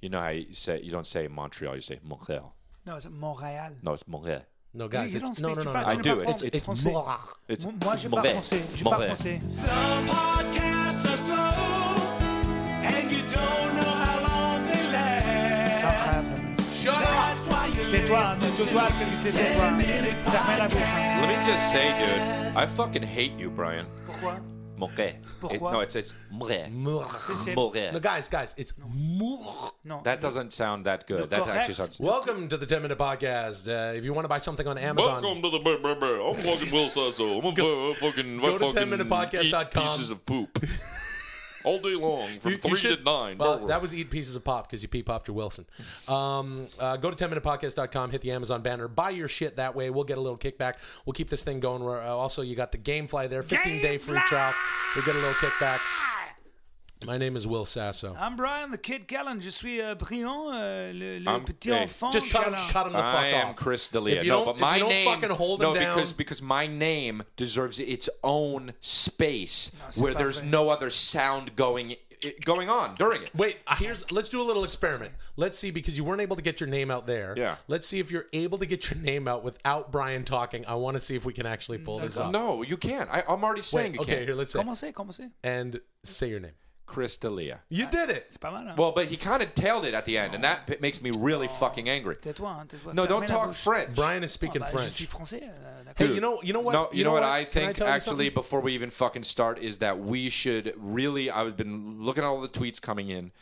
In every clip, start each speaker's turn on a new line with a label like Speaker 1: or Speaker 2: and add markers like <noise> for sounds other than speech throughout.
Speaker 1: You know how you say you don't say Montreal, you say Montreal.
Speaker 2: No, is it Montréal?
Speaker 1: No, it's Montreal.
Speaker 3: No, guys,
Speaker 2: you
Speaker 3: it's
Speaker 2: don't
Speaker 3: no,
Speaker 2: speak-
Speaker 3: no,
Speaker 2: tu
Speaker 3: no,
Speaker 2: parles-
Speaker 3: no.
Speaker 1: I
Speaker 2: tu ne
Speaker 1: do.
Speaker 2: parles
Speaker 1: It's
Speaker 2: pas
Speaker 1: it's
Speaker 3: français.
Speaker 1: It's
Speaker 2: Moi- Moi, je parle
Speaker 1: Montréal.
Speaker 2: français. Je parle
Speaker 1: Montréal.
Speaker 2: français.
Speaker 4: Some podcasts are slow, and you don't know how long they last. Shut That's why you
Speaker 2: Tais-toi,
Speaker 4: listen
Speaker 2: tais-toi,
Speaker 4: to
Speaker 2: tais-toi. Fermez la bouche. hein.
Speaker 1: Let me just say, dude, I fucking hate you, Brian.
Speaker 2: Pourquoi
Speaker 1: Montréal. It,
Speaker 2: Pourquoi?
Speaker 1: no, it says Montréal.
Speaker 3: Mur-
Speaker 2: C'est-
Speaker 3: No,
Speaker 1: Montréal.
Speaker 3: guys, guys, it's mur-
Speaker 2: Non.
Speaker 1: That doesn't sound that good. That
Speaker 2: Correct.
Speaker 1: actually sounds.
Speaker 3: Welcome to the 10 Minute Podcast. Uh, if you want to buy something on Amazon,
Speaker 5: Welcome to the. Blah, blah, blah. I'm fucking Will Sasso. I'm a go, fucking.
Speaker 3: go
Speaker 5: I
Speaker 3: to
Speaker 5: fucking
Speaker 3: 10minutepodcast.com.
Speaker 5: eat Pieces of
Speaker 3: <laughs>
Speaker 5: poop. All day long, from
Speaker 3: You- you
Speaker 5: three
Speaker 3: should-
Speaker 5: to nine.
Speaker 3: Well,
Speaker 5: Don't
Speaker 3: that was eat pieces of pop because you pee popped your Wilson. Um, uh, go to 10minutepodcast.com, hit the Amazon banner, buy your shit that way. We'll get a little kickback. We'll keep this thing going. We're, uh, also, you got the Gamefly there, 15 day free trial. We get a little kickback. My name is Will Sasso.
Speaker 2: I'm Brian, the kid Callan. Je suis euh, Brian, euh, le, le
Speaker 1: I'm-
Speaker 2: petit
Speaker 1: hey,
Speaker 2: enfant.
Speaker 3: Just cut him,
Speaker 2: Callan.
Speaker 3: cut him the fuck
Speaker 1: I
Speaker 3: off.
Speaker 1: am Chris D'Elia.
Speaker 3: If you
Speaker 1: No,
Speaker 3: don't-
Speaker 1: but
Speaker 3: if you
Speaker 1: my
Speaker 3: don't
Speaker 1: name.
Speaker 3: fucking hold
Speaker 1: no,
Speaker 3: him
Speaker 1: because
Speaker 3: down-
Speaker 1: because my name deserves its own space
Speaker 2: c'est
Speaker 1: where
Speaker 2: pas
Speaker 1: there's
Speaker 2: vrai.
Speaker 1: no other sound going i- going on during it.
Speaker 3: Wait, uh, here's let's do a little experiment. Let's see because you weren't able to get your name out there.
Speaker 1: Yeah.
Speaker 3: Let's see if you're able to get your name out without Brian talking. I want to see if we can actually pull this off.
Speaker 1: No, you can't. I, I'm already saying
Speaker 3: Wait,
Speaker 1: you
Speaker 3: okay,
Speaker 1: can't.
Speaker 3: here, let's say
Speaker 2: Comment c'est Comment c'est
Speaker 3: and say your name.
Speaker 1: Chris D'Elia.
Speaker 3: You did it.
Speaker 2: C'est pas mal, hein
Speaker 1: Well, but he kind of tailed it at the end, and that p- makes me
Speaker 3: Oh,
Speaker 1: really fucking angry.
Speaker 2: Tais-toi, hein, tais-toi.
Speaker 1: No,
Speaker 2: Fermez
Speaker 1: don't
Speaker 2: la
Speaker 1: talk
Speaker 2: bouche.
Speaker 1: French.
Speaker 3: Brian is
Speaker 2: Ah,
Speaker 3: speaking
Speaker 2: bah, Je suis
Speaker 3: French.
Speaker 2: français. euh, d'accord.
Speaker 3: Hey, you know, you know what?
Speaker 1: No, you, know, what, I
Speaker 3: Can
Speaker 1: think
Speaker 3: tell you
Speaker 1: actually
Speaker 3: something?
Speaker 1: before we even fucking start is that we should really. I've been looking at all the tweets coming in,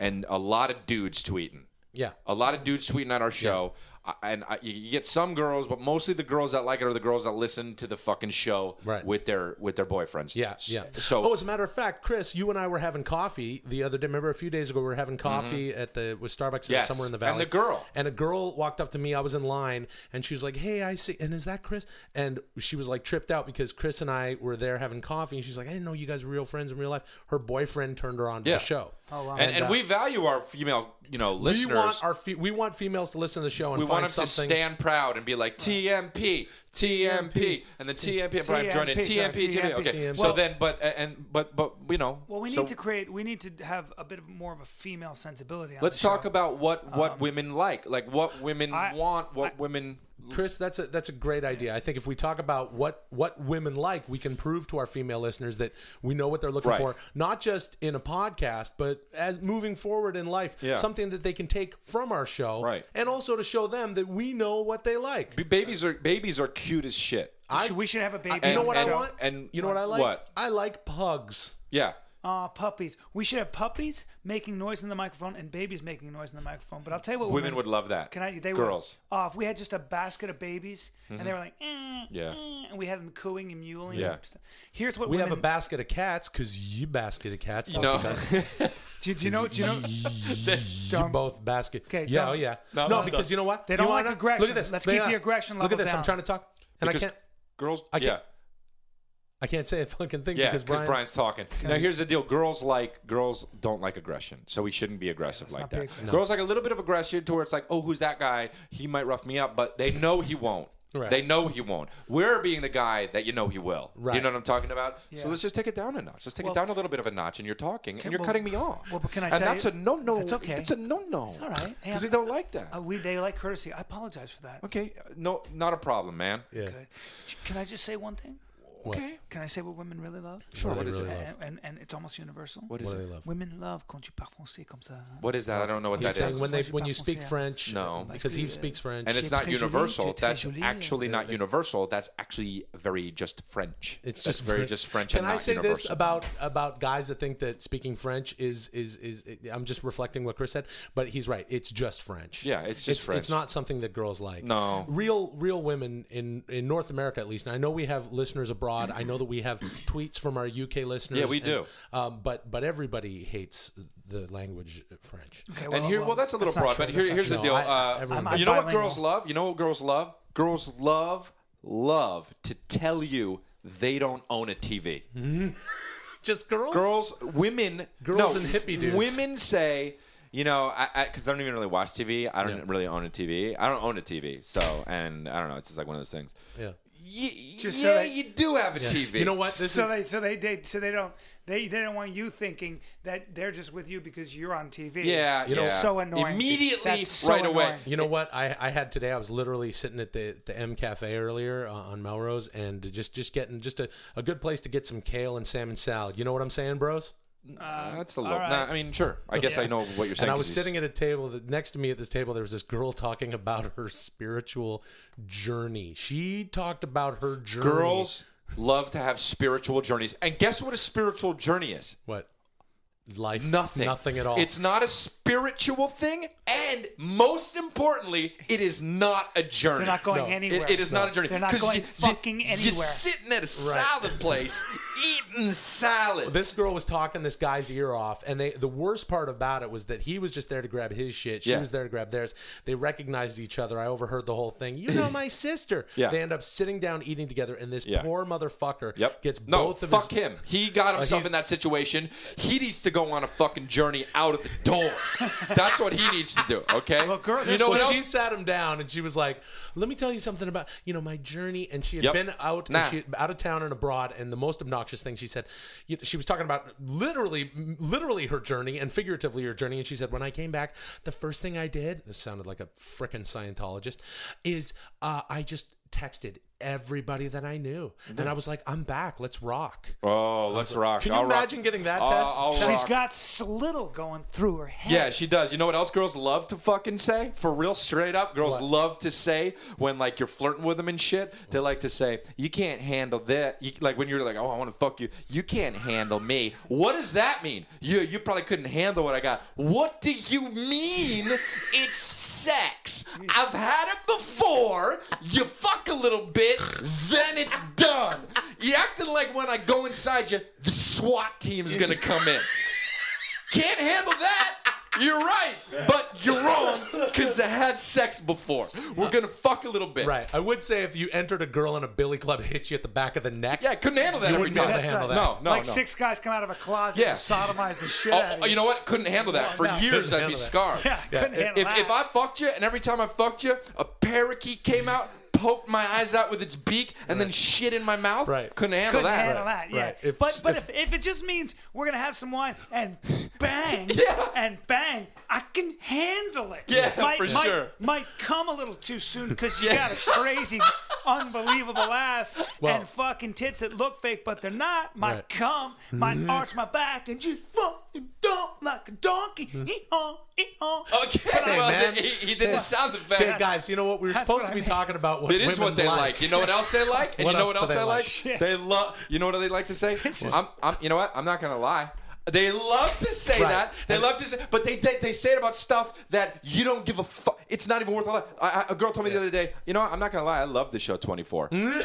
Speaker 1: and a lot of dudes tweeting.
Speaker 3: Yeah.
Speaker 1: A lot of dudes tweeting at our show, I- and I, you- you get some girls, but mostly the girls that like it are the girls that listen to the fucking show
Speaker 3: Right.
Speaker 1: with their with their boyfriends.
Speaker 3: Yeah,
Speaker 1: S-
Speaker 3: yeah.
Speaker 1: So
Speaker 3: oh, as a matter of fact, Chris, you and I were having coffee the other day. Remember a few days ago, we were having coffee at the with Starbucks
Speaker 1: Mm-hmm. Yes,
Speaker 3: somewhere in the
Speaker 1: and
Speaker 3: valley.
Speaker 1: the girl.
Speaker 3: and a girl walked up to me. I was in line, and she was like, "Hey, I see." And is that Chris? And she was like tripped out because Chris and I were there having coffee, and she's like, "I didn't know you guys were real friends in real life." Her boyfriend turned her on to
Speaker 1: Yeah.
Speaker 3: the show.
Speaker 2: Oh, wow.
Speaker 1: and, and
Speaker 3: uh,
Speaker 1: we value our female, you know,
Speaker 3: we
Speaker 1: listeners.
Speaker 3: want our fe- we want females to listen to the show and
Speaker 1: We
Speaker 3: find
Speaker 1: want them to
Speaker 3: something.
Speaker 1: stand proud and be like TMP, TMP, and then TMP. But I'm joined in
Speaker 2: TMP, sorry,
Speaker 1: TMP, TMP. Okay,
Speaker 3: TMP.
Speaker 1: so
Speaker 3: Well-
Speaker 1: then, but and but but you know.
Speaker 2: Well, we need
Speaker 1: so
Speaker 2: to create. We need to have a bit of more of a female sensibility. On
Speaker 1: Let's
Speaker 2: the
Speaker 1: talk
Speaker 2: show.
Speaker 1: about what
Speaker 3: Um,
Speaker 1: what women like, like what women
Speaker 2: I-
Speaker 1: want, what women.
Speaker 3: Chris, that's a that's a great idea. I think if we talk about what what women like, we can prove to our female listeners that we know what they're looking
Speaker 1: Right.
Speaker 3: for, not just in a podcast, but as moving forward in life,
Speaker 1: Yeah.
Speaker 3: something that they can take from our show,
Speaker 1: Right.
Speaker 3: and also to show them that we know what they like.
Speaker 1: b- Babies are babies are cute as shit.
Speaker 3: I-
Speaker 2: Should- we should have a baby.
Speaker 3: You know
Speaker 1: And-
Speaker 3: what I
Speaker 1: and-
Speaker 3: want?
Speaker 1: and-
Speaker 3: you know what I like?
Speaker 1: What?
Speaker 3: I like pugs.
Speaker 1: Yeah,
Speaker 2: Ah, puppies. We should have puppies making noise in the microphone and babies making noise in the microphone. But I'll tell you what,
Speaker 1: women would love that.
Speaker 2: Can I? They
Speaker 1: girls. Mm-hmm.
Speaker 2: Would, oh, if we had just a basket of babies and they were like, eh,
Speaker 1: Yeah.
Speaker 3: Mm.
Speaker 2: eh, and we had them cooing and mewling.
Speaker 1: Yeah.
Speaker 2: And stuff. Here's what
Speaker 3: We
Speaker 2: women,
Speaker 3: have a basket of cats because you basket of cats. You <laughs>
Speaker 1: know-
Speaker 2: Do, you- do you know? Do you know? <laughs>
Speaker 3: you both basket.
Speaker 2: Okay,
Speaker 3: yeah,
Speaker 2: dumb.
Speaker 3: oh yeah.
Speaker 1: No,
Speaker 3: No,
Speaker 1: no,
Speaker 3: because
Speaker 1: no.
Speaker 3: you know what?
Speaker 2: They
Speaker 3: You
Speaker 2: don't
Speaker 3: wanna
Speaker 2: like
Speaker 3: know?
Speaker 2: aggression.
Speaker 3: Look at this.
Speaker 2: Let's
Speaker 3: Look
Speaker 2: keep
Speaker 3: at-
Speaker 2: the aggression
Speaker 3: Look
Speaker 2: level
Speaker 3: at this.
Speaker 2: down.
Speaker 3: I'm trying to talk, and
Speaker 1: Because-
Speaker 3: I can't.
Speaker 1: <laughs> Girls.
Speaker 3: I
Speaker 1: yeah.
Speaker 3: can't- I can't say a fucking thing
Speaker 1: Yeah,
Speaker 3: because
Speaker 1: because
Speaker 3: Brian.
Speaker 1: Brian's talking. Now here's the deal: girls like girls don't like aggression, so we shouldn't be aggressive like
Speaker 2: not be
Speaker 1: that.
Speaker 2: aggressive.
Speaker 1: Girls like a little bit of aggression to where it's like, oh, who's that guy? He might rough me up, but they know he won't.
Speaker 3: Right.
Speaker 1: They know he won't. We're being the guy that you know he will. Do you
Speaker 3: Right.
Speaker 1: know what I'm talking about?
Speaker 2: Yeah.
Speaker 1: So let's just take it down a notch. Let's take
Speaker 2: Well,
Speaker 1: it down a little bit of a notch, and you're talking, and you're
Speaker 2: well-
Speaker 1: cutting me off.
Speaker 2: well, but can I
Speaker 1: And
Speaker 2: tell
Speaker 1: that's
Speaker 2: you-
Speaker 1: a no-no.
Speaker 2: That's okay.
Speaker 1: It's a no-no.
Speaker 2: It's all right. Hey,
Speaker 1: Because
Speaker 2: I-
Speaker 1: they don't like that.
Speaker 2: Uh, we they like courtesy. I apologize for that.
Speaker 1: okay, no, not a problem, man.
Speaker 3: Yeah.
Speaker 2: Okay. Can I just say one thing?
Speaker 1: Okay.
Speaker 2: Can I say what women really love?
Speaker 3: Sure. What, is
Speaker 2: And, and, and it's almost universal.
Speaker 1: What is
Speaker 3: What do
Speaker 1: it?
Speaker 3: they love?
Speaker 2: Women love quand tu parles français comme ça. hein.
Speaker 1: What is that? I don't know what
Speaker 3: He's
Speaker 1: that
Speaker 3: saying
Speaker 1: is.
Speaker 3: when they
Speaker 2: Moi, j'ai
Speaker 3: when
Speaker 2: pas
Speaker 3: you speak
Speaker 2: pensé à-
Speaker 3: French,
Speaker 1: No.
Speaker 3: because he speaks French,
Speaker 1: and
Speaker 2: Tu
Speaker 1: it's
Speaker 2: es
Speaker 1: not
Speaker 2: très jolie,
Speaker 1: universal.
Speaker 2: tu es très
Speaker 1: That's
Speaker 2: jolie.
Speaker 1: actually not universal. That's actually very just French.
Speaker 3: it's
Speaker 1: That's
Speaker 3: just
Speaker 1: very
Speaker 3: French.
Speaker 1: just French.
Speaker 3: Can
Speaker 1: and
Speaker 3: I
Speaker 1: not
Speaker 3: say this
Speaker 1: universal.
Speaker 3: about about guys that think that speaking French is is is? I'm just reflecting what Chris said, but he's right. It's just French.
Speaker 1: Yeah, it's just
Speaker 3: it's,
Speaker 1: French.
Speaker 3: It's not something that girls like.
Speaker 1: No.
Speaker 3: real real women in in North America at least. And I know we have listeners abroad. I know that
Speaker 1: <clears throat>
Speaker 3: we have tweets from our UK listeners.
Speaker 1: Yeah, we
Speaker 3: and-
Speaker 1: do.
Speaker 3: Um, but but everybody hates the language uh, French.
Speaker 2: Okay,
Speaker 1: and here, well, that's a little
Speaker 2: not
Speaker 1: broad,
Speaker 2: true.
Speaker 1: but here,
Speaker 2: That's not
Speaker 1: here's
Speaker 2: true.
Speaker 1: the deal.
Speaker 3: No, I-
Speaker 1: uh,
Speaker 3: everyone-
Speaker 2: I'm
Speaker 1: you know what
Speaker 2: bilingual.
Speaker 1: girls love? You know what girls love? Girls love, love to tell you they don't own a TV.
Speaker 3: <laughs> Just girls.
Speaker 1: Girls, women,
Speaker 3: Mm-hmm. Girls
Speaker 1: no,
Speaker 3: and hippie dudes.
Speaker 1: Women say. You know, because I, 'cause I don't even really watch TV. I don't
Speaker 3: Yeah.
Speaker 1: really own a TV. I don't own a TV, so and I don't know. It's just like one of those things.
Speaker 3: Yeah.
Speaker 1: Y-
Speaker 2: Just so
Speaker 1: yeah,
Speaker 2: they-
Speaker 1: you do have a TV.
Speaker 3: You know what? This
Speaker 2: So
Speaker 3: is,
Speaker 2: they, so they, they, so they don't, They they don't want you thinking that they're just with you because you're on TV.
Speaker 1: Yeah, you
Speaker 2: know,
Speaker 1: know,
Speaker 2: so annoying.
Speaker 1: Immediately,
Speaker 2: That's so
Speaker 1: right away.
Speaker 2: annoying.
Speaker 3: You know what? I, I had today. I was literally sitting at the the M Cafe earlier uh, on Melrose, and just just getting just a, a good place to get some kale and salmon salad. You know what I'm saying, bros?
Speaker 1: Uh, that's a little.
Speaker 2: right.
Speaker 1: Nah, I mean, sure. I guess I know what you're saying.
Speaker 3: And I
Speaker 1: 'cause
Speaker 3: was
Speaker 1: he's-
Speaker 3: sitting at a table that next to me at this table. There was this girl talking about her spiritual journey. She talked about her journey.
Speaker 1: Girls love to have spiritual journeys, and guess what a spiritual journey is?
Speaker 3: what? Life,
Speaker 1: Nothing.
Speaker 3: nothing at all.
Speaker 1: It's not a spiritual thing, and most importantly, it is not a journey.
Speaker 2: They're not going
Speaker 3: No. It-
Speaker 1: It-
Speaker 2: anywhere.
Speaker 1: it is not a journey.
Speaker 2: They're not
Speaker 1: 'Cause
Speaker 2: going
Speaker 1: you- you-
Speaker 2: fucking anywhere.
Speaker 1: You're sitting at a salad place eating salad.
Speaker 3: this girl was talking this guy's ear off, and they the worst part about it was that he was just there to grab his shit. She
Speaker 1: Yeah.
Speaker 3: was there to grab theirs. They recognized each other. I overheard the whole thing. You
Speaker 1: <clears throat>
Speaker 3: know my sister.
Speaker 1: Yeah.
Speaker 3: They end up sitting down eating together, and this
Speaker 1: Yeah.
Speaker 3: poor motherfucker
Speaker 1: Yep.
Speaker 3: gets
Speaker 1: no,
Speaker 3: both of
Speaker 1: fuck
Speaker 3: his.
Speaker 1: him. He got himself
Speaker 3: he's-
Speaker 1: in that situation. He needs to go on a fucking journey out of the
Speaker 3: <laughs>
Speaker 1: door. That's what he needs to do. Okay.
Speaker 2: Well, girl,
Speaker 1: you
Speaker 2: that's
Speaker 1: know
Speaker 3: Well,
Speaker 1: what
Speaker 3: she
Speaker 1: else?
Speaker 3: sat him down and she was like, "Let me tell you something about you know my journey." And she had
Speaker 1: Yep.
Speaker 3: been out,
Speaker 1: Nah.
Speaker 3: and she out of town and abroad. And the most obnoxious thing she said, you know, she was talking about literally, literally her journey and figuratively her journey. And she said, "When I came back, the first thing I did," this sounded like a frickin' Scientologist, is uh, I just texted everybody that I knew, and I was like, "I'm back. Let's rock."
Speaker 1: Oh, let's Mm-hmm. rock.
Speaker 3: Can you
Speaker 1: I'll rock.
Speaker 3: imagine getting that
Speaker 1: I'll-
Speaker 3: text?
Speaker 1: I'll
Speaker 2: She's
Speaker 1: rock.
Speaker 2: got slittle going through her head.
Speaker 1: Yeah, she does. You know what else girls love to fucking say? For real, straight up, girls love to say when like you're flirting with them and shit. They like to say, "You can't handle that." You, like when you're like, "Oh, I want to fuck you." You can't handle me. What does that mean? You you probably couldn't handle what I got. What do you mean? it's sex. I've had it before. You fuck a little bit, then it's done. You're acting like when I go inside you, the SWAT team's gonna come in can't handle that. You're right, but you're wrong because I had sex before. We're gonna fuck a little bit.
Speaker 3: Right. I would say if you entered a girl in a billy club, hit you at the back of the neck.
Speaker 1: Yeah, I couldn't handle that
Speaker 3: You
Speaker 1: every
Speaker 3: wouldn't be able
Speaker 1: time.
Speaker 3: to handle that.
Speaker 1: No, no,
Speaker 2: like
Speaker 1: no.
Speaker 2: six guys come out of a closet
Speaker 1: Yeah.
Speaker 2: and sodomize the shit out
Speaker 1: Oh,
Speaker 2: of
Speaker 1: oh, you know what? Couldn't handle that. For
Speaker 2: no.
Speaker 1: years, I'd be
Speaker 3: handle that.
Speaker 1: scarred.
Speaker 2: <laughs> Yeah, I couldn't handle
Speaker 1: If,
Speaker 2: that.
Speaker 1: if I fucked you, and every time I fucked you, a parakeet came out, poked my eyes out with its beak, and then shit in my mouth.
Speaker 3: Right.
Speaker 1: Couldn't handle
Speaker 2: couldn't
Speaker 1: that.
Speaker 2: handle
Speaker 3: Right,
Speaker 2: that, yeah.
Speaker 3: right. If-
Speaker 2: but but
Speaker 3: if-
Speaker 2: if, if it just means we're gonna have some wine
Speaker 1: <laughs>
Speaker 2: and bang
Speaker 1: Yeah.
Speaker 2: and bang, I can handle it.
Speaker 1: Yeah,
Speaker 2: might,
Speaker 1: for
Speaker 2: might,
Speaker 1: sure.
Speaker 2: Might come a little too soon because you got a
Speaker 1: <laughs>
Speaker 2: crazy, unbelievable ass
Speaker 3: Well-
Speaker 2: and fucking tits that look fake but they're not. Might
Speaker 3: Right.
Speaker 2: come, might
Speaker 1: Mm-hmm.
Speaker 2: arch my back and you fucking dump like a donkey. Ee-haw, ee-haw.
Speaker 1: Mm-hmm. Okay,
Speaker 2: Hey,
Speaker 1: well,
Speaker 3: man.
Speaker 1: He, he didn't sound the fact.
Speaker 3: Hey guys, you know what? We were
Speaker 2: That's
Speaker 3: supposed
Speaker 2: what
Speaker 3: to
Speaker 2: I
Speaker 3: be
Speaker 2: mean.
Speaker 3: talking about what
Speaker 1: It is
Speaker 3: women
Speaker 1: what they like. You know what else they like? And
Speaker 3: What
Speaker 1: you know
Speaker 3: else
Speaker 1: what
Speaker 3: do
Speaker 1: else they,
Speaker 3: they like?
Speaker 1: like? They love. You know what they like to say? I'm, I'm, you know what? I'm not gonna lie. They love to say
Speaker 3: Right.
Speaker 1: that. They love to say, but they, they they say it about stuff that you don't give a fuck. It's not even worth a lot. I, I, a girl told me the other day. You know, what? I'm not gonna lie. I love the show
Speaker 3: <laughs>
Speaker 1: 24. you wouldn't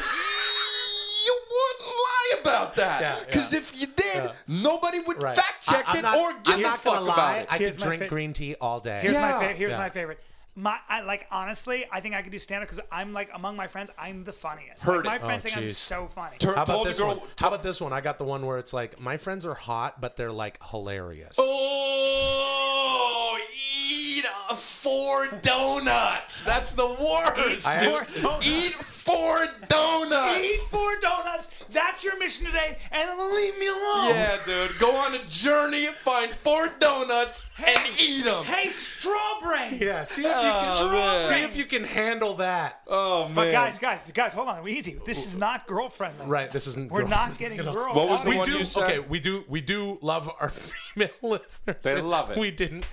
Speaker 1: lie about
Speaker 3: Yeah,
Speaker 1: that.
Speaker 3: yeah.
Speaker 1: Because if you did,
Speaker 3: Yeah.
Speaker 1: nobody would
Speaker 3: Right.
Speaker 1: fact check
Speaker 3: I- I'm
Speaker 1: it
Speaker 3: not-
Speaker 1: or give
Speaker 3: I'm
Speaker 1: a
Speaker 3: not
Speaker 1: fuck
Speaker 3: gonna
Speaker 1: about
Speaker 3: lie.
Speaker 1: it.
Speaker 3: I
Speaker 2: Here's
Speaker 3: could
Speaker 2: my
Speaker 3: drink
Speaker 2: fa-
Speaker 3: green tea all day.
Speaker 2: Here's
Speaker 1: Yeah.
Speaker 2: my favorite. Here's
Speaker 3: Yeah.
Speaker 2: my favorite. My, I like honestly, I think I could do stand up because I'm like among my friends, I'm the funniest. Like,
Speaker 1: Heard it.
Speaker 2: my friends
Speaker 3: Oh,
Speaker 2: think I'm
Speaker 3: jeez.
Speaker 2: so funny.
Speaker 1: Tur-
Speaker 3: How about
Speaker 1: told the
Speaker 3: this
Speaker 1: girl-
Speaker 3: one? How about this one? I got the one where it's like my friends are hot, but they're like hilarious.
Speaker 1: Oh, eat uh, four donuts. That's the worst.
Speaker 3: I
Speaker 1: dude.
Speaker 3: actually- Four
Speaker 1: Eat four
Speaker 2: Eat
Speaker 1: donuts.
Speaker 2: four donuts. That's your mission today, and leave me alone.
Speaker 1: Yeah, dude. Go on a journey, find four donuts, and eat them.
Speaker 2: Hey, strawberry.
Speaker 3: Yeah, see,
Speaker 1: Oh, man.
Speaker 3: see if you can handle that.
Speaker 1: Oh man.
Speaker 2: But guys, guys, guys, hold on. Easy. This is not girlfriendly.
Speaker 3: Right, this isn't.
Speaker 2: We're
Speaker 1: <laughs>
Speaker 3: girl- <laughs>
Speaker 2: not getting girl.
Speaker 1: What was the
Speaker 3: We
Speaker 1: one
Speaker 3: do.
Speaker 1: you said?
Speaker 3: Okay, we do. We do love our <laughs> female listeners.
Speaker 1: They
Speaker 3: and
Speaker 1: love it.
Speaker 3: We didn't.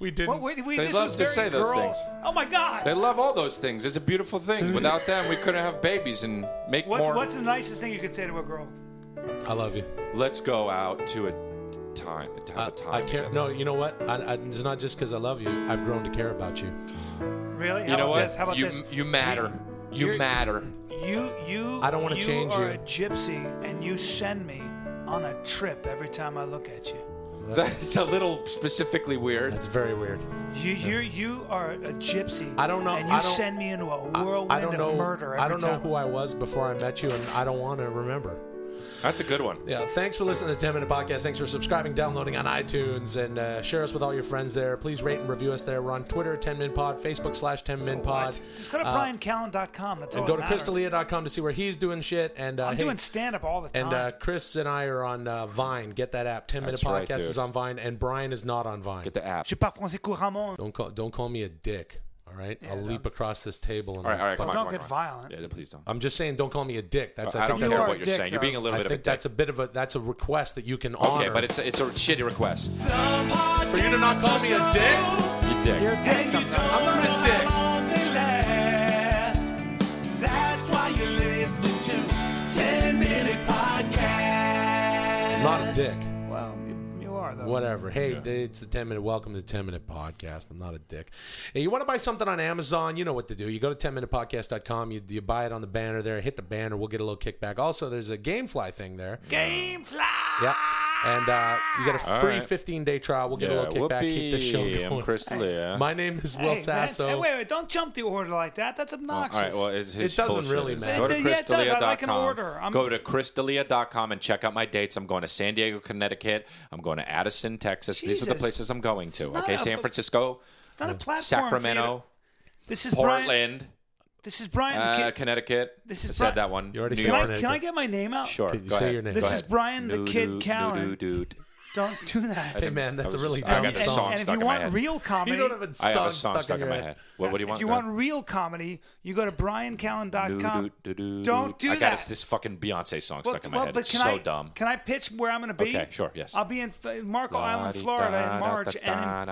Speaker 3: We didn't.
Speaker 2: What, we, we,
Speaker 1: They
Speaker 2: this
Speaker 1: love
Speaker 2: was
Speaker 1: to
Speaker 2: very
Speaker 1: say those
Speaker 2: girl-
Speaker 1: things.
Speaker 2: Oh my God.
Speaker 1: they love all those things. It's a beautiful thing. Without them, we couldn't have babies and make
Speaker 2: what's
Speaker 1: more.
Speaker 2: what's the nicest thing you could say to a girl?
Speaker 3: I love you.
Speaker 1: Let's go out to a time. To have
Speaker 3: Uh, I,
Speaker 1: a time.
Speaker 3: I care.
Speaker 1: together.
Speaker 3: No, you know what? I, I, it's not just because I love you. I've grown to care about you.
Speaker 2: Really? How
Speaker 1: You know
Speaker 2: about
Speaker 1: what?
Speaker 2: This? How about
Speaker 1: you,
Speaker 2: this?
Speaker 1: you matter. You
Speaker 2: You're-
Speaker 1: matter. <laughs>
Speaker 2: You you
Speaker 3: I don't wanna change
Speaker 2: you. are a
Speaker 3: you.
Speaker 2: gypsy and you send me on a trip every time I look at you.
Speaker 1: That's a little specifically weird.
Speaker 3: That's very weird.
Speaker 2: You you you are a gypsy.
Speaker 3: I don't know-
Speaker 2: And you
Speaker 3: I don't-
Speaker 2: send me into a
Speaker 3: I-
Speaker 2: whirlwind
Speaker 3: I don't know.
Speaker 2: of murder every
Speaker 3: I don't know
Speaker 2: time.
Speaker 3: who I was before I met you, and I don't want to remember.
Speaker 1: That's a good one.
Speaker 3: Yeah, thanks for listening to the 10 Minute Podcast. Thanks for subscribing, downloading on iTunes, and uh, share us with all your friends there. Please rate and review us there. We're on Twitter, 10 Min Pod, Facebook slash 10 Min Pod.
Speaker 2: Just go to briancallen.com. That's all
Speaker 3: uh, And go
Speaker 2: that
Speaker 3: to
Speaker 2: matters.
Speaker 3: crystalia.com to see where he's doing shit. And uh,
Speaker 2: I'm
Speaker 3: hey,
Speaker 2: doing stand up all the time.
Speaker 3: and uh, Chris and I are on uh, Vine. Get that app. 10 Minute
Speaker 1: That's right,
Speaker 3: Podcast
Speaker 1: dude.
Speaker 3: is on Vine, and Brian is not on Vine.
Speaker 1: Get the app.
Speaker 2: Je parle français couramment.
Speaker 3: Don't call, don't call me a dick, all right? I'll leap across this table. And
Speaker 1: All right, all right, come
Speaker 2: Well,
Speaker 1: on.
Speaker 2: don't
Speaker 1: come on,
Speaker 2: get
Speaker 1: come on.
Speaker 2: violent.
Speaker 1: Yeah, please don't.
Speaker 3: I'm just saying, don't call me a dick. That's I,
Speaker 1: I don't think
Speaker 3: think that's
Speaker 2: you
Speaker 1: that's
Speaker 2: are
Speaker 1: what
Speaker 2: a
Speaker 1: you're
Speaker 2: dick,
Speaker 1: saying. You're being a
Speaker 3: a,
Speaker 1: little
Speaker 3: I
Speaker 1: bit of a
Speaker 3: think
Speaker 1: dick.
Speaker 3: that's a bit of a that's a request that you can honor.
Speaker 1: Okay, but it's a, it's a shitty request.
Speaker 2: <laughs>
Speaker 4: For
Speaker 3: you to not call me a dick?
Speaker 1: You dick.
Speaker 2: You're a dick
Speaker 4: And you don't
Speaker 2: sometimes.
Speaker 4: know
Speaker 3: not a dick.
Speaker 4: how long they last. That's why you're listening to 10 Minute Podcast.
Speaker 3: not a dick.
Speaker 2: Well, you, you are, though.
Speaker 3: Whatever. Hey, it's the 10 minute. Welcome to the 10 minute podcast. I'm not a dick. Hey, you want to buy something on Amazon? You know what to do. You go to 10minutepodcast.com. You, you buy it on the banner there. Hit the banner. We'll get a little kickback. Also, there's a Gamefly thing there.
Speaker 2: Gamefly!
Speaker 3: Yep. And uh, you get a
Speaker 1: All
Speaker 3: free
Speaker 1: right.
Speaker 3: 15 day trial. We'll get a
Speaker 1: Yeah,
Speaker 3: little kickback. Keep the show
Speaker 1: whoopee.
Speaker 3: going.
Speaker 1: I'm Chris D'Elia.
Speaker 3: My name is
Speaker 2: Hey,
Speaker 3: Will
Speaker 2: man.
Speaker 3: Sasso.
Speaker 2: Hey, wait, wait, don't jump the order like that. That's
Speaker 1: Well,
Speaker 2: obnoxious.
Speaker 1: all right, well, it's, it's
Speaker 3: It doesn't
Speaker 1: bullshit.
Speaker 3: really matter.
Speaker 1: Go to
Speaker 2: It- yeah, it does. I like an
Speaker 1: chrisdalia.com.
Speaker 2: order. I'm-
Speaker 1: Go to chrisdalia.com and check out my dates. I'm going to San Diego, Connecticut. I'm going to Addison, Texas. These are the
Speaker 2: Jesus.
Speaker 1: places I'm going to.
Speaker 2: It's not
Speaker 1: Okay,
Speaker 2: a-
Speaker 1: San Francisco,
Speaker 2: it's not a platform. for you
Speaker 1: Sacramento,
Speaker 2: to- This is Brian.
Speaker 1: Portland,
Speaker 2: This is Brian. the
Speaker 1: uh,
Speaker 2: Kid-
Speaker 1: Connecticut.
Speaker 2: This
Speaker 1: I
Speaker 2: is Bri-
Speaker 1: said that one.
Speaker 3: You already
Speaker 1: New
Speaker 3: said
Speaker 2: can,
Speaker 1: York.
Speaker 2: I, can I get my name out?
Speaker 1: Sure.
Speaker 3: Can you
Speaker 1: go
Speaker 3: say
Speaker 1: ahead.
Speaker 3: your name?
Speaker 1: Go
Speaker 2: This is
Speaker 1: ahead.
Speaker 2: Brian the
Speaker 1: Doo
Speaker 2: Kid
Speaker 1: doo,
Speaker 2: Callen.
Speaker 1: doo doo doo.
Speaker 2: Don't do that.
Speaker 3: Hey, man, that's
Speaker 1: was
Speaker 3: a really
Speaker 1: just- I
Speaker 3: dumb
Speaker 1: got the
Speaker 2: and,
Speaker 1: song
Speaker 3: song.
Speaker 2: and if
Speaker 1: stuck in
Speaker 2: you
Speaker 1: my
Speaker 2: want
Speaker 1: head.
Speaker 2: real comedy,
Speaker 3: You don't have
Speaker 1: I
Speaker 3: a
Speaker 1: have
Speaker 3: song,
Speaker 1: a song stuck in my
Speaker 3: head.
Speaker 1: head. What, what do you want?
Speaker 2: if you want real comedy, you go to briancallen.com. Don't do
Speaker 1: I
Speaker 2: that.
Speaker 1: got this fucking Beyonce song
Speaker 2: Well,
Speaker 1: stuck in my
Speaker 2: well,
Speaker 1: head.
Speaker 2: but
Speaker 1: It's
Speaker 2: can
Speaker 1: so
Speaker 2: I,
Speaker 1: dumb.
Speaker 2: Can I pitch where I'm going to be?
Speaker 1: Okay, sure, yes.
Speaker 2: I'll be in F- Marco Island, Florida in March, and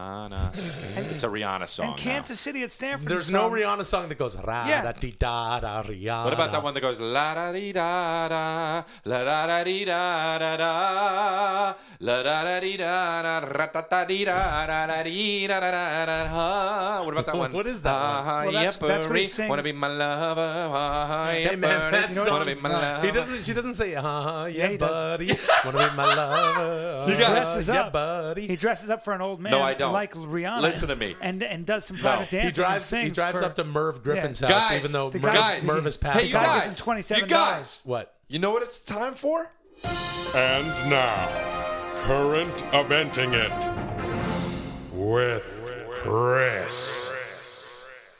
Speaker 1: Rihanna. It's a Rihanna
Speaker 2: in,
Speaker 1: song.
Speaker 2: in
Speaker 1: now.
Speaker 2: Kansas City at Stanford.
Speaker 3: There's
Speaker 2: and
Speaker 3: no
Speaker 2: Sons.
Speaker 3: Rihanna song that goes ra
Speaker 2: Yeah.
Speaker 3: da dee da da Rihanna.
Speaker 1: What about that one that goes la da dee da da la da da dee da da da la da da dee da da ra ta ta dee da da da dee da da da da ha? What about that one?
Speaker 3: <laughs> What is that one?
Speaker 1: Ah,
Speaker 2: Well, that's- that's what he
Speaker 1: yeppery, Wanna be
Speaker 2: sings.
Speaker 1: my lover? ah,
Speaker 3: Hey
Speaker 1: yeppery,
Speaker 3: man, that song.
Speaker 1: Wanna be my lover?
Speaker 3: He doesn't. She doesn't say, "Uh huh, yeah,
Speaker 2: he does.
Speaker 3: buddy, wanna be my
Speaker 2: <laughs>
Speaker 3: lover."
Speaker 1: You got
Speaker 3: uh,
Speaker 2: dresses
Speaker 3: yeah,
Speaker 2: up.
Speaker 3: buddy.
Speaker 2: He dresses up for an old man.
Speaker 1: No, I don't.
Speaker 2: Like Rihanna.
Speaker 1: Listen to me.
Speaker 2: And and does some private
Speaker 1: No.
Speaker 2: dancing.
Speaker 3: He
Speaker 2: and
Speaker 3: drives. He
Speaker 2: sings
Speaker 3: drives
Speaker 2: for-
Speaker 3: up to Merv Griffin's house,
Speaker 1: Guys,
Speaker 3: even though
Speaker 2: the
Speaker 3: Merv,
Speaker 2: guys-
Speaker 3: Merv is passed
Speaker 1: hey, you
Speaker 2: guy
Speaker 3: out.
Speaker 2: gives
Speaker 1: guys,
Speaker 2: him $27.
Speaker 1: you guys,
Speaker 3: What?
Speaker 1: you know what it's time for?
Speaker 5: And now, current eventing it with Chris.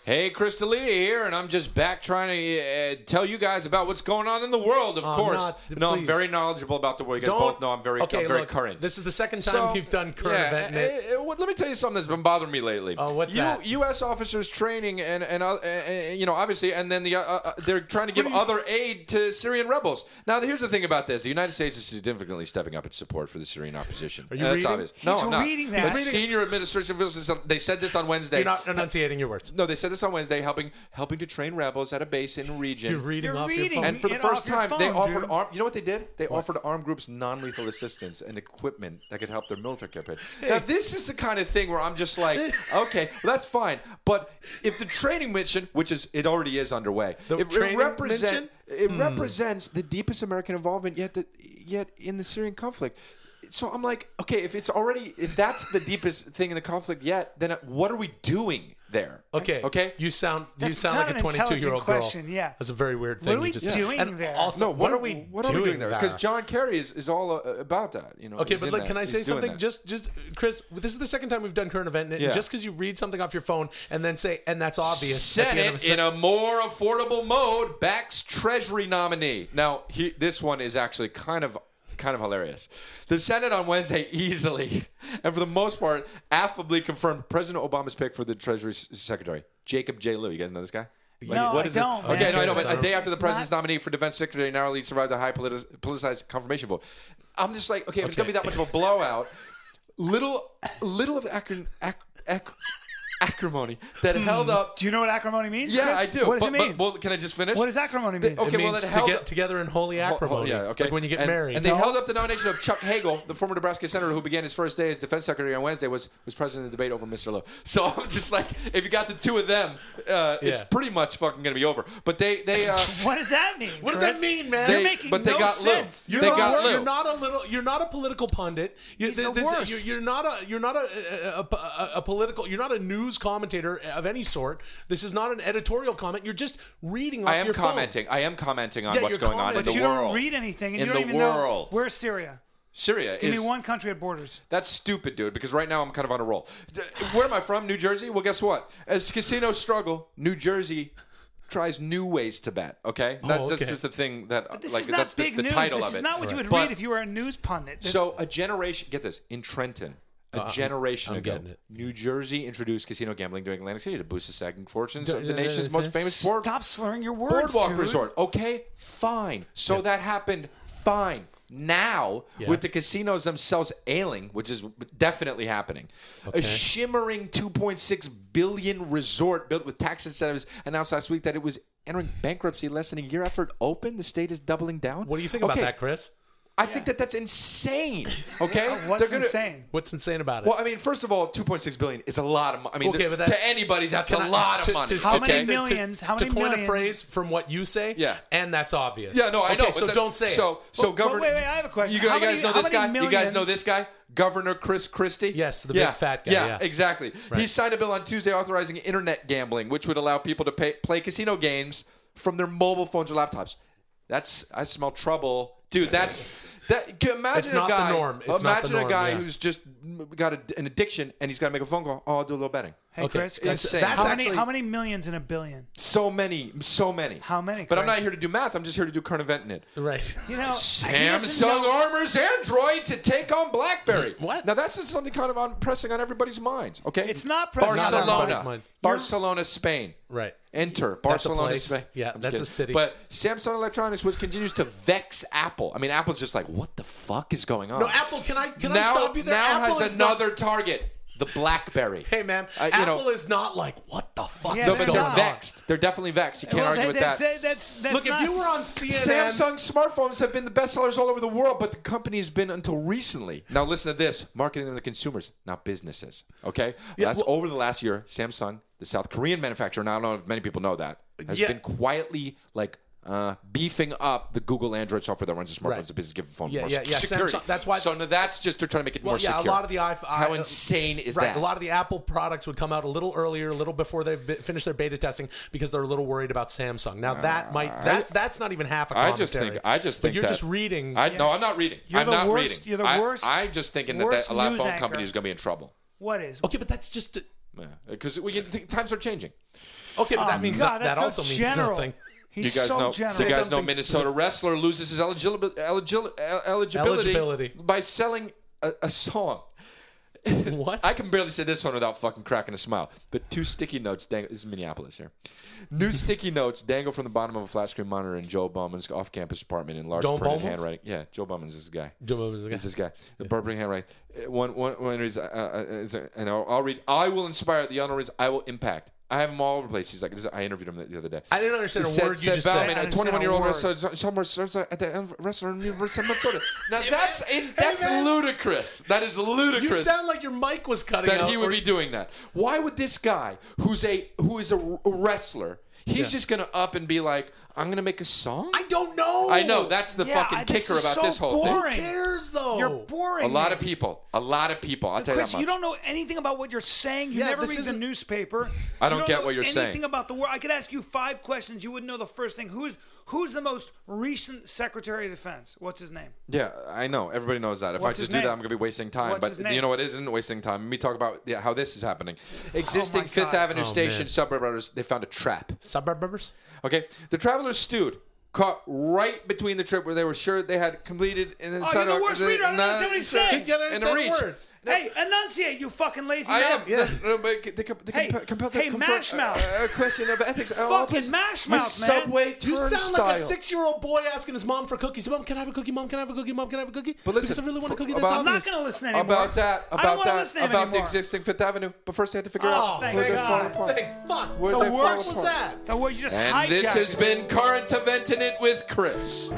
Speaker 1: Hey, Chris D'Elia here, and I'm just back trying to uh, tell you guys about what's going on in the world. Of
Speaker 3: I'm
Speaker 1: course,
Speaker 3: Oh, not-
Speaker 1: no, I'm
Speaker 3: please.
Speaker 1: very knowledgeable about the world. You guys both know I'm very, I'm
Speaker 3: okay,
Speaker 1: very
Speaker 3: look,
Speaker 1: current.
Speaker 3: This is the second time
Speaker 1: So,
Speaker 3: you've done current
Speaker 1: yeah,
Speaker 3: event.
Speaker 1: eh,
Speaker 3: Nick.
Speaker 1: eh, well, let me tell you something that's been bothering me lately.
Speaker 3: Oh, what's
Speaker 1: you,
Speaker 3: that?
Speaker 1: U.S. officers training and and uh, eh, eh, you know obviously, and then the uh, uh, they're trying to give other aid to Syrian rebels. Now, here's the thing about this: the United States is significantly stepping up its support for the Syrian opposition. Are
Speaker 3: you
Speaker 1: that's
Speaker 3: reading?
Speaker 1: obvious. No,
Speaker 2: He's
Speaker 1: I'm not.
Speaker 2: reading that.
Speaker 1: The
Speaker 2: He's reading-
Speaker 1: senior administration officials. They said this on Wednesday.
Speaker 3: You're not enunciating your words.
Speaker 1: No, they said this on Wednesday, helping helping to train rebels at a base in a region.
Speaker 3: You're reading
Speaker 2: You're
Speaker 3: off
Speaker 2: reading.
Speaker 3: your phone.
Speaker 1: and for the
Speaker 2: it
Speaker 1: first
Speaker 2: off your
Speaker 1: time, they
Speaker 2: phone,
Speaker 1: offered
Speaker 2: dude.
Speaker 1: arm. You know what they did? They offered armed groups non-lethal assistance and equipment that could help their military campaign. Now, this is the kind of thing where I'm just like, okay, well, that's fine. But if the training mission, which is it already is underway,
Speaker 3: The
Speaker 1: if it
Speaker 3: training
Speaker 1: represent
Speaker 3: mission?
Speaker 1: it represents the deepest American involvement yet that yet in the Syrian conflict. So I'm like, okay, if it's already if that's the deepest thing in the conflict yet, then what are we doing there?
Speaker 3: Okay.
Speaker 1: Okay.
Speaker 3: You sound you
Speaker 2: That's
Speaker 3: sound
Speaker 2: not
Speaker 3: like a
Speaker 2: an
Speaker 3: 22 year old
Speaker 2: intelligent
Speaker 3: girl.
Speaker 2: question, yeah.
Speaker 3: That's a very weird thing.
Speaker 2: are we
Speaker 3: you just
Speaker 2: doing
Speaker 3: and
Speaker 2: there?
Speaker 3: Also,
Speaker 1: No,
Speaker 3: what, are we
Speaker 1: what
Speaker 3: doing,
Speaker 1: are we doing there? Because
Speaker 3: there?
Speaker 1: John Kerry is, is all uh, about that, you know.
Speaker 3: Okay,
Speaker 1: he's
Speaker 3: but
Speaker 1: in
Speaker 3: like,
Speaker 1: that.
Speaker 3: can I
Speaker 1: He's
Speaker 3: say
Speaker 1: doing
Speaker 3: something?
Speaker 1: that.
Speaker 3: Just, just Chris, this is the second time we've done current event, and
Speaker 1: Yeah.
Speaker 3: just because you read something off your phone and then say, and that's obvious. at the end of
Speaker 1: Senate
Speaker 3: a sen-
Speaker 1: in a more affordable mode backs Treasury nominee. Now, he, this one is actually kind of kind of hilarious. The Senate on Wednesday <laughs> easily and for the most part affably confirmed President Obama's pick for the Treasury S- Secretary, Jacob J. Lou. You guys know this guy?
Speaker 2: No,
Speaker 1: what
Speaker 2: I
Speaker 1: is it?
Speaker 2: don't,
Speaker 1: Okay,
Speaker 3: man.
Speaker 1: no, I know. But a day after the
Speaker 2: It's not-
Speaker 1: president's nominee for defense secretary narrowly survived a high politi- politicized confirmation vote, I'm just like, okay, if it's gonna be that much of a blowout, little, little of the acron- ac- ac- acrimony that held up
Speaker 2: Do you know what acrimony means?
Speaker 1: yeah, I
Speaker 2: Chris?
Speaker 1: do.
Speaker 2: What does
Speaker 1: but,
Speaker 2: it mean?
Speaker 1: But, well, can I just finish?
Speaker 2: What does acrimony
Speaker 1: They-
Speaker 2: mean?
Speaker 1: okay,
Speaker 3: it means
Speaker 1: well, it
Speaker 3: to
Speaker 1: held
Speaker 3: get together in holy acrimony.
Speaker 1: yeah, okay.
Speaker 3: Like when you get
Speaker 1: and,
Speaker 3: married.
Speaker 1: And they held up the nomination of Chuck Hagel, the former Nebraska senator who began his first day as defense secretary on Wednesday, was was president of the debate over Mr. Lowe. So <laughs> I'm just like, if you got the two of them, uh, it's
Speaker 3: Yeah.
Speaker 1: pretty much fucking gonna be over. But they they
Speaker 3: <laughs>
Speaker 1: uh,
Speaker 2: What does that mean?
Speaker 3: What does that
Speaker 2: Chris?
Speaker 3: mean, man?
Speaker 1: they
Speaker 2: You're making
Speaker 1: but they
Speaker 2: no
Speaker 1: got
Speaker 2: sense.
Speaker 1: Lou.
Speaker 3: You're
Speaker 1: they
Speaker 3: not,
Speaker 1: got Lou.
Speaker 3: you're not a little. You're not a political pundit. You're,
Speaker 2: He's the worst.
Speaker 3: You're, you're not a. You're not a, a, a, a- a political. You're not a news commentator of any sort. This is not an editorial comment. You're just reading off
Speaker 1: I am
Speaker 3: your phone.
Speaker 1: commenting. I am commenting on
Speaker 3: Yeah,
Speaker 1: what's
Speaker 3: you're
Speaker 1: going on in
Speaker 3: commenting.
Speaker 1: the
Speaker 2: you
Speaker 1: world.
Speaker 2: don't read anything, and
Speaker 1: in
Speaker 2: you don't
Speaker 1: the
Speaker 2: even
Speaker 1: world.
Speaker 2: know where's Syria.
Speaker 1: Syria
Speaker 2: Give
Speaker 1: is
Speaker 2: me one country at borders.
Speaker 1: That's stupid, dude, because right now I'm kind of on a roll. D- Where am I from? New Jersey? Well, guess what? As casinos struggle, New Jersey tries new ways to bet, okay? That,
Speaker 3: Oh,
Speaker 1: That's
Speaker 3: okay.
Speaker 1: just the thing that,
Speaker 2: This
Speaker 1: like,
Speaker 2: is not
Speaker 1: that's
Speaker 2: big
Speaker 1: just the
Speaker 2: news.
Speaker 1: title
Speaker 2: this
Speaker 1: of
Speaker 2: is
Speaker 1: it.
Speaker 2: not what you would
Speaker 1: But-
Speaker 2: read if you were a news pundit. This-
Speaker 1: So a generation, get this, in Trenton, a generation
Speaker 3: Uh-uh. I'm
Speaker 1: ago,
Speaker 3: getting it.
Speaker 1: New Jersey introduced casino gambling during Atlantic City to boost the second fortunes
Speaker 3: D-
Speaker 1: of the
Speaker 3: d- d-
Speaker 1: nation's
Speaker 3: d-
Speaker 1: most famous sport.
Speaker 2: stop slurring your words,
Speaker 1: Boardwalk
Speaker 2: dude.
Speaker 1: Resort. Okay, fine. So that happened. Fine. Now, with the casinos themselves ailing, which is definitely happening, a shimmering 2.6 billion resort built with tax incentives announced last week that it was entering bankruptcy less than a year after it opened. The state is doubling down.
Speaker 3: What do you think
Speaker 1: Okay,
Speaker 3: about that, Chris?
Speaker 1: I think that that's insane. Okay,
Speaker 2: What's
Speaker 1: They're gonna-
Speaker 2: insane?
Speaker 3: What's insane about it?
Speaker 1: Well, I mean, first of all, 2.6 billion is a lot of money. I mean,
Speaker 3: Okay,
Speaker 1: th-
Speaker 3: but that-
Speaker 1: to anybody, that's
Speaker 3: Can
Speaker 1: a
Speaker 3: I-
Speaker 1: lot of
Speaker 3: to-
Speaker 1: money.
Speaker 3: to-
Speaker 2: How many
Speaker 1: okay?
Speaker 3: to-
Speaker 2: millions- how
Speaker 3: to
Speaker 2: many
Speaker 3: coin a
Speaker 2: millions?
Speaker 3: phrase from what you say,
Speaker 1: Yeah.
Speaker 3: and that's obvious.
Speaker 1: Yeah, no, I
Speaker 3: okay,
Speaker 1: know.
Speaker 3: So
Speaker 1: but that-
Speaker 3: don't say
Speaker 1: So,
Speaker 3: it.
Speaker 1: so governor.
Speaker 2: wait, wait, I have a question.
Speaker 1: You, guys-
Speaker 2: How
Speaker 1: you guys
Speaker 2: many-
Speaker 1: know
Speaker 2: how
Speaker 1: this guy?
Speaker 2: many
Speaker 1: You guys know
Speaker 2: millions-
Speaker 1: this guy? Governor Chris Christie.
Speaker 3: Yes, the big fat guy, yeah.
Speaker 1: exactly. He signed a bill on Tuesday authorizing internet gambling, which would allow people to pay, play casino games from their mobile phones or laptops. That's I smell trouble, dude. That's that. can- Imagine
Speaker 3: It's not
Speaker 1: a
Speaker 3: the
Speaker 1: guy.
Speaker 3: norm. It's not the
Speaker 1: imagine
Speaker 3: norm,
Speaker 1: a guy
Speaker 3: yeah.
Speaker 1: who's just got a, an addiction and he's got to make a phone call. Oh, I'll do a little betting.
Speaker 2: Hey,
Speaker 3: Okay,
Speaker 2: Chris.
Speaker 3: that's,
Speaker 1: Insane.
Speaker 3: that's
Speaker 2: how
Speaker 3: actually
Speaker 2: many? How many millions in a billion?
Speaker 1: So many, so many.
Speaker 2: How many,
Speaker 1: But I'm
Speaker 2: Chris?
Speaker 1: not here to do math. I'm just here to do current event in it.
Speaker 3: right. <laughs>
Speaker 2: You know, he doesn't
Speaker 1: Samsung
Speaker 2: know-
Speaker 1: armors Android to take on BlackBerry.
Speaker 3: What?
Speaker 1: Now that's just something kind of on, pressing on everybody's minds. Okay,
Speaker 2: It's not pressing on
Speaker 1: Barcelona,
Speaker 3: everybody's mind.
Speaker 1: Barcelona, Spain.
Speaker 3: Right.
Speaker 1: Enter Barcelona,
Speaker 3: place.
Speaker 1: Spain.
Speaker 3: Yeah,
Speaker 1: I'm just
Speaker 3: that's a
Speaker 1: kidding.
Speaker 3: city.
Speaker 1: But Samsung Electronics, which continues to vex Apple. I mean, Apple's just like, what the fuck is going on?
Speaker 3: No, Apple. Can I can I
Speaker 1: now
Speaker 3: stop you there?
Speaker 1: now
Speaker 3: Apple
Speaker 1: has
Speaker 3: is not-
Speaker 1: another target, the BlackBerry.
Speaker 3: <laughs> hey man,
Speaker 1: Uh, you know-
Speaker 3: Apple is not like what the fuck
Speaker 2: Yeah,
Speaker 3: is
Speaker 1: No, but they're
Speaker 2: They're
Speaker 3: going
Speaker 2: not.
Speaker 3: on.
Speaker 1: vexed. They're definitely vexed. You can't
Speaker 2: Well,
Speaker 1: argue
Speaker 2: that-
Speaker 1: with
Speaker 2: that's,
Speaker 1: that.
Speaker 2: That's, that's
Speaker 3: Look,
Speaker 2: not-
Speaker 3: if you were on CNN,
Speaker 1: Samsung smartphones have been the bestsellers all over the world, but the company's been until recently. Now listen to this: marketing them to consumers, not businesses. Okay, Last-
Speaker 3: well-
Speaker 1: over the last year, Samsung, the South Korean manufacturer, and I don't know if many people know that, has
Speaker 3: Yeah.
Speaker 1: been quietly like. Uh, beefing up the Google Android software that runs the smartphones,
Speaker 3: Right.
Speaker 1: the business give the phone
Speaker 3: Yeah,
Speaker 1: more
Speaker 3: yeah, yeah.
Speaker 1: security.
Speaker 3: Samsung- that's why-
Speaker 1: So now that's just they're trying to make it
Speaker 3: Well,
Speaker 1: more
Speaker 3: yeah,
Speaker 1: secure.
Speaker 3: a lot of the iPhone.
Speaker 1: How insane is
Speaker 3: right,
Speaker 1: that?
Speaker 3: A lot of the Apple products would come out a little earlier, a little before they've been, finished their beta testing, because they're a little worried about Samsung. Now that might that that's not even half a
Speaker 1: Uh, I
Speaker 3: commentary.
Speaker 1: just think I just think
Speaker 3: But you're
Speaker 1: that-
Speaker 3: just reading.
Speaker 1: I no, I'm not reading.
Speaker 2: You're
Speaker 1: I'm
Speaker 2: the
Speaker 1: not
Speaker 2: worst-
Speaker 1: reading.
Speaker 2: you're the
Speaker 1: I-
Speaker 2: worst-
Speaker 1: I'm just thinking that,
Speaker 2: worst
Speaker 1: that a lot of
Speaker 2: news
Speaker 1: phone
Speaker 2: anchor.
Speaker 1: companies is going to be in trouble.
Speaker 2: what is?
Speaker 3: okay, but that's just
Speaker 1: Because times are changing.
Speaker 3: okay. But
Speaker 2: Oh,
Speaker 3: that means
Speaker 2: God,
Speaker 3: that, that
Speaker 2: that's so
Speaker 3: also means
Speaker 2: general.
Speaker 3: nothing. <laughs>
Speaker 2: He's
Speaker 1: You guys
Speaker 2: so
Speaker 1: know.
Speaker 2: general.
Speaker 1: You guys
Speaker 3: Something
Speaker 1: know
Speaker 3: specific.
Speaker 1: Minnesota wrestler loses his eligibility, eligibility,
Speaker 3: Eligibility.
Speaker 1: by selling a, a song.
Speaker 3: What? <laughs>
Speaker 1: I can barely say this one without fucking cracking a smile. But two sticky notes dangle. This is Minneapolis here. New
Speaker 2: <laughs>
Speaker 1: sticky notes dangle from the bottom of a flat screen monitor in Joe Bauman's off-campus apartment in large
Speaker 3: Joe
Speaker 1: printed
Speaker 3: Bauman's?
Speaker 1: handwriting. Yeah, Joe Bauman's is the guy. It's
Speaker 3: This
Speaker 1: this guy. The Burberry handwriting. Uh, One, one, one reads, uh, uh, is there- and I'll, I'll read, I will inspire. The other reads, I will impact. I have him all over the place. He's like, this, I interviewed him the, the other day.
Speaker 3: I didn't understand a
Speaker 1: Said-
Speaker 3: word you
Speaker 1: said
Speaker 3: just
Speaker 1: Bauman,
Speaker 3: said.
Speaker 2: I
Speaker 1: A
Speaker 2: understand
Speaker 1: 21 year old
Speaker 2: a word.
Speaker 1: wrestler, somewhere, somewhere at the end- restaurant in University of
Speaker 3: <laughs>
Speaker 1: Minnesota. Now, that's, in, that's
Speaker 3: man.
Speaker 1: ludicrous. That is
Speaker 3: You
Speaker 1: ludicrous
Speaker 3: sound like your mic was cutting
Speaker 1: that
Speaker 3: out.
Speaker 1: he would
Speaker 3: or-
Speaker 1: be doing that. Why would this guy, who's a who is a r- wrestler, he's just gonna up and be like, I'm gonna make a song?
Speaker 3: I don't know.
Speaker 1: I know that's the
Speaker 2: Yeah,
Speaker 1: fucking
Speaker 2: I- this
Speaker 1: kicker
Speaker 2: is
Speaker 1: about
Speaker 2: so
Speaker 1: this whole
Speaker 3: Who
Speaker 1: thing.
Speaker 2: boring.
Speaker 3: cares though?
Speaker 2: You're boring.
Speaker 1: A lot
Speaker 2: me. <laughs>
Speaker 1: of people, a lot of people. I'll tell
Speaker 2: Chris,
Speaker 1: you that much.
Speaker 2: you don't know anything about what you're saying. You
Speaker 3: Yeah,
Speaker 2: never
Speaker 3: this
Speaker 2: read the
Speaker 3: isn't-
Speaker 2: newspaper.
Speaker 1: I
Speaker 2: You
Speaker 1: don't get what
Speaker 2: know
Speaker 1: you're saying.
Speaker 2: Anything about the war? I could ask you five questions. You wouldn't know the first thing. Who's who's the most recent Secretary of Defense? What's his name?
Speaker 1: Yeah, I know. Everybody knows that. If
Speaker 2: What's
Speaker 1: I
Speaker 2: his
Speaker 1: just do that,
Speaker 2: name?
Speaker 1: I'm going to be wasting time.
Speaker 2: What's
Speaker 1: but
Speaker 2: his name? Oh
Speaker 1: you know what isn't wasting time? Me talk about yeah, how this is happening. Existing
Speaker 2: my
Speaker 1: Fifth
Speaker 2: God.
Speaker 1: Avenue
Speaker 3: Oh,
Speaker 1: station
Speaker 3: man.
Speaker 1: suburb riders, they found a trap.
Speaker 3: Suburb members?
Speaker 1: Okay, the travelers stewed. Caught right between the trip where they were sure they had completed and then
Speaker 2: Oh, you're the worst reader. I don't understand what he's saying. You
Speaker 3: can't
Speaker 1: And the
Speaker 3: understand
Speaker 1: reach.
Speaker 3: a word.
Speaker 2: Hey, enunciate, you fucking lazy.
Speaker 1: I am.
Speaker 2: knob.
Speaker 1: <laughs> Yeah. They, com- they
Speaker 2: Hey,
Speaker 1: compa- compelled to
Speaker 2: hey,
Speaker 1: come
Speaker 2: Mash
Speaker 1: for,
Speaker 2: Mouth.
Speaker 1: A, a question of ethics.
Speaker 2: Fucking
Speaker 1: please.
Speaker 2: Mash
Speaker 1: My
Speaker 2: Mouth, man.
Speaker 1: subway
Speaker 3: You
Speaker 1: turnstile.
Speaker 3: sound like a six-year-old boy asking his mom for cookies. Mom, can I have a cookie? Mom, can I have a cookie? Mom, can I have a cookie?
Speaker 1: But listen,
Speaker 3: because I really want a cookie.
Speaker 1: for-
Speaker 3: That's
Speaker 1: about-
Speaker 2: I'm not
Speaker 3: obvious.
Speaker 2: gonna listen anymore.
Speaker 1: About that,
Speaker 2: I don't
Speaker 1: about
Speaker 2: wanna
Speaker 1: that,
Speaker 2: listen to him
Speaker 1: about the
Speaker 2: anymore.
Speaker 1: existing Fifth Avenue. But first, they had to figure
Speaker 3: Oh,
Speaker 1: out
Speaker 3: thank
Speaker 1: where they're falling
Speaker 3: God.
Speaker 1: apart.
Speaker 3: Thank fuck.
Speaker 1: Where
Speaker 3: so
Speaker 1: they
Speaker 3: what
Speaker 1: fall
Speaker 3: was
Speaker 1: apart.
Speaker 3: that?
Speaker 2: So what? You just
Speaker 1: And this
Speaker 2: hijacked
Speaker 1: has
Speaker 2: it.
Speaker 1: been Current Event in It with Chris.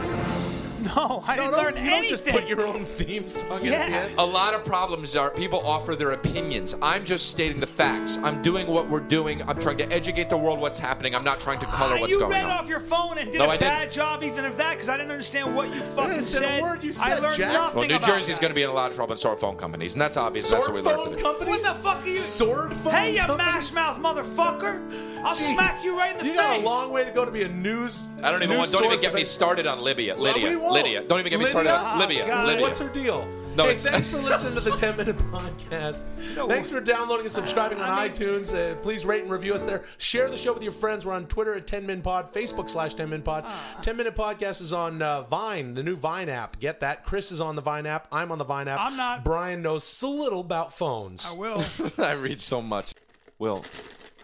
Speaker 2: No, I didn't
Speaker 3: no,
Speaker 2: learn
Speaker 3: you don't
Speaker 2: anything.
Speaker 3: just put your own theme song in at the
Speaker 2: Yeah.
Speaker 3: end.
Speaker 1: A lot of problems are people offer their opinions. I'm just stating the facts. I'm doing what we're doing. I'm trying to educate the world what's happening. I'm not trying to color
Speaker 2: Ah,
Speaker 1: what's
Speaker 2: you
Speaker 1: going
Speaker 2: read
Speaker 1: on.
Speaker 2: off your phone and did
Speaker 1: No,
Speaker 2: a
Speaker 1: I didn't.
Speaker 2: bad job even of that because I didn't understand what you fucking
Speaker 3: didn't say a
Speaker 2: said.
Speaker 3: word you
Speaker 2: I
Speaker 3: said,
Speaker 2: learned
Speaker 3: Jack.
Speaker 2: nothing
Speaker 1: Well, New
Speaker 2: about
Speaker 1: Jersey's
Speaker 2: that.
Speaker 1: going to be in a lot of trouble with sore phone companies, and that's obvious. that's what
Speaker 3: Sword
Speaker 1: we learned
Speaker 3: phone
Speaker 1: today.
Speaker 3: companies.
Speaker 2: What the fuck are you?
Speaker 3: Sword phone.
Speaker 2: hey, you
Speaker 3: companies?
Speaker 2: mash mouth motherfucker! I'll
Speaker 3: Gee,
Speaker 2: smack you right in the
Speaker 3: You
Speaker 2: face.
Speaker 3: got a long way to go to be a news.
Speaker 1: I don't even
Speaker 3: news
Speaker 1: want. Don't even
Speaker 3: source
Speaker 1: get
Speaker 3: of
Speaker 1: me
Speaker 3: it.
Speaker 1: started on Libya,
Speaker 3: Well, Uh, we
Speaker 1: Lydia,
Speaker 3: won't.
Speaker 1: Lydia. Don't even get me started on
Speaker 3: Lydia? Ah,
Speaker 1: Libya,
Speaker 2: God.
Speaker 1: Lydia.
Speaker 3: What's her deal?
Speaker 1: No,
Speaker 3: hey,
Speaker 1: it's-
Speaker 3: thanks for listening to the 10 Minute
Speaker 1: <laughs>
Speaker 3: Podcast.
Speaker 2: No.
Speaker 3: Thanks for downloading and subscribing on
Speaker 2: I mean-
Speaker 3: iTunes. Uh, please rate and review us there. Share the show with your friends. We're on Twitter at 10 Min Pod, Facebook slash 10 Min Pod.
Speaker 1: Ah.
Speaker 3: 10 Minute Podcast is on uh, Vine, the new Vine app. Get that. Chris is on the Vine app. I'm on the Vine app.
Speaker 2: I'm not.
Speaker 3: Brian knows so little about phones.
Speaker 1: <laughs>
Speaker 2: I will.
Speaker 1: <laughs> I read so much. Will.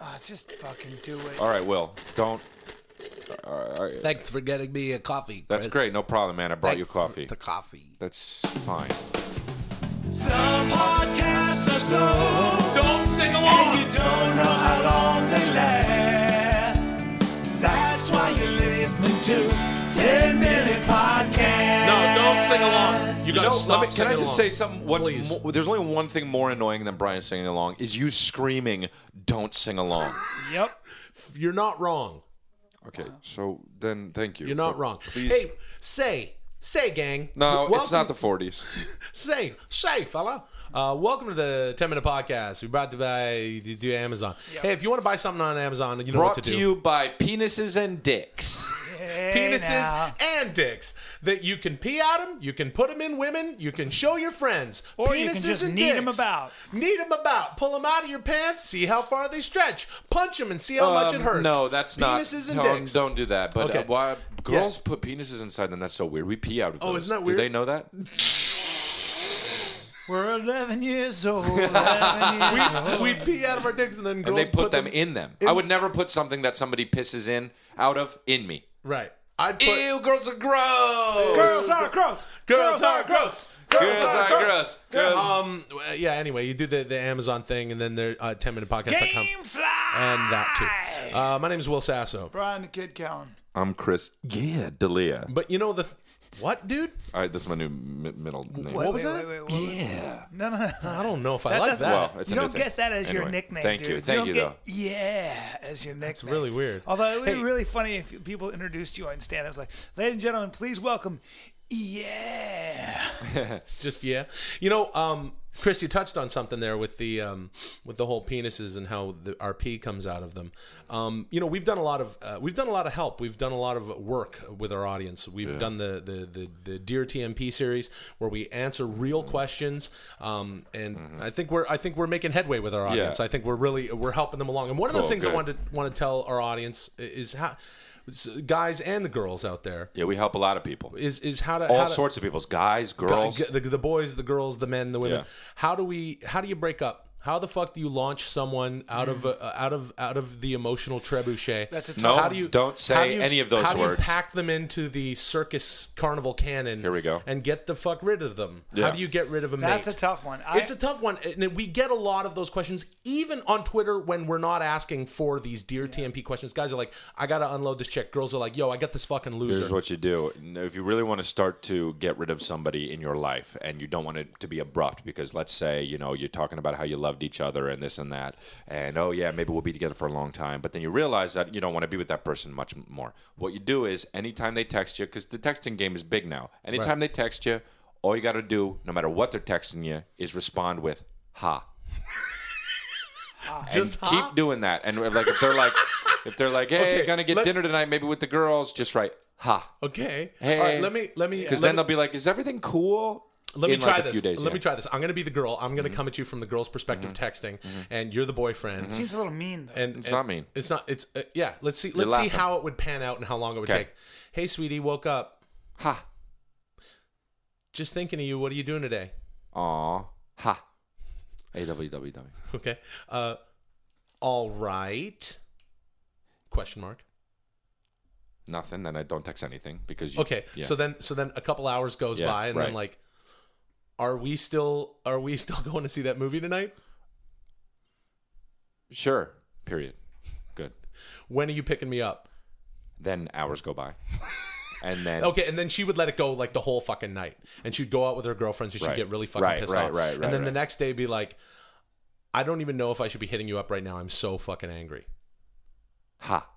Speaker 2: Ah, just fucking do it.
Speaker 3: Uh,
Speaker 1: All right, Will. Don't. All right, all right.
Speaker 6: Thanks for getting me a coffee.
Speaker 1: That's great. No problem, man. I brought you coffee.
Speaker 6: The coffee.
Speaker 1: That's fine.
Speaker 4: Some podcasts are slow. Don't sing along. And you don't know how long they last. That's why you're listening to 10 Minute Podcast.
Speaker 5: No, don't sing along. You
Speaker 1: No,
Speaker 5: gotta
Speaker 1: let
Speaker 5: stop
Speaker 1: me, can I
Speaker 5: singing
Speaker 1: just
Speaker 5: along.
Speaker 1: say something? What's
Speaker 3: Please.
Speaker 1: mo- there's only one thing more annoying than Brian singing along is you screaming, "Don't sing along."
Speaker 2: Yep.
Speaker 3: You're not wrong.
Speaker 1: Okay, so then thank you.
Speaker 3: You're not
Speaker 1: But
Speaker 3: wrong.
Speaker 1: Please.
Speaker 3: Hey, say, say, gang.
Speaker 1: no,
Speaker 3: Welcome-
Speaker 1: it's not the 40s.
Speaker 3: Say, say, fella. Uh, welcome to the 10 minute podcast. We brought to you by to, to Amazon. Hey, if you want to buy something on Amazon, you know what
Speaker 1: Brought
Speaker 3: to
Speaker 1: to,
Speaker 3: do.
Speaker 1: you by penises and dicks.
Speaker 3: Penises
Speaker 2: now.
Speaker 3: and dicks that you can pee out them, you can put them in women, you can show your friends.
Speaker 2: Or
Speaker 3: Penises
Speaker 2: you can just
Speaker 3: and
Speaker 2: knead
Speaker 3: dicks.
Speaker 2: 'em about.
Speaker 3: Need them about. Pull them out of your pants, see how far they stretch. Punch them and see how much it
Speaker 1: Um,
Speaker 3: hurts.
Speaker 1: No, that's not.
Speaker 3: Penises and
Speaker 1: don't,
Speaker 3: dicks.
Speaker 1: Don't do that. But
Speaker 3: Okay.
Speaker 1: uh, why girls put penises inside them? That's so weird. We pee out of those.
Speaker 3: Oh, isn't that
Speaker 1: Do
Speaker 3: weird?
Speaker 1: they know that?
Speaker 2: We're 11 years
Speaker 3: <laughs>
Speaker 2: old. 11 years old.
Speaker 3: we pee out of our dicks and then girls
Speaker 1: and they put, them,
Speaker 3: them
Speaker 1: in them. I would never put something that somebody pisses in out of in me.
Speaker 3: Right. I'd put.
Speaker 1: Ew, girls are gross.
Speaker 2: Girls are gross.
Speaker 3: Girls are gross.
Speaker 1: Girls are gross. Girls.
Speaker 3: Um. uh, Yeah. Anyway, you do the, the Amazon thing, and then there uh, ten minute podcast.com
Speaker 2: Game fly.
Speaker 3: and that too. Uh, my name is Will Sasso.
Speaker 2: Brian the Kid Cowan.
Speaker 1: I'm Chris. Yeah, Dalia.
Speaker 3: But you know the th- what, dude?
Speaker 1: All right, that's my new mi- middle name.
Speaker 3: What was
Speaker 2: Wait,
Speaker 3: that?
Speaker 2: wait, wait, what was-
Speaker 1: Yeah.
Speaker 2: No, no, no.
Speaker 3: I don't know if I like
Speaker 2: doesn't-
Speaker 3: that.
Speaker 1: Well, it's a
Speaker 2: you
Speaker 1: new
Speaker 2: don't
Speaker 1: thing.
Speaker 2: get that as your
Speaker 1: Anyway,
Speaker 2: nickname.
Speaker 1: thank
Speaker 2: dude.
Speaker 1: you. Thank
Speaker 2: don't
Speaker 1: you,
Speaker 2: get
Speaker 1: though.
Speaker 2: Yeah, as your nickname. It's
Speaker 3: really weird.
Speaker 2: Although it would
Speaker 3: Hey.
Speaker 2: be really funny if people introduced you on stand up like, ladies and gentlemen, please welcome. Yeah.
Speaker 3: Just yeah. You know, um, Chris, you touched on something there with the um, with the whole penises and how the, our pee comes out of them. Um, you know, we've done a lot of uh, we've done a lot of help. We've done a lot of work with our audience. We've done the, the the the Dear TMP series where we answer real
Speaker 1: Mm-hmm.
Speaker 3: questions. Um, and I think we're I think we're making headway with our audience. I think we're really we're helping them along. And one of the
Speaker 1: Cool,
Speaker 3: things I
Speaker 1: good.
Speaker 3: wanted to, want to tell our audience is how guys and the girls out there
Speaker 1: Yeah, we help a lot of people.
Speaker 3: is is how to
Speaker 1: All
Speaker 3: how to,
Speaker 1: sorts of peoples, guys, girls.
Speaker 3: the, the boys, the girls, the men, the women.
Speaker 1: Yeah.
Speaker 3: How do we? How do you break up? How the fuck do you launch someone out of a, out of out of the emotional trebuchet? That's
Speaker 2: a
Speaker 1: Mm. No, don't say any of those
Speaker 3: how do
Speaker 1: words.
Speaker 3: you pack them into the circus carnival cannon?
Speaker 1: Here we go.
Speaker 3: And get the fuck rid of them.
Speaker 1: Yeah.
Speaker 3: How do you get rid of a
Speaker 2: That's
Speaker 3: mate?
Speaker 2: a tough one. I-
Speaker 3: It's a tough one, and we get a lot of those questions even on Twitter when we're not asking for these dear TMP questions. Guys are like, "I gotta unload this chick." Girls are like, "Yo, I got this fucking loser."
Speaker 1: Here's what you do. If you really want to start to get rid of somebody in your life and you don't want it to be abrupt, because let's say, you know, you're talking about how you loved each other and this and that, and oh, yeah, maybe we'll be together for a long time, but then you realize that you don't want to be with that person much m- more. What you do is anytime they text you, because the texting game is big now, anytime they text you, all you got to do, no matter what they're texting you, is respond with ha. Just and keep doing that. And like if they're like, if they're like, hey,
Speaker 3: <laughs> Okay,
Speaker 1: gonna get
Speaker 3: let's-
Speaker 1: dinner tonight, maybe with the girls, just write ha.
Speaker 3: Okay.
Speaker 1: Hey.
Speaker 3: All right, let me let me
Speaker 1: Because
Speaker 3: let
Speaker 1: then
Speaker 3: me-
Speaker 1: they'll be like, "Is everything cool?"
Speaker 3: Let me
Speaker 1: in,
Speaker 3: try
Speaker 1: like, a
Speaker 3: this.
Speaker 1: few days,
Speaker 3: Let me
Speaker 1: yeah. Mm-hmm.
Speaker 3: try this. I'm going to be the girl. I'm going to come at you from the girl's perspective, texting, and you're the boyfriend.
Speaker 2: Seems a little mean, though.
Speaker 3: And
Speaker 1: Mm-hmm. It's
Speaker 3: and
Speaker 1: not mean.
Speaker 3: It's not. It's uh, yeah. Let's see. Let's see
Speaker 1: laughing.
Speaker 3: how it would pan out and how long it would
Speaker 1: 'Kay.
Speaker 3: take. Hey, sweetie, woke up.
Speaker 1: Ha.
Speaker 3: Just thinking of you. What are you doing today? <laughs>
Speaker 1: Aw. Ha. A W W W.
Speaker 3: Okay. Uh, all right. Question mark.
Speaker 1: Nothing. Then I don't text anything because. You,
Speaker 3: Okay.
Speaker 1: Yeah.
Speaker 3: So then, so then a couple hours goes
Speaker 1: Yeah,
Speaker 3: by, and then
Speaker 1: right.
Speaker 3: like, are we still are we <laughs> still going to see that movie tonight?
Speaker 1: sure. Period. Good.
Speaker 3: When are you picking me up?
Speaker 1: Then hours go by. And then
Speaker 3: Okay, and then she would let it go like the whole fucking night, and she'd go out with her girlfriends, and she'd
Speaker 1: Right.
Speaker 3: get really fucking
Speaker 1: Right,
Speaker 3: pissed
Speaker 1: right,
Speaker 3: off,
Speaker 1: right,
Speaker 3: and
Speaker 1: right,
Speaker 3: then the
Speaker 1: right.
Speaker 3: next day be like, "I don't even know if I should be hitting you up right now. I'm so fucking angry."
Speaker 1: ha.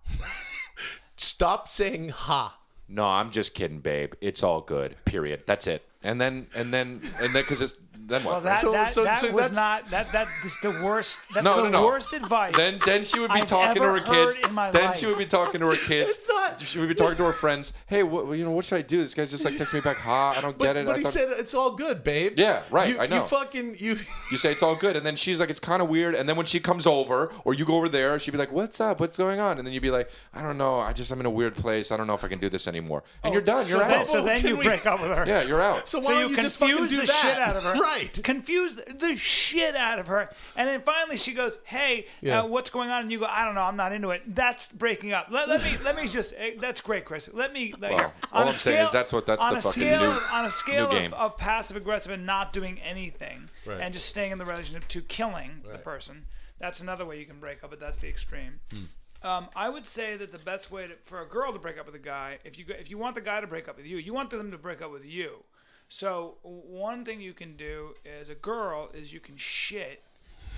Speaker 3: Stop saying "ha."
Speaker 1: No, I'm just kidding, babe. It's all good. Period. That's it. And then and then and then because it's then what? right?
Speaker 2: Well, that,
Speaker 3: So-
Speaker 2: that,
Speaker 3: so-
Speaker 2: that
Speaker 3: so
Speaker 2: was
Speaker 3: that's-
Speaker 2: not that that is the worst. That's
Speaker 1: No,
Speaker 2: the
Speaker 1: no, no.
Speaker 2: worst advice.
Speaker 1: Then, then she would be
Speaker 2: I've
Speaker 1: talking to
Speaker 2: ever
Speaker 1: her kids.
Speaker 2: heard in my
Speaker 1: then
Speaker 2: life.
Speaker 1: she would be talking
Speaker 2: <laughs>
Speaker 1: to her kids.
Speaker 3: It's not-
Speaker 1: She would be talking to her friends. Hey, what, you know, what should I do? This guy's just like texting me back. Ha, I don't
Speaker 3: But,
Speaker 1: get it.
Speaker 3: but
Speaker 1: I
Speaker 3: he
Speaker 1: thought-
Speaker 3: said it's all good, babe.
Speaker 1: Yeah, right,
Speaker 3: You,
Speaker 1: I
Speaker 3: You
Speaker 1: know.
Speaker 3: fucking you. <laughs>
Speaker 1: you say it's all good, and then she's like, it's kind of weird. And then when she comes over, or you go over there, she'd be like, what's up? What's going on? And then you'd be like, I don't know. I just I'm in a weird place. I don't know if I can do this anymore. And you're done. You're
Speaker 2: Oh, so then,
Speaker 1: out.
Speaker 2: so then
Speaker 3: Can
Speaker 2: you
Speaker 3: we-
Speaker 2: break up with her.
Speaker 1: yeah, you're out.
Speaker 3: So why
Speaker 2: So
Speaker 3: don't
Speaker 2: you,
Speaker 3: you just fucking
Speaker 2: confuse
Speaker 3: do
Speaker 2: the
Speaker 3: that?
Speaker 2: shit out of her.
Speaker 3: right?
Speaker 2: Confuse the shit out of her. And then finally she goes, "Hey,
Speaker 3: Yeah.
Speaker 2: uh, what's going on?" And you go, "I don't know. I'm not into it." That's breaking up. Let, let me let me just. eh, That's great, Chris. Let me. Like,
Speaker 1: Wow. All I'm saying is that's what- that's
Speaker 2: on
Speaker 1: the
Speaker 2: a
Speaker 1: fucking
Speaker 2: scale
Speaker 1: new-
Speaker 2: of, on a scale
Speaker 1: new
Speaker 2: of,
Speaker 1: game.
Speaker 2: of passive aggressive and not doing anything
Speaker 3: Right.
Speaker 2: and just staying in the relationship to killing the person. That's another way you can break up, but that's the extreme.
Speaker 3: Hmm.
Speaker 2: Um, I would say that the best way to, for a girl to break up with a guy, if you go- if you want the guy to break up with you, you want them to break up with you. So one thing you can do as a girl is you can shit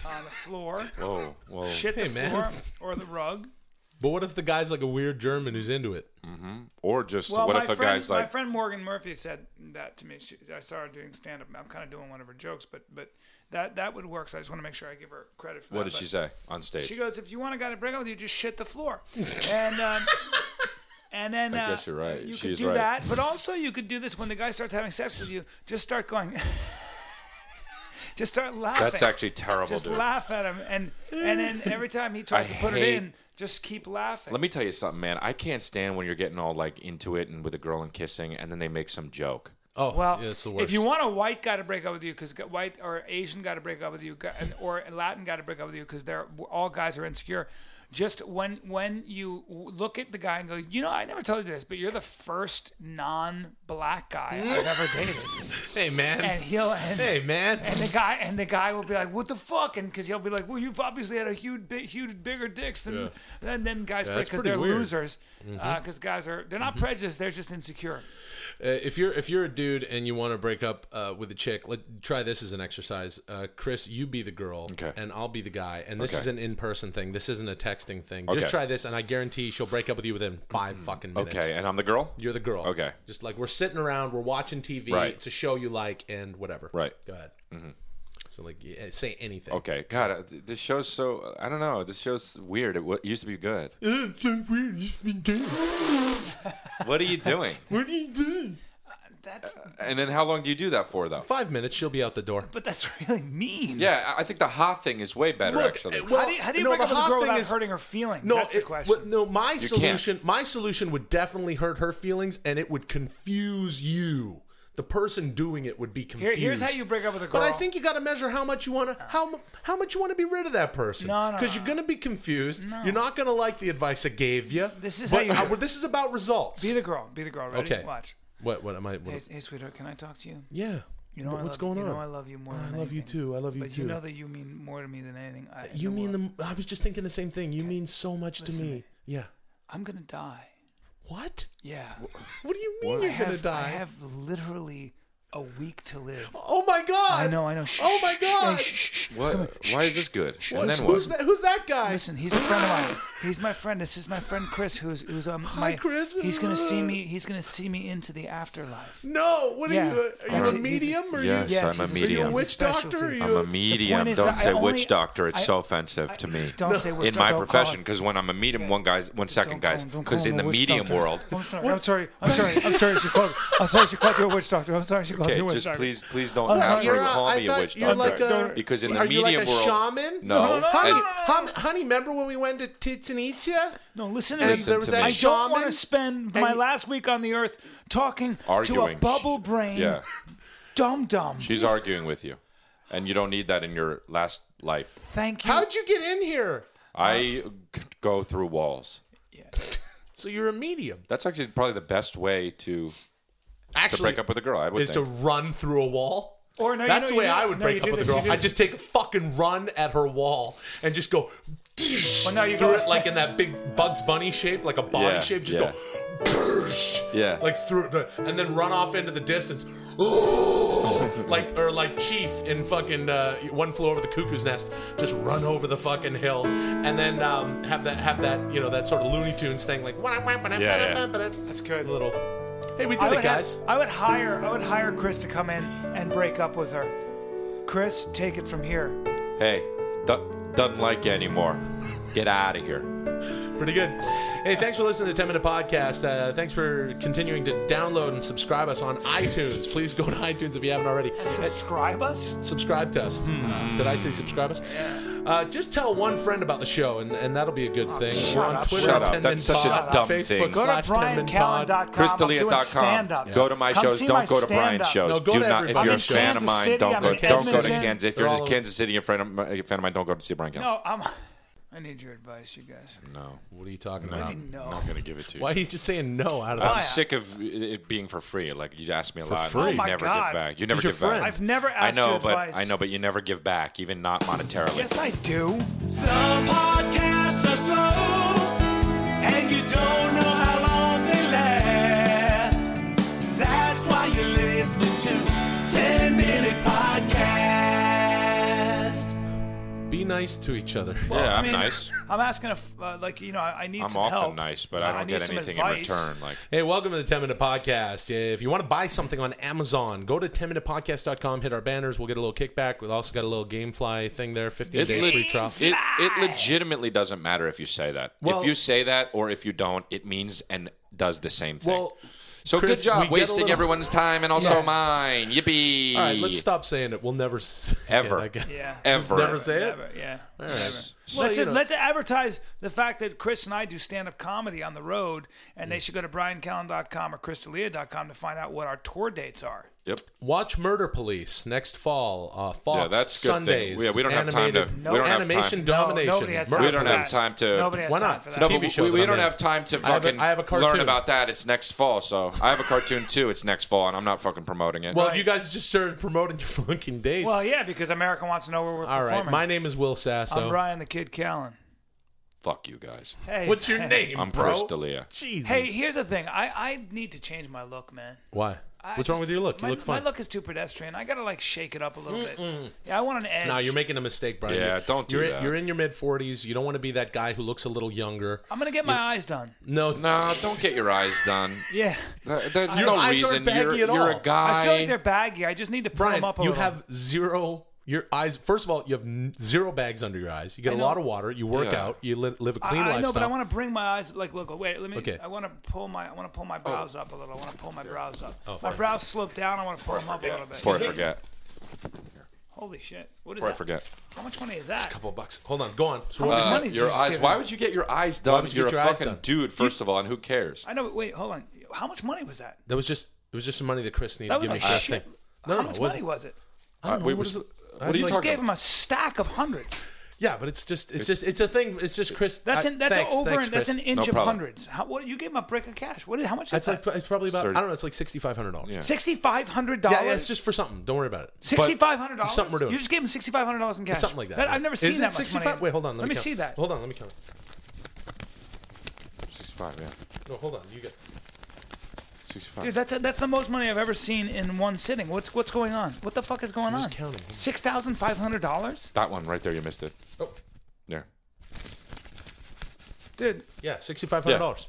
Speaker 2: on the floor,
Speaker 1: Whoa,
Speaker 2: <laughs>
Speaker 1: whoa.
Speaker 2: shit the
Speaker 3: Hey, man.
Speaker 2: floor or the rug.
Speaker 3: But what if the guy's like a weird German who's into it?
Speaker 1: Or just
Speaker 2: Well,
Speaker 1: what
Speaker 2: my
Speaker 1: if a
Speaker 2: friend,
Speaker 1: guy's
Speaker 2: my
Speaker 1: like,
Speaker 2: friend Morgan Murphy said that to me. She, I saw her doing stand up. I'm kind of doing one of her jokes, but but that that would work. So I just want to make sure I give her credit for
Speaker 1: what
Speaker 2: that.
Speaker 1: did
Speaker 2: but
Speaker 1: she say on stage?
Speaker 2: She goes, if you want a guy to break up with you, just shit
Speaker 1: <laughs>
Speaker 2: the floor. and um, and then uh,
Speaker 1: guess you're right.
Speaker 2: You
Speaker 1: She
Speaker 2: could
Speaker 1: is
Speaker 2: do
Speaker 1: right.
Speaker 2: that, but also you could do this when the guy starts having sex with you. Just start going. <laughs> just start laughing.
Speaker 1: That's actually terrible,
Speaker 2: Just
Speaker 1: dude.
Speaker 2: laugh at him, and and then every time he tries
Speaker 1: I
Speaker 2: to put it
Speaker 1: hate-
Speaker 2: in, just keep laughing.
Speaker 1: Let me tell you something, man. I can't stand when you're getting all like into it and with a girl and kissing, and then they make some joke.
Speaker 3: Oh,
Speaker 2: Well,
Speaker 3: yeah, it's the worst.
Speaker 2: if you want a white guy to break up with you because white or Asian guy to break up with you, gu- and- or a Latin guy to break up with you because they're all guys are insecure. Just when when you w- look at the guy and go, you know, I never told you this, but you're the first non-black guy I've ever
Speaker 3: <laughs>
Speaker 2: dated,
Speaker 3: hey man,
Speaker 2: and he'll and,
Speaker 3: hey man,
Speaker 2: and the guy and the guy will be like, what the fuck, and because he'll be like, well, you've obviously had a huge, big, huge bigger dicks than
Speaker 3: Yeah.
Speaker 2: than, than guys
Speaker 3: that's
Speaker 2: because
Speaker 3: pretty
Speaker 2: they're
Speaker 3: weird. Mm-hmm.
Speaker 2: losers, because guys are they're not prejudiced, they're just insecure.
Speaker 3: Uh, if you're if you're a dude and you want to break up uh, with a chick, let try this as an exercise. Uh, Chris, you be the girl,
Speaker 1: Okay.
Speaker 3: and I'll be the guy. And this
Speaker 1: Okay.
Speaker 3: is an in person thing. This isn't a texting thing.
Speaker 1: Okay. Mm.
Speaker 3: Just try this, and I guarantee she'll break up with you within five fucking minutes.
Speaker 1: Okay, and I'm the girl?
Speaker 3: You're the girl.
Speaker 1: Okay.
Speaker 3: Just like we're sitting around, we're watching TV.
Speaker 1: Right.
Speaker 3: It's a show you like, and whatever.
Speaker 1: Right. Mm-hmm.
Speaker 3: Go ahead. So like, yeah, say anything.
Speaker 1: Okay, God, uh, th- this show's so. I don't know. This show's weird. It w- used to be
Speaker 2: <laughs>
Speaker 1: good.
Speaker 3: Uh, it's so weird. It's been gay.
Speaker 1: What are you doing?
Speaker 3: What are you doing?
Speaker 2: That's
Speaker 1: and then how long do you do that for, though?
Speaker 3: Five minutes, she'll be out the door.
Speaker 2: but that's <laughs> really mean.
Speaker 1: Yeah, I I think the ha thing is way better,
Speaker 3: Look,
Speaker 1: actually.
Speaker 3: uh, well,
Speaker 2: how do you, how do you
Speaker 3: no,
Speaker 2: break
Speaker 3: the
Speaker 2: up with
Speaker 3: hot
Speaker 2: a girl
Speaker 3: thing
Speaker 2: without
Speaker 3: is-
Speaker 2: hurting her feelings?
Speaker 3: No,
Speaker 2: That's
Speaker 3: it-
Speaker 2: the question.
Speaker 3: what- no, my
Speaker 1: can't.
Speaker 3: solution, my solution would definitely hurt her feelings, and it would confuse you. The person doing it would be confused.
Speaker 2: here's how you break up with a
Speaker 3: But I
Speaker 2: girl.
Speaker 3: think you got to measure how much you want to how mu- how much you want to be rid of that person.
Speaker 2: No, no,
Speaker 3: because
Speaker 2: no,
Speaker 3: you're gonna be confused. You're not gonna like the advice I gave you.
Speaker 2: This is
Speaker 3: But
Speaker 2: how you-
Speaker 3: I- this is about results.
Speaker 2: be the girl. Be the girl. Ready?
Speaker 3: Okay.
Speaker 2: Watch.
Speaker 3: what? What am I? What,
Speaker 2: Hey, hey, sweetheart, can I talk to you?
Speaker 3: yeah.
Speaker 2: You know
Speaker 3: But
Speaker 2: I
Speaker 3: what's
Speaker 2: love,
Speaker 3: going
Speaker 2: You
Speaker 3: on?
Speaker 2: know I love you more.
Speaker 3: I
Speaker 2: Than
Speaker 3: love you
Speaker 2: anything.
Speaker 3: too. I love you
Speaker 2: but
Speaker 3: too.
Speaker 2: You know that you mean more to me than anything. I,
Speaker 3: You mean
Speaker 2: world.
Speaker 3: the? I was just thinking the same thing. You mean so much to me. Yeah.
Speaker 2: I'm gonna die.
Speaker 3: What?
Speaker 2: Yeah.
Speaker 3: What do you mean
Speaker 2: I
Speaker 3: you're
Speaker 2: have,
Speaker 3: gonna die?
Speaker 2: I have literally a week to live.
Speaker 3: Oh my god!
Speaker 2: I know. I know. Shh,
Speaker 3: oh my
Speaker 2: shh, shh, hey,
Speaker 3: god!
Speaker 2: shh, shh, shh.
Speaker 1: what? Why is this good? And
Speaker 3: Who's-
Speaker 1: then
Speaker 3: who's
Speaker 1: what?
Speaker 3: that? Who's that guy?
Speaker 2: Listen, he's a friend of mine. He's my friend. This is my friend Chris, who's who's um my.
Speaker 3: Chris.
Speaker 2: He's gonna see me. He's gonna see me into the afterlife.
Speaker 3: <gasps> No, what are
Speaker 2: Yeah.
Speaker 3: you? a- Are you
Speaker 2: That's it,
Speaker 3: a
Speaker 2: he's-
Speaker 3: medium? Or
Speaker 1: Yes,
Speaker 3: you?
Speaker 2: Yes,
Speaker 1: I'm a
Speaker 2: he's a
Speaker 3: Are you
Speaker 1: medium.
Speaker 3: a witch
Speaker 2: specialty.
Speaker 3: doctor? Are you?
Speaker 1: I'm a
Speaker 2: The
Speaker 1: medium.
Speaker 2: point is
Speaker 1: Don't
Speaker 2: that
Speaker 1: say
Speaker 2: I only-
Speaker 1: witch doctor. It's
Speaker 2: I-
Speaker 1: so offensive to me.
Speaker 2: Don't say witch
Speaker 1: in my
Speaker 2: doctor, don't call
Speaker 1: profession,
Speaker 2: it-
Speaker 1: because when I'm a medium, one guy's one second
Speaker 2: Don't call
Speaker 1: guy's,
Speaker 2: him- don't call
Speaker 1: because
Speaker 2: him
Speaker 1: in
Speaker 2: a
Speaker 1: the
Speaker 2: witch
Speaker 1: medium
Speaker 2: doctor.
Speaker 1: world,
Speaker 2: I'm sorry. I'm sorry. I'm sorry. I'm sorry. She called. I'm sorry. She called you a witch doctor. I'm sorry. She called
Speaker 1: Okay,
Speaker 2: you a witch
Speaker 1: just
Speaker 2: doctor.
Speaker 1: please, please don't
Speaker 2: Oh,
Speaker 1: have
Speaker 2: you're
Speaker 1: her
Speaker 2: a-
Speaker 1: call
Speaker 3: I
Speaker 1: me
Speaker 3: thought
Speaker 1: a witch
Speaker 3: you're
Speaker 1: doctor.
Speaker 3: like a-
Speaker 1: because in the
Speaker 3: Are you
Speaker 1: medium
Speaker 3: like a
Speaker 1: world,
Speaker 3: shaman?
Speaker 1: no,
Speaker 2: no,
Speaker 3: Honey,
Speaker 1: And-
Speaker 3: hum- honey, remember when we went to Titanitia?
Speaker 2: No, listen to
Speaker 3: And
Speaker 2: me.
Speaker 1: Listen
Speaker 3: there was
Speaker 1: to
Speaker 3: that
Speaker 1: me.
Speaker 2: I don't want
Speaker 3: shaman.
Speaker 2: to spend
Speaker 3: And
Speaker 2: my
Speaker 3: you-
Speaker 2: last week on the earth talking
Speaker 1: Arguing.
Speaker 2: to a bubble brain
Speaker 1: yeah,
Speaker 2: dum dum.
Speaker 1: she's arguing with you, and you don't need that in your last life.
Speaker 2: Thank you.
Speaker 3: How'd you get in here?
Speaker 1: I c- go through walls.
Speaker 3: So you're a medium.
Speaker 1: That's actually probably the best way to, to
Speaker 3: Actually,
Speaker 1: break up with a girl. I would
Speaker 3: is to
Speaker 1: think.
Speaker 3: run through a wall.
Speaker 2: Or no, you
Speaker 3: That's the
Speaker 2: know,
Speaker 3: way
Speaker 2: you know-
Speaker 3: I would
Speaker 2: no,
Speaker 3: break
Speaker 2: you
Speaker 3: up
Speaker 2: do
Speaker 3: with a
Speaker 2: this, you
Speaker 3: girl.
Speaker 2: do
Speaker 3: I'd
Speaker 2: this.
Speaker 3: just take a fucking run at her wall and just go
Speaker 2: Well, no, you
Speaker 3: through
Speaker 2: go-
Speaker 3: it like in that big Bugs Bunny shape, like a body
Speaker 1: Yeah,
Speaker 3: shape, just
Speaker 1: yeah.
Speaker 3: go
Speaker 1: Yeah.
Speaker 3: like through it, and then run off into the distance.
Speaker 1: <laughs>
Speaker 3: like or like Chief in fucking uh, One Flew Over the Cuckoo's Nest, just run over the fucking hill, and then um, have that have that you know that sort of Looney Tunes thing like
Speaker 5: yeah.
Speaker 3: that's good little. Hey, we
Speaker 2: I
Speaker 3: did
Speaker 2: would,
Speaker 3: it, guys.
Speaker 2: Have, I would hire I would hire Chris to come in and break up with her. Chris, take it from here.
Speaker 1: Hey, do- doesn't like you anymore. Get out of here.
Speaker 3: Pretty good. Hey, thanks for listening to the 10 Minute Podcast. Uh, thanks for continuing to download and subscribe us on iTunes. Please go to iTunes if you haven't already.
Speaker 2: Subscribe us?
Speaker 3: Subscribe to us. Hmm. Did I say subscribe us? Uh, just tell one friend about the show, and, and that'll be a good thing.
Speaker 2: shut
Speaker 3: We're on
Speaker 2: up.
Speaker 3: Twitter
Speaker 2: Shut
Speaker 3: at
Speaker 1: up.
Speaker 3: 10
Speaker 1: That's
Speaker 3: Minute
Speaker 1: such a
Speaker 3: Pod,
Speaker 1: dumb
Speaker 3: Facebook
Speaker 1: thing.
Speaker 2: Go
Speaker 3: slash
Speaker 2: to
Speaker 3: 10 Minute Pod.
Speaker 2: BrianCallen.com. I'm doing stand-up.
Speaker 1: ChrisDelia.com. Go to my
Speaker 2: Come
Speaker 1: shows.
Speaker 2: see
Speaker 1: Don't
Speaker 2: my
Speaker 1: go to Brian's
Speaker 2: stand-up.
Speaker 1: shows.
Speaker 3: No, go
Speaker 1: do not.
Speaker 3: to
Speaker 1: If
Speaker 3: everybody.
Speaker 1: you're a
Speaker 3: I'm in
Speaker 1: fan
Speaker 2: Kansas
Speaker 1: of mine,
Speaker 2: City,
Speaker 1: don't
Speaker 2: I'm
Speaker 1: go.
Speaker 2: in
Speaker 1: Don't go to
Speaker 2: Edmonton.
Speaker 1: Kansas. If
Speaker 3: They're
Speaker 1: you're
Speaker 3: all
Speaker 1: just
Speaker 3: in-
Speaker 1: Kansas City, a friend of mi- a fan of mine, don't go to see Brian. Gallagher.
Speaker 2: No, I'm. <laughs> I need your advice, you guys.
Speaker 1: no,
Speaker 3: What are you talking about?
Speaker 2: No.
Speaker 1: I'm gonna give it to you.
Speaker 3: Why are you just saying no out of that?
Speaker 1: I'm sick of it- it being for free. Like you ask me a lot,
Speaker 3: free?
Speaker 1: and
Speaker 3: Oh
Speaker 1: you
Speaker 2: my
Speaker 1: never
Speaker 2: God.
Speaker 1: give back. You never
Speaker 3: your
Speaker 1: give
Speaker 3: friend.
Speaker 1: back.
Speaker 2: I've never asked
Speaker 1: I know,
Speaker 2: you
Speaker 1: but
Speaker 2: advice.
Speaker 1: I know, but you never give back, even not monetarily.
Speaker 2: Yes, I do.
Speaker 4: Some podcasts are slow, and you don't know how long they last. That's why you're listening to 10 Minute Podcast.
Speaker 3: Be nice to each other.
Speaker 1: yeah, I'm
Speaker 2: mean,
Speaker 1: nice.
Speaker 2: I'm asking if, uh, like, you know, I, I need
Speaker 1: I'm
Speaker 2: some
Speaker 1: often
Speaker 2: help.
Speaker 1: nice, but I
Speaker 2: Uh,
Speaker 1: don't
Speaker 2: need
Speaker 1: get
Speaker 2: some
Speaker 1: anything
Speaker 2: advice.
Speaker 1: in return. Like
Speaker 3: Hey, welcome to the 10 Minute Podcast. Yeah, If you want to buy something on Amazon, go to 10minutepodcast.com, hit our banners. We'll get a little kickback. We've also got a little Gamefly thing there, 15
Speaker 1: It,
Speaker 3: day
Speaker 1: le-
Speaker 3: free trial.
Speaker 1: it, it legitimately doesn't matter if you say that.
Speaker 3: Well-
Speaker 1: if you say that or if you don't, it means and does the same thing.
Speaker 3: Well,
Speaker 1: so
Speaker 3: Chris,
Speaker 1: good job
Speaker 3: we get a
Speaker 1: wasting
Speaker 3: little-
Speaker 1: everyone's time and also
Speaker 3: Yeah.
Speaker 1: mine. Yippee!
Speaker 3: All right, let's stop saying it. We'll never <laughs> say it,
Speaker 1: Ever.
Speaker 3: I guess.
Speaker 2: Yeah.
Speaker 1: Ever.
Speaker 3: Never say it.
Speaker 2: Never, yeah. Never.
Speaker 3: right. Well,
Speaker 2: let's,
Speaker 3: you
Speaker 2: just,
Speaker 3: know.
Speaker 2: let's advertise the fact that Chris and I do stand up comedy on the road, and they should go to briancallen.com or chrisdelia.com to find out what our tour dates are.
Speaker 1: Yep.
Speaker 3: Watch Murder Police next fall. Uh, Fox
Speaker 1: Yeah, that's a good thing.
Speaker 3: Sundays.
Speaker 1: Yeah, we don't have time to-
Speaker 3: Animated-
Speaker 1: we don't have
Speaker 3: animation
Speaker 1: time.
Speaker 3: domination.
Speaker 2: No, nobody has time
Speaker 3: Murder
Speaker 1: We don't
Speaker 2: for
Speaker 1: have
Speaker 2: that.
Speaker 1: time to-
Speaker 2: Nobody has
Speaker 3: Why
Speaker 2: time
Speaker 3: not?
Speaker 2: for
Speaker 3: No,
Speaker 2: that.
Speaker 1: No,
Speaker 3: TV
Speaker 1: but
Speaker 3: show
Speaker 1: we,
Speaker 3: that
Speaker 1: we
Speaker 3: I'm
Speaker 1: don't
Speaker 3: in.
Speaker 1: have time to
Speaker 3: I have a-
Speaker 1: fucking
Speaker 3: I have a cartoon.
Speaker 1: learn about that. It's next fall, so I have a cartoon too. It's next fall, and I'm not fucking promoting it.
Speaker 3: Well, you guys just started promoting your <laughs> fucking dates.
Speaker 2: Well, yeah, because America wants to know where we're
Speaker 3: All right,
Speaker 2: performing.
Speaker 3: my name is Will Sasso.
Speaker 2: I'm Brian the Kid Callen.
Speaker 1: fuck you guys.
Speaker 2: Hey,
Speaker 3: What's your name,
Speaker 1: I'm
Speaker 3: bro?
Speaker 1: Chris D'Elia.
Speaker 3: Jesus.
Speaker 2: Hey, here's the thing. I, I need to change my look, man.
Speaker 3: why?
Speaker 2: I
Speaker 3: What's wrong
Speaker 2: just-
Speaker 3: with your look?
Speaker 2: My,
Speaker 3: you look fine.
Speaker 2: My look is too pedestrian. I gotta like shake it up a little bit. Yeah, I want an edge.
Speaker 3: No, you're making a mistake, Brian.
Speaker 1: Yeah,
Speaker 3: You're-
Speaker 1: don't do
Speaker 3: you're,
Speaker 1: that.
Speaker 3: You're in your mid 40s. You don't want to be that guy who looks a little younger.
Speaker 2: I'm gonna get my eyes done.
Speaker 3: No,
Speaker 1: No, don't get your eyes done.
Speaker 2: Yeah,
Speaker 1: There- There's
Speaker 3: Your
Speaker 1: no
Speaker 3: eyes
Speaker 1: reason. You're,
Speaker 3: aren't baggy at
Speaker 1: you're
Speaker 3: all.
Speaker 1: a guy.
Speaker 2: I feel like they're baggy. I just need to pull
Speaker 3: Brian,
Speaker 2: them up a
Speaker 3: you
Speaker 2: little.
Speaker 3: have zero. Your eyes. First of all, you have n- zero bags under your eyes. You get a
Speaker 2: know.
Speaker 3: lot of water. You work
Speaker 1: Yeah.
Speaker 3: out. You li- live a
Speaker 2: I,
Speaker 3: clean
Speaker 2: I
Speaker 3: lifestyle.
Speaker 2: know, but I want to bring my eyes like look. Wait, let me.
Speaker 3: Okay.
Speaker 2: I want to pull my. I want to pull
Speaker 1: Oh.
Speaker 2: my brows up a little. I want to pull my brows up.
Speaker 3: Oh,
Speaker 2: my brows slope down. I want to pull them up a little bit.
Speaker 1: Before I forget.
Speaker 2: Holy shit! What is
Speaker 1: Before I
Speaker 2: that?
Speaker 1: forget.
Speaker 2: How much money is that?
Speaker 3: couple bucks. Hold on. Go on. So
Speaker 2: How
Speaker 3: what-
Speaker 2: much
Speaker 1: Uh,
Speaker 2: money did
Speaker 1: your
Speaker 2: you just
Speaker 1: eyes.
Speaker 2: give
Speaker 1: Why
Speaker 2: him?
Speaker 1: would you get your eyes done?
Speaker 3: would you
Speaker 1: you are
Speaker 3: get
Speaker 1: a
Speaker 3: your eyes
Speaker 1: fucking
Speaker 3: done?
Speaker 1: dude, first of all, and who cares?
Speaker 2: I know. but Wait, hold on. How much money was that?
Speaker 3: that was just. It was just some money that Chris needed
Speaker 2: That was
Speaker 3: to give me
Speaker 2: like
Speaker 3: for that
Speaker 2: shit.
Speaker 3: thing. No,
Speaker 2: How
Speaker 3: no,
Speaker 2: much
Speaker 3: it wasn't-
Speaker 2: money was it?
Speaker 3: I don't know.
Speaker 1: Uh, we
Speaker 3: what
Speaker 1: were
Speaker 3: is
Speaker 1: s-
Speaker 3: it?
Speaker 1: what
Speaker 3: That's
Speaker 1: are you
Speaker 3: like-
Speaker 2: Just
Speaker 1: talking
Speaker 2: gave him a stack of hundreds.
Speaker 3: Yeah, but it's just. It's just. It's a thing. It's just Chris.
Speaker 2: That's
Speaker 3: I-
Speaker 2: an, that's
Speaker 3: Uh, thanks,
Speaker 2: over
Speaker 3: thanks,
Speaker 2: and that's
Speaker 3: Chris.
Speaker 2: an inch of
Speaker 1: problem.
Speaker 2: hundreds. How, what you gave him a brick of cash? What? is- How much is
Speaker 3: That's
Speaker 2: that?
Speaker 3: like. It's probably about.
Speaker 1: Thirty.
Speaker 3: I don't know. It's like sixty five hundred dollars. Yeah.
Speaker 2: Sixty five hundred
Speaker 3: yeah,
Speaker 2: dollars.
Speaker 3: It's just for something. Don't worry about it.
Speaker 2: sixty five hundred dollars.
Speaker 3: Something we're doing.
Speaker 2: You just gave him sixty five hundred dollars in cash.
Speaker 3: Something like that.
Speaker 2: I've never
Speaker 3: Is
Speaker 2: seen
Speaker 3: it
Speaker 2: that much
Speaker 3: 65?
Speaker 2: money.
Speaker 3: Wait, hold on. Let,
Speaker 2: me
Speaker 3: count.
Speaker 2: see that.
Speaker 3: Hold on. Let me count.
Speaker 1: Sixty-five. Yeah.
Speaker 3: No, hold on. You get.
Speaker 1: Sixty-five.
Speaker 2: Dude, that's that's the most money I've ever seen in one sitting. What's what's going on? What the fuck is going
Speaker 3: was
Speaker 2: on?
Speaker 3: counting.
Speaker 2: Six thousand five hundred dollars,
Speaker 1: that one right there. You missed it.
Speaker 3: Oh,
Speaker 1: There.
Speaker 2: dude.
Speaker 3: yeah, sixty five hundred dollars.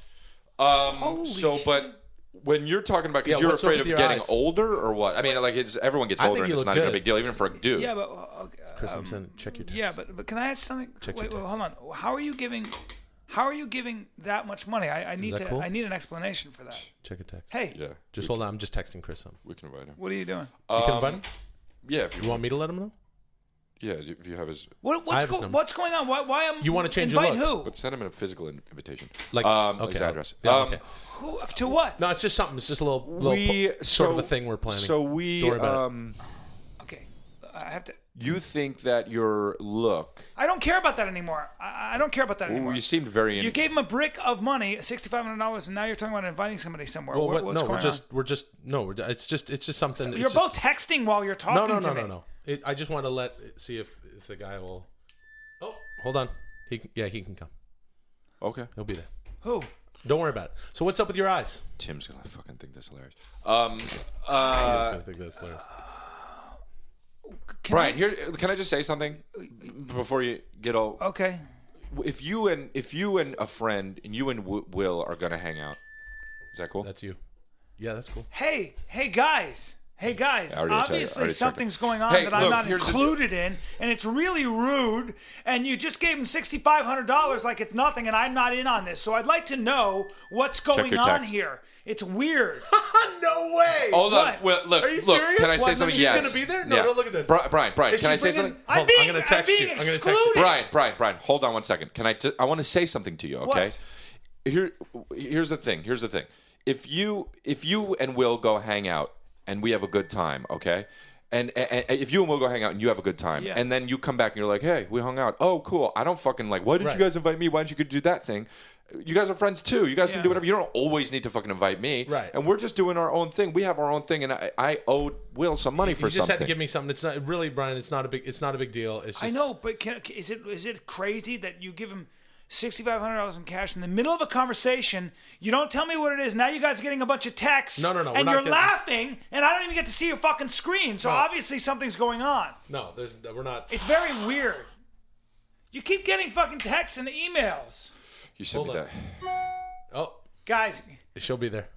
Speaker 1: Um, so, but when you're talking about, because
Speaker 3: Yeah,
Speaker 1: you're
Speaker 3: what's up
Speaker 1: afraid
Speaker 3: with
Speaker 1: of
Speaker 3: your
Speaker 1: getting
Speaker 3: eyes?
Speaker 1: older or what? I mean, like it's everyone gets
Speaker 3: I
Speaker 1: older,
Speaker 3: think
Speaker 1: and
Speaker 3: you
Speaker 1: it's
Speaker 3: look
Speaker 1: not even a
Speaker 3: good.
Speaker 1: big deal, even for a dude.
Speaker 2: Yeah, but uh, okay, uh,
Speaker 1: Um,
Speaker 3: Chris, I'm saying check your text.
Speaker 2: yeah, but but can I ask something?
Speaker 3: Check your
Speaker 2: wait, wait,
Speaker 3: text.
Speaker 2: hold on. How are you giving? How are you giving that much money? I, I need
Speaker 3: that
Speaker 2: to.
Speaker 3: cool?
Speaker 2: I need an explanation for that.
Speaker 3: check your text.
Speaker 2: Hey,
Speaker 1: Yeah.
Speaker 3: Just hold on. I'm just texting Chris. Something.
Speaker 1: We can invite him.
Speaker 2: what are you doing?
Speaker 3: You can
Speaker 1: Um,
Speaker 3: invite him?
Speaker 1: Yeah. If
Speaker 3: You
Speaker 1: you,
Speaker 3: want me to let him know?
Speaker 1: yeah. If you have his,
Speaker 2: What,
Speaker 3: I
Speaker 2: what's,
Speaker 3: have his
Speaker 2: go-
Speaker 3: number.
Speaker 2: what's going on? Why, why am
Speaker 3: You wanna change your
Speaker 2: invite
Speaker 1: but send him a physical in- invitation.
Speaker 3: Like,
Speaker 1: um,
Speaker 3: okay,
Speaker 1: his
Speaker 3: I'll-
Speaker 1: address.
Speaker 3: yeah,
Speaker 1: um,
Speaker 3: okay.
Speaker 2: who? Who to what?
Speaker 3: No, it's just something. It's just a little, little
Speaker 1: We
Speaker 3: po- sort
Speaker 1: so-
Speaker 3: of a thing we're planning.
Speaker 1: So we
Speaker 3: Don't worry about it.
Speaker 1: um.
Speaker 2: Okay, uh, I have to.
Speaker 1: you think that your look.
Speaker 2: I don't care about that anymore. I, I don't care about that
Speaker 1: Ooh,
Speaker 2: anymore.
Speaker 1: you seemed very.
Speaker 2: You gave him a brick of money, sixty-five hundred dollars, and now you're talking about inviting somebody somewhere.
Speaker 3: Well,
Speaker 2: What-
Speaker 3: what,
Speaker 2: what's
Speaker 3: no,
Speaker 2: going
Speaker 3: we're just
Speaker 2: on?
Speaker 3: we're just no. We're, it's just it's just something. it's
Speaker 2: You're
Speaker 3: just-
Speaker 2: both texting while you're talking
Speaker 3: no no
Speaker 2: to
Speaker 3: no
Speaker 2: me.
Speaker 3: no no. It, I just want to let see if, if the guy will. Oh, hold on. He can- yeah he can come.
Speaker 1: okay.
Speaker 3: He'll be there.
Speaker 2: Who?
Speaker 3: Don't worry about it. So what's up with your eyes?
Speaker 1: Tim's gonna fucking think that's hilarious. Um,
Speaker 3: I think that's hilarious.
Speaker 2: Can
Speaker 1: Brian, here can I just say something before you get all?
Speaker 2: I- okay.
Speaker 1: If you and if you and a friend and you and w- Will are gonna hang out, is that cool?
Speaker 3: That's you. Yeah, that's cool.
Speaker 2: Hey, hey guys. Hey guys,
Speaker 1: I already checked it. I
Speaker 2: obviously
Speaker 1: already checked it.
Speaker 2: something's going on
Speaker 1: Hey,
Speaker 2: that I'm
Speaker 1: look,
Speaker 2: not
Speaker 1: here's the-
Speaker 2: included in, and it's really rude. And you just gave him sixty-five hundred dollars like it's nothing, and I'm not in on this. So I'd like to know what's going
Speaker 1: your
Speaker 2: on
Speaker 1: text.
Speaker 2: here. It's weird.
Speaker 3: no way.
Speaker 1: Hold
Speaker 2: What?
Speaker 1: on. Well, look,
Speaker 3: Are you
Speaker 1: look,
Speaker 3: serious?
Speaker 1: Can I
Speaker 3: What,
Speaker 1: say something?
Speaker 3: she's
Speaker 1: yes.
Speaker 3: gonna be there? No, don't look at this.
Speaker 1: Bri- Brian, Brian,
Speaker 3: Is
Speaker 1: can
Speaker 3: she
Speaker 1: I say
Speaker 3: bringing-
Speaker 1: something?
Speaker 2: I'm
Speaker 3: Hold on,
Speaker 2: being,
Speaker 3: Oh, I'm gonna text
Speaker 2: I'm
Speaker 3: you.
Speaker 2: being
Speaker 3: I'm gonna text you.
Speaker 2: excluded.
Speaker 1: Brian, Brian, Brian, hold on one second. Can I? T- I want to say something to you. Okay. Here, here's the thing. Here's the thing. If you, if you and Will go hang out and we have a good time, okay. And, and, and if you and Will go hang out and you have a good time,
Speaker 2: Yeah.
Speaker 1: and then you come back and you're like, "Hey, we hung out. Oh, cool. I don't fucking like. Why didn't
Speaker 3: Right.
Speaker 1: you guys invite me? Why didn't you do that thing? You guys are friends too. You guys
Speaker 2: Yeah.
Speaker 1: can do whatever. You don't always need to fucking invite me.
Speaker 3: Right.
Speaker 1: And we're just doing our own thing. We have our own thing, and I, I owed Will some money
Speaker 3: You
Speaker 1: for
Speaker 3: just
Speaker 1: something.
Speaker 3: had to give me something. It's not really Brian. It's not a big. It's not a big deal. It's just,
Speaker 2: I know, but can, is it is it crazy that you give him sixty five hundred dollars in cash in the middle of a conversation? You don't tell me what it is. Now you guys are getting a bunch of texts.
Speaker 3: No, no, no, we're
Speaker 2: And
Speaker 3: not
Speaker 2: you're
Speaker 3: getting-
Speaker 2: laughing, and I don't even get to see your fucking screen. So obviously something's going on.
Speaker 3: No, there's. We're not.
Speaker 2: It's very weird. You keep getting fucking texts and emails,
Speaker 1: You sent me
Speaker 3: Hold
Speaker 1: that.
Speaker 3: on. Oh,
Speaker 2: guys.
Speaker 3: she'll be there.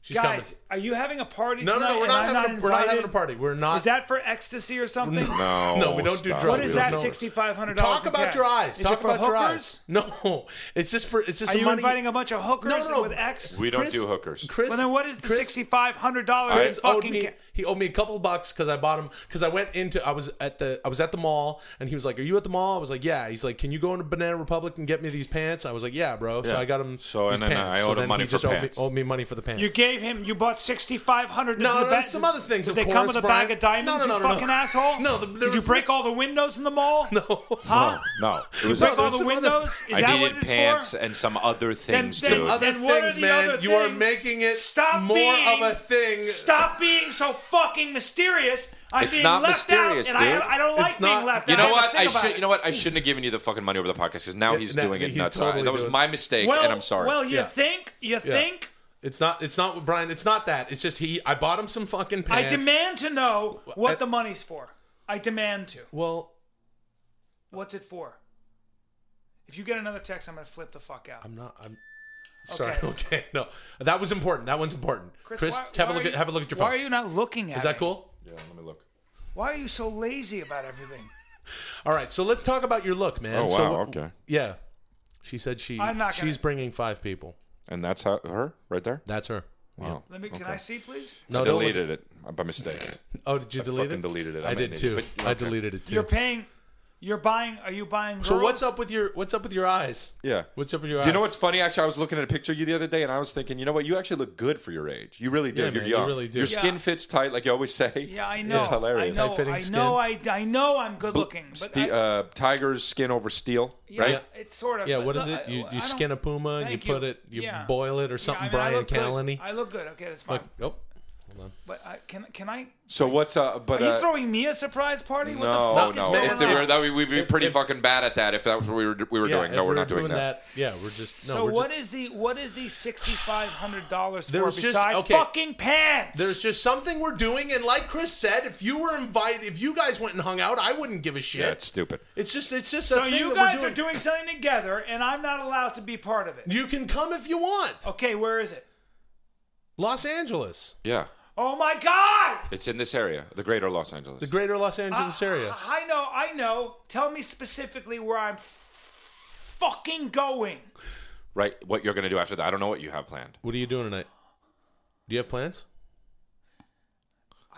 Speaker 3: She's
Speaker 2: Guys,
Speaker 3: coming.
Speaker 2: are you having a party
Speaker 3: No,
Speaker 2: tonight?
Speaker 3: no, no. We're
Speaker 2: and
Speaker 3: not
Speaker 2: I'm
Speaker 3: having. a, we're not
Speaker 2: invited?
Speaker 3: having a party. We're not.
Speaker 2: Is that for ecstasy or something?
Speaker 1: No,
Speaker 3: <laughs> No, we don't do
Speaker 1: stop.
Speaker 3: drugs.
Speaker 2: What is
Speaker 3: There's
Speaker 2: that?
Speaker 3: no-
Speaker 2: Sixty-five hundred dollars.
Speaker 3: Talk about your eyes.
Speaker 2: Is
Speaker 3: Talk
Speaker 2: it for
Speaker 3: about your
Speaker 2: hookers?
Speaker 3: eyes. No, it's just for. It's just.
Speaker 2: Are
Speaker 3: some
Speaker 2: you
Speaker 3: money.
Speaker 2: inviting a bunch of hookers
Speaker 3: No, no, no.
Speaker 2: with X?
Speaker 1: We don't
Speaker 3: Chris-
Speaker 1: do hookers.
Speaker 3: Chris,
Speaker 2: well, then what is the
Speaker 3: Chris-
Speaker 2: sixty-five hundred dollars in
Speaker 3: Chris owed
Speaker 2: fucking?
Speaker 3: me.
Speaker 2: Ca-
Speaker 3: He owed me a couple bucks because I bought him because I went into I was at the I was at the mall and he was like, "Are you at the mall?" I was like, "Yeah." He's like, "Can you go into Banana Republic and get me these pants?" I was like, "Yeah, bro." So
Speaker 1: Yeah.
Speaker 3: I got him.
Speaker 5: So,
Speaker 3: these
Speaker 5: and
Speaker 2: uh,
Speaker 5: then
Speaker 3: pants.
Speaker 5: I
Speaker 3: so
Speaker 5: owed him
Speaker 3: then
Speaker 5: money
Speaker 3: he
Speaker 5: for
Speaker 3: just owed me-
Speaker 5: pants.
Speaker 3: Owed me, money for the pants.
Speaker 2: you gave him. You bought sixty-five hundred.
Speaker 3: No,
Speaker 2: the
Speaker 3: no,
Speaker 2: ba-
Speaker 3: some other things,
Speaker 2: Did
Speaker 3: of
Speaker 2: they come with
Speaker 3: course,
Speaker 2: a
Speaker 3: Brian.
Speaker 2: bag of diamonds?
Speaker 3: No, no, no,
Speaker 2: you
Speaker 3: no, no.
Speaker 2: fucking asshole.
Speaker 3: No, the- there
Speaker 2: did you
Speaker 3: was-
Speaker 2: break all the windows in the mall?
Speaker 3: No.
Speaker 2: Huh?
Speaker 1: Oh, No, it was
Speaker 2: Break all the
Speaker 3: No, there's some other-
Speaker 2: windows? Is
Speaker 1: I
Speaker 2: that
Speaker 1: needed
Speaker 2: what it's
Speaker 1: pants
Speaker 2: for?
Speaker 1: and some other things
Speaker 2: then-
Speaker 1: too.
Speaker 2: then-
Speaker 3: other
Speaker 2: And what are
Speaker 3: things,
Speaker 2: the
Speaker 3: man.
Speaker 2: other
Speaker 3: you are
Speaker 2: things?
Speaker 3: making it
Speaker 2: Stop
Speaker 3: more
Speaker 2: being-
Speaker 3: of a thing.
Speaker 2: Stop being so fucking mysterious. I'm
Speaker 1: It's
Speaker 2: being
Speaker 1: not
Speaker 2: left
Speaker 1: mysterious,
Speaker 2: out,
Speaker 1: dude.
Speaker 2: and I, I don't like
Speaker 3: It's
Speaker 2: being
Speaker 3: not-
Speaker 2: left
Speaker 1: you
Speaker 2: out.
Speaker 1: know
Speaker 2: have to
Speaker 1: what?
Speaker 2: think
Speaker 1: I
Speaker 2: about
Speaker 1: should.
Speaker 2: it.
Speaker 1: You know what? I shouldn't have given you the fucking money over the podcast because now he's
Speaker 3: now
Speaker 1: doing it.
Speaker 3: he's
Speaker 1: and That's
Speaker 3: totally
Speaker 1: I, that was
Speaker 3: doing-
Speaker 1: my mistake,
Speaker 2: Well,
Speaker 1: and I'm sorry.
Speaker 2: Well, you
Speaker 3: Yeah.
Speaker 2: think? You think?
Speaker 3: It's not. It's not Brian. It's not that. It's just he. I bought him some fucking
Speaker 2: I
Speaker 3: pants.
Speaker 2: demand to know
Speaker 3: I-
Speaker 2: what the money's for. I demand to.
Speaker 3: Well,
Speaker 2: What's it for? If you get another text, I'm gonna flip the fuck out.
Speaker 3: I'm not. I'm sorry.
Speaker 2: Okay.
Speaker 3: <laughs> Okay. No, that was important. That one's important. Chris,
Speaker 2: why-
Speaker 3: have a
Speaker 2: why
Speaker 3: look
Speaker 2: are
Speaker 3: at
Speaker 2: you-
Speaker 3: have a look at your
Speaker 2: Why
Speaker 3: phone.
Speaker 2: are you not looking at?
Speaker 3: Is that
Speaker 2: me?
Speaker 3: cool?
Speaker 1: yeah, let me look.
Speaker 2: Why are you so lazy about everything?
Speaker 3: All right. So let's talk about your look, man.
Speaker 1: Oh,
Speaker 3: so,
Speaker 1: wow,
Speaker 3: what-
Speaker 1: okay.
Speaker 3: Yeah. She said she.
Speaker 2: I'm not gonna-
Speaker 3: she's bringing five people.
Speaker 1: And that's how her right there.
Speaker 3: That's her.
Speaker 1: Wow.
Speaker 2: Let me. Can I see, please?
Speaker 3: No,
Speaker 1: I
Speaker 3: don't look
Speaker 1: deleted it by mistake.
Speaker 3: at- Oh, did you <laughs> delete
Speaker 1: fucking
Speaker 3: it?
Speaker 1: deleted it.
Speaker 3: I,
Speaker 1: I
Speaker 3: did
Speaker 1: meant
Speaker 3: too.
Speaker 1: it, but-
Speaker 3: I
Speaker 1: okay.
Speaker 3: deleted it too.
Speaker 2: You're paying. You're buying. Are you buying? Girls?
Speaker 3: so what's up with your what's up with your eyes?
Speaker 1: Yeah.
Speaker 3: What's up with your eyes?
Speaker 1: You know what's funny? Actually, I was looking at a picture of you the other day, and I was thinking, you know what? You actually look good for your age. You really do.
Speaker 3: Yeah,
Speaker 1: You're
Speaker 3: man, you
Speaker 1: young.
Speaker 3: really do.
Speaker 1: Your
Speaker 3: Yeah.
Speaker 1: skin fits tight, like you always say.
Speaker 2: Yeah, I know.
Speaker 1: It's hilarious.
Speaker 2: I know.
Speaker 3: Tight-fitting
Speaker 2: I
Speaker 3: skin.
Speaker 2: know. I, I know. I'm good looking. But
Speaker 1: Ste-
Speaker 2: I,
Speaker 1: uh, tiger's skin over steel,
Speaker 2: yeah,
Speaker 1: right?
Speaker 2: It's sort of.
Speaker 3: Yeah, what is
Speaker 2: I-
Speaker 3: it? You,
Speaker 2: I
Speaker 3: you
Speaker 2: don't-
Speaker 3: skin a puma, you
Speaker 2: thank
Speaker 3: put it, you
Speaker 2: Yeah.
Speaker 3: boil it or
Speaker 2: Yeah,
Speaker 3: something.
Speaker 2: I mean, I
Speaker 3: Brian
Speaker 2: look good.
Speaker 3: Callenny.
Speaker 2: I look good. Okay, that's fine.
Speaker 3: Look, oh,
Speaker 2: But I, can can I?
Speaker 1: So what's uh? But
Speaker 2: Are
Speaker 1: uh,
Speaker 2: you throwing me a surprise party? What
Speaker 1: No,
Speaker 2: the fuck
Speaker 1: no.
Speaker 2: is going
Speaker 1: If they
Speaker 2: on?
Speaker 1: were, that, we- we'd be
Speaker 3: If-
Speaker 1: pretty
Speaker 3: if-
Speaker 1: fucking bad at that if that was what we were, we were
Speaker 3: yeah,
Speaker 1: doing.
Speaker 3: if
Speaker 1: No, we're
Speaker 3: we
Speaker 1: not
Speaker 3: were
Speaker 1: doing, that.
Speaker 3: Yeah, we're just no.
Speaker 2: so
Speaker 3: we're
Speaker 2: what
Speaker 3: just,
Speaker 2: is the what is the sixty five hundred dollars for
Speaker 3: There was just-
Speaker 2: besides
Speaker 3: okay.
Speaker 2: fucking pants?
Speaker 3: There's just something we're doing, and like Chris said, if you were invited, if you guys went and hung out, I wouldn't give a shit.
Speaker 1: Yeah, it's stupid.
Speaker 3: It's just, it's just.
Speaker 2: so
Speaker 3: a thing
Speaker 2: you
Speaker 3: that we're
Speaker 2: guys are doing something together, and I'm not allowed to be part of it.
Speaker 3: You can come if you want.
Speaker 2: Okay, where is it?
Speaker 3: Los Angeles,
Speaker 1: Yeah,
Speaker 2: Oh my god!
Speaker 1: it's in this area, the Greater Los Angeles.
Speaker 3: the Greater Los
Speaker 2: Ah,
Speaker 3: Angeles area.
Speaker 2: I, I know, I know. Tell me specifically where I'm f- fucking going.
Speaker 1: right, what you're gonna do after that? I don't know what you have planned.
Speaker 3: What are you doing tonight? Do you have plans?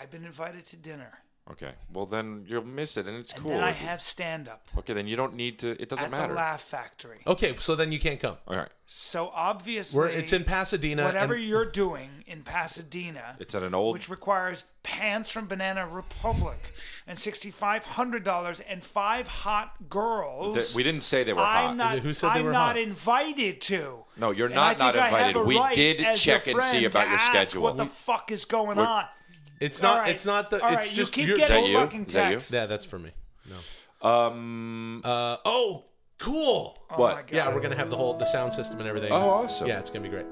Speaker 2: I've been invited to dinner.
Speaker 1: Okay. Well, then you'll miss it, and it's
Speaker 2: And
Speaker 1: cool.
Speaker 2: then I have stand up
Speaker 1: okay, then you don't need to. It doesn't
Speaker 2: at
Speaker 1: matter.
Speaker 2: the Laugh Factory.
Speaker 3: Okay, so then you can't come.
Speaker 1: All right.
Speaker 2: So obviously,
Speaker 3: Oh. We're, it's in Pasadena.
Speaker 2: whatever
Speaker 3: and-
Speaker 2: you're doing in Pasadena,
Speaker 1: It's at an old.
Speaker 2: which requires pants from Banana Republic and $6,500 and five hot girls.
Speaker 1: Th- we didn't say they were hot.
Speaker 2: I'm not.
Speaker 3: Who said they
Speaker 2: I'm
Speaker 3: were
Speaker 2: not
Speaker 3: hot?
Speaker 2: invited to.
Speaker 1: No, you're
Speaker 2: And
Speaker 1: not
Speaker 2: I think
Speaker 1: not
Speaker 2: I have
Speaker 1: invited.
Speaker 2: a
Speaker 1: We
Speaker 2: right
Speaker 1: did
Speaker 2: as your
Speaker 1: check and see
Speaker 2: friend
Speaker 1: about
Speaker 2: to
Speaker 1: your
Speaker 2: ask
Speaker 1: schedule.
Speaker 2: What the
Speaker 1: We-
Speaker 2: fuck is going
Speaker 1: We're-
Speaker 2: on?
Speaker 3: It's not.
Speaker 2: All right.
Speaker 3: It's not the.
Speaker 2: All
Speaker 3: it's
Speaker 2: right,
Speaker 3: just.
Speaker 2: you keep
Speaker 3: your-
Speaker 1: Is
Speaker 2: getting
Speaker 1: that you?
Speaker 2: fucking
Speaker 1: Is that you?
Speaker 2: texts.
Speaker 3: yeah, that's for me.
Speaker 1: Um.
Speaker 3: Uh, oh, cool.
Speaker 2: Oh
Speaker 1: What?
Speaker 2: my God.
Speaker 3: yeah, we're gonna have the whole the sound system and everything.
Speaker 1: Oh, awesome.
Speaker 3: Yeah, it's gonna be great.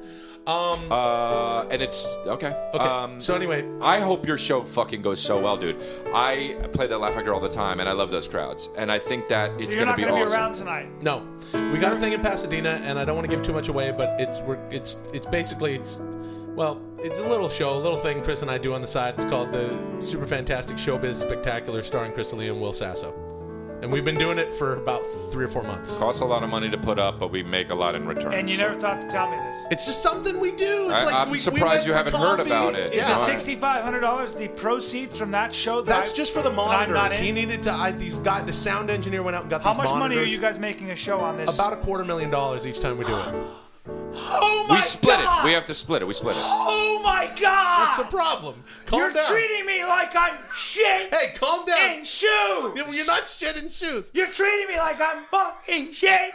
Speaker 3: Um,
Speaker 1: Uh. And it's okay.
Speaker 3: okay.
Speaker 1: Um,
Speaker 3: so anyway,
Speaker 1: I hope your show fucking goes so well, dude. I play that Laugh Factory all the time, and I love those crowds. And I think that it's gonna
Speaker 2: You're not
Speaker 1: be
Speaker 2: going to be
Speaker 1: awesome.
Speaker 2: around tonight.
Speaker 3: no, we got a thing in Pasadena, and I don't want to give too much away, but it's we're it's it's basically it's well, it's a little show, a little thing Chris and I do on the side. It's called the Super Fantastic Showbiz Spectacular, starring Chris D'Elia and Will Sasso, and we've been doing it for about three or four months.
Speaker 1: Costs a lot of money to put up, but we make a lot in return.
Speaker 2: And you never thought to tell me this.
Speaker 3: It's just something we do. It's
Speaker 1: I-
Speaker 3: like
Speaker 1: I'm
Speaker 3: we- we
Speaker 1: surprised
Speaker 3: went
Speaker 1: you
Speaker 3: for
Speaker 1: haven't heard
Speaker 3: coffee.
Speaker 1: about it.
Speaker 2: Is
Speaker 1: Yeah.
Speaker 2: the sixty-five hundred dollars the proceeds from that show? That
Speaker 3: That's
Speaker 2: I-
Speaker 3: just for the
Speaker 2: that I'm not
Speaker 3: monitors.
Speaker 2: in?
Speaker 3: He needed to. I, these guy, the sound engineer went out and got
Speaker 2: How
Speaker 3: these
Speaker 2: much money are
Speaker 3: monitors.
Speaker 2: you guys making a show on this?
Speaker 3: About a quarter million dollars each time we do it.
Speaker 2: <gasps> oh my
Speaker 1: we split
Speaker 2: God!
Speaker 1: it. We have to split it. We split it.
Speaker 2: Oh my God!
Speaker 3: That's a problem. Calm
Speaker 2: You're
Speaker 3: down.
Speaker 2: treating me like I'm shit
Speaker 3: hey, calm down.
Speaker 2: in shoes.
Speaker 3: You're not shitting shoes.
Speaker 2: You're treating me like I'm fucking shit.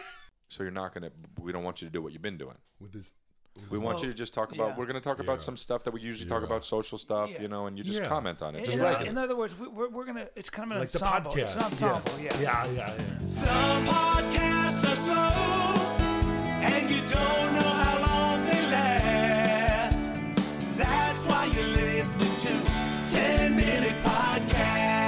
Speaker 1: So you're not gonna. We don't want you to do what you've been doing.
Speaker 6: with this.
Speaker 1: We want you to just talk about.
Speaker 2: Oh, yeah.
Speaker 1: We're gonna talk about some stuff that we usually talk about, social stuff,
Speaker 2: Yeah.
Speaker 1: you know, and you just
Speaker 6: Yeah.
Speaker 1: comment on it. Just
Speaker 2: in,
Speaker 1: like it.
Speaker 2: in other words, we, we're, we're gonna. It's kind of an
Speaker 6: Like the
Speaker 2: ensemble.
Speaker 6: podcast.
Speaker 2: It's an ensemble. Yeah.
Speaker 6: Yeah, yeah, yeah.
Speaker 4: Some podcasts are slow, and you don't know how long they last. That's why you're listening to 10 Minute Podcast.